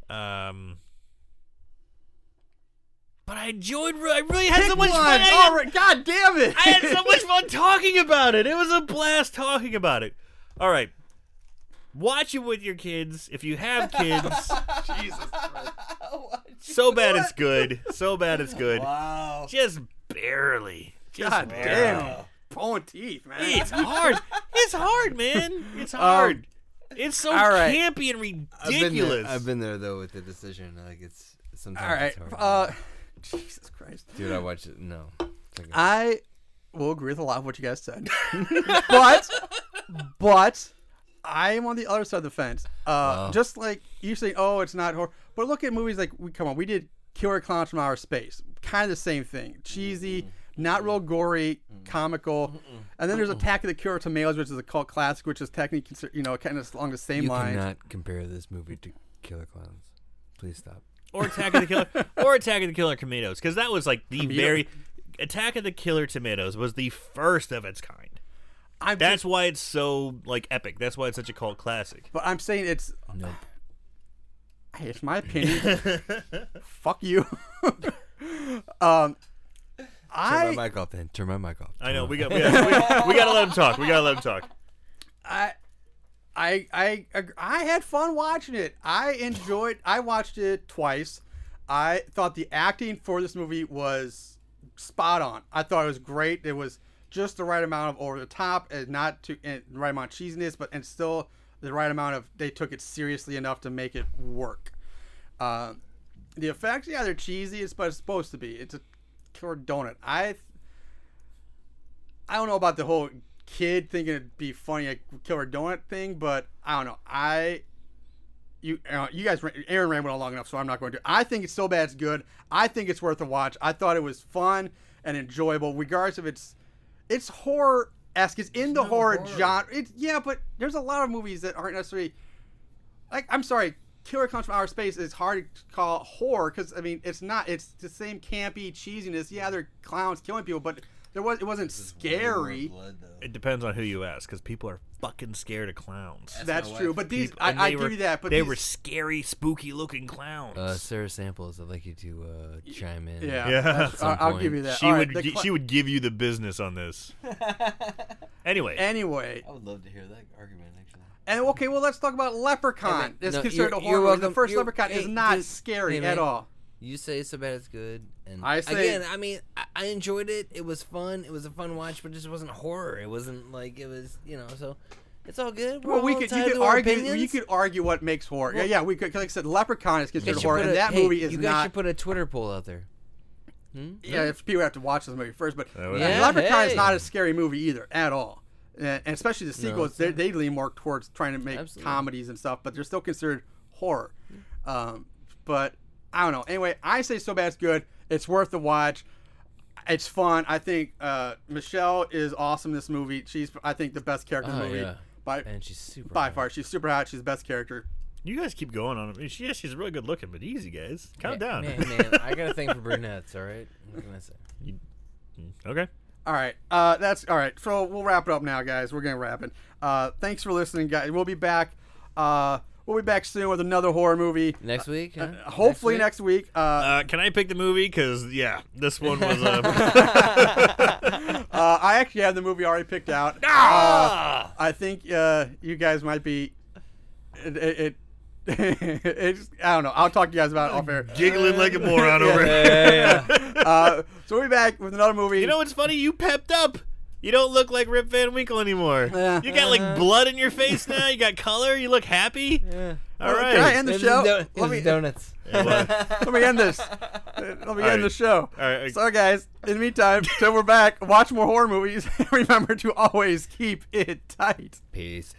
Speaker 2: Um, but I enjoyed. re- I really had so much fun. I had-
Speaker 1: All right, God damn it!
Speaker 2: I had so much fun talking about it. It was a blast talking about it. All right. Watch it with your kids if you have kids. Jesus Christ. So bad it's good. So bad it's good. [laughs] Wow. Just barely. Just
Speaker 1: God
Speaker 2: barely.
Speaker 1: damn. Pulling teeth, man.
Speaker 2: It's hard. It's hard, man. It's hard. it's so
Speaker 1: Um, all right.
Speaker 2: campy and
Speaker 4: I've been,
Speaker 2: ridiculous.
Speaker 4: there, I've been there though with the decision. Like it's sometimes
Speaker 1: All right.
Speaker 4: it's hard.
Speaker 1: Uh, Jesus Christ.
Speaker 4: Dude, I watched it. No,
Speaker 1: I will agree with a lot of what you guys said, [laughs] but but I am on the other side of the fence. Uh, Just like you say, oh, it's not horror. But look at movies like we come on, we did Killer Clowns from Outer Space, kind of the same thing, cheesy. Not real gory, comical, and then there's Attack of the Killer Tomatoes, which is a cult classic, which is technically, consider- you know, kind of along the same
Speaker 4: You
Speaker 1: lines.
Speaker 4: cannot compare this movie to Killer Clowns. Please stop.
Speaker 2: or Attack of the Killer or Attack of the Killer Tomatoes because that was like the very Attack of the Killer Tomatoes was the first of its kind.
Speaker 1: I'm
Speaker 2: That's why it's so like epic. That's why it's such a cult classic.
Speaker 1: But I'm saying it's
Speaker 4: Nope.
Speaker 1: hey, it's my opinion.
Speaker 4: [laughs]
Speaker 1: Fuck you. [laughs] um,
Speaker 4: Turn my
Speaker 1: I
Speaker 4: mic off then. Turn my mic off.
Speaker 2: I know we got
Speaker 4: [laughs]
Speaker 2: we got, we, we got to let him talk. We got to let him talk.
Speaker 1: I I I ag- I had fun watching it. I enjoyed. I watched it twice. I thought the acting for this movie was spot on. I thought it was great. It was just the right amount of over the top and not too and the right amount of cheesiness, but and still the right amount of they took it seriously enough to make it work. Um, the effects, yeah, they're cheesy. It's but it's supposed to be. It's a killer donut. I I don't know about the whole kid thinking it'd be funny like killer donut thing, but I don't know. I you uh, you guys ran- Aaron ran on long enough, so I'm not going to. I think it's so bad it's good. I think it's worth a watch. I thought it was fun and enjoyable, regardless if it's it's horror esque. It's in the horror, genre. It's yeah, but there's a lot of movies that aren't necessarily like I'm sorry, Killer Clowns from Outer Space is hard to call horror because I mean it's not. It's the same campy cheesiness. Yeah, they're clowns killing people, but there was it wasn't scary.
Speaker 2: It depends on who you ask because people are fucking scared of clowns.
Speaker 1: That's true. But these,
Speaker 2: People- and
Speaker 1: I, I
Speaker 2: they
Speaker 1: give
Speaker 2: were-
Speaker 1: you that. But
Speaker 2: they
Speaker 1: these,
Speaker 2: were scary, spooky looking clowns.
Speaker 4: Uh, Sarah Samples, I'd like you to uh, chime in.
Speaker 1: [laughs] [laughs] yeah,
Speaker 2: Yeah.
Speaker 1: that's-
Speaker 4: At some
Speaker 1: I'll, I'll
Speaker 4: point.
Speaker 1: give you that.
Speaker 2: she
Speaker 1: All right,
Speaker 2: would
Speaker 1: the
Speaker 2: gi-
Speaker 1: cl-
Speaker 2: she would give you the business
Speaker 1: [laughs]
Speaker 2: on this. anyway,
Speaker 1: Anyway,
Speaker 6: I would love to hear that argument, actually.
Speaker 1: and okay, well, let's talk about
Speaker 4: And
Speaker 1: Leprechaun.
Speaker 4: then-
Speaker 1: It's
Speaker 4: no,
Speaker 1: considered
Speaker 4: you're-
Speaker 1: a
Speaker 4: you're
Speaker 1: horror movie. The
Speaker 4: welcome.
Speaker 1: first
Speaker 4: You're-
Speaker 1: Leprechaun is
Speaker 4: hey,
Speaker 1: not
Speaker 4: just-
Speaker 1: scary
Speaker 4: hey,
Speaker 1: at
Speaker 4: man.
Speaker 1: all.
Speaker 4: You say so bad it's good, and
Speaker 1: I say-
Speaker 4: again. I mean, I, I enjoyed it. It was fun. It was a fun watch, but it just wasn't horror. It wasn't like it was, you know. So it's all good. We're
Speaker 1: Well, we
Speaker 4: all
Speaker 1: could you
Speaker 4: entitled
Speaker 1: could
Speaker 4: to our
Speaker 1: argue you
Speaker 4: opinions.
Speaker 1: could argue what makes horror.
Speaker 4: Well-
Speaker 1: yeah, yeah, we could. 'cause Like I said, Leprechaun is
Speaker 4: You
Speaker 1: considered
Speaker 4: should
Speaker 1: horror,
Speaker 4: put
Speaker 1: and
Speaker 4: a-
Speaker 1: that
Speaker 4: hey,
Speaker 1: movie is
Speaker 4: You guys
Speaker 1: not.
Speaker 4: should put a Twitter poll out there.
Speaker 1: Yeah, if people have to watch this movie first, but
Speaker 2: That would-
Speaker 1: and
Speaker 4: Yeah,
Speaker 1: Leprechaun is
Speaker 4: hey.
Speaker 1: not a scary movie either at all, and, and especially the sequels. they they lean more towards trying to make
Speaker 4: Absolutely.
Speaker 1: comedies and stuff, but they're still considered horror. Um, but I don't know. Anyway, I say so bad it's good. It's worth the watch. It's fun. I think uh, Michelle is awesome. in This movie, she's I think the best character in the
Speaker 4: Oh,
Speaker 1: movie
Speaker 4: yeah.
Speaker 1: by
Speaker 4: And she's super.
Speaker 1: by
Speaker 4: hot.
Speaker 1: far. She's super hot. She's the best character.
Speaker 2: you guys keep going on. it. I mean, she- yeah, she's really good looking, but easy, guys. Calm down.
Speaker 4: Man, man, I got a thing for brunettes. All right, what can I say?
Speaker 2: [laughs] okay.
Speaker 1: All right. Uh, that's all right. So we'll wrap it up now, guys. We're gonna wrap it. Uh, thanks for listening, guys. We'll be back. Uh, we'll be back soon with another horror movie.
Speaker 4: Next week, huh?
Speaker 1: Uh, Hopefully next week.
Speaker 2: [laughs]
Speaker 1: Uh,
Speaker 2: Uh, can I pick the movie? Because yeah, this one was a.
Speaker 4: [laughs]
Speaker 1: [laughs] uh, I actually have the movie already picked out. Uh, I think uh, you guys might be. It. it, it [laughs] it's, I don't know. I'll talk to you guys about it off air.
Speaker 2: [laughs] giggling like a moron over it. [laughs]
Speaker 1: Uh, so we'll be back with another movie.
Speaker 2: You know what's funny? You pepped up. You don't look like Rip Van Winkle anymore.
Speaker 1: Yeah.
Speaker 2: You got
Speaker 1: Uh-huh.
Speaker 2: like blood in your face now. You got color. You look happy.
Speaker 4: Yeah.
Speaker 2: All right.
Speaker 1: Can I end the
Speaker 4: It was
Speaker 1: show?
Speaker 4: do- it
Speaker 1: Let
Speaker 4: was
Speaker 1: me,
Speaker 4: donuts.
Speaker 2: Well,
Speaker 1: let me end this. Let me Uh, end
Speaker 2: right.
Speaker 1: the show.
Speaker 2: all right.
Speaker 1: So, guys, in the
Speaker 2: [laughs]
Speaker 1: meantime, [laughs] till we're back, watch more horror movies. and Remember to always keep it tight.
Speaker 4: Peace.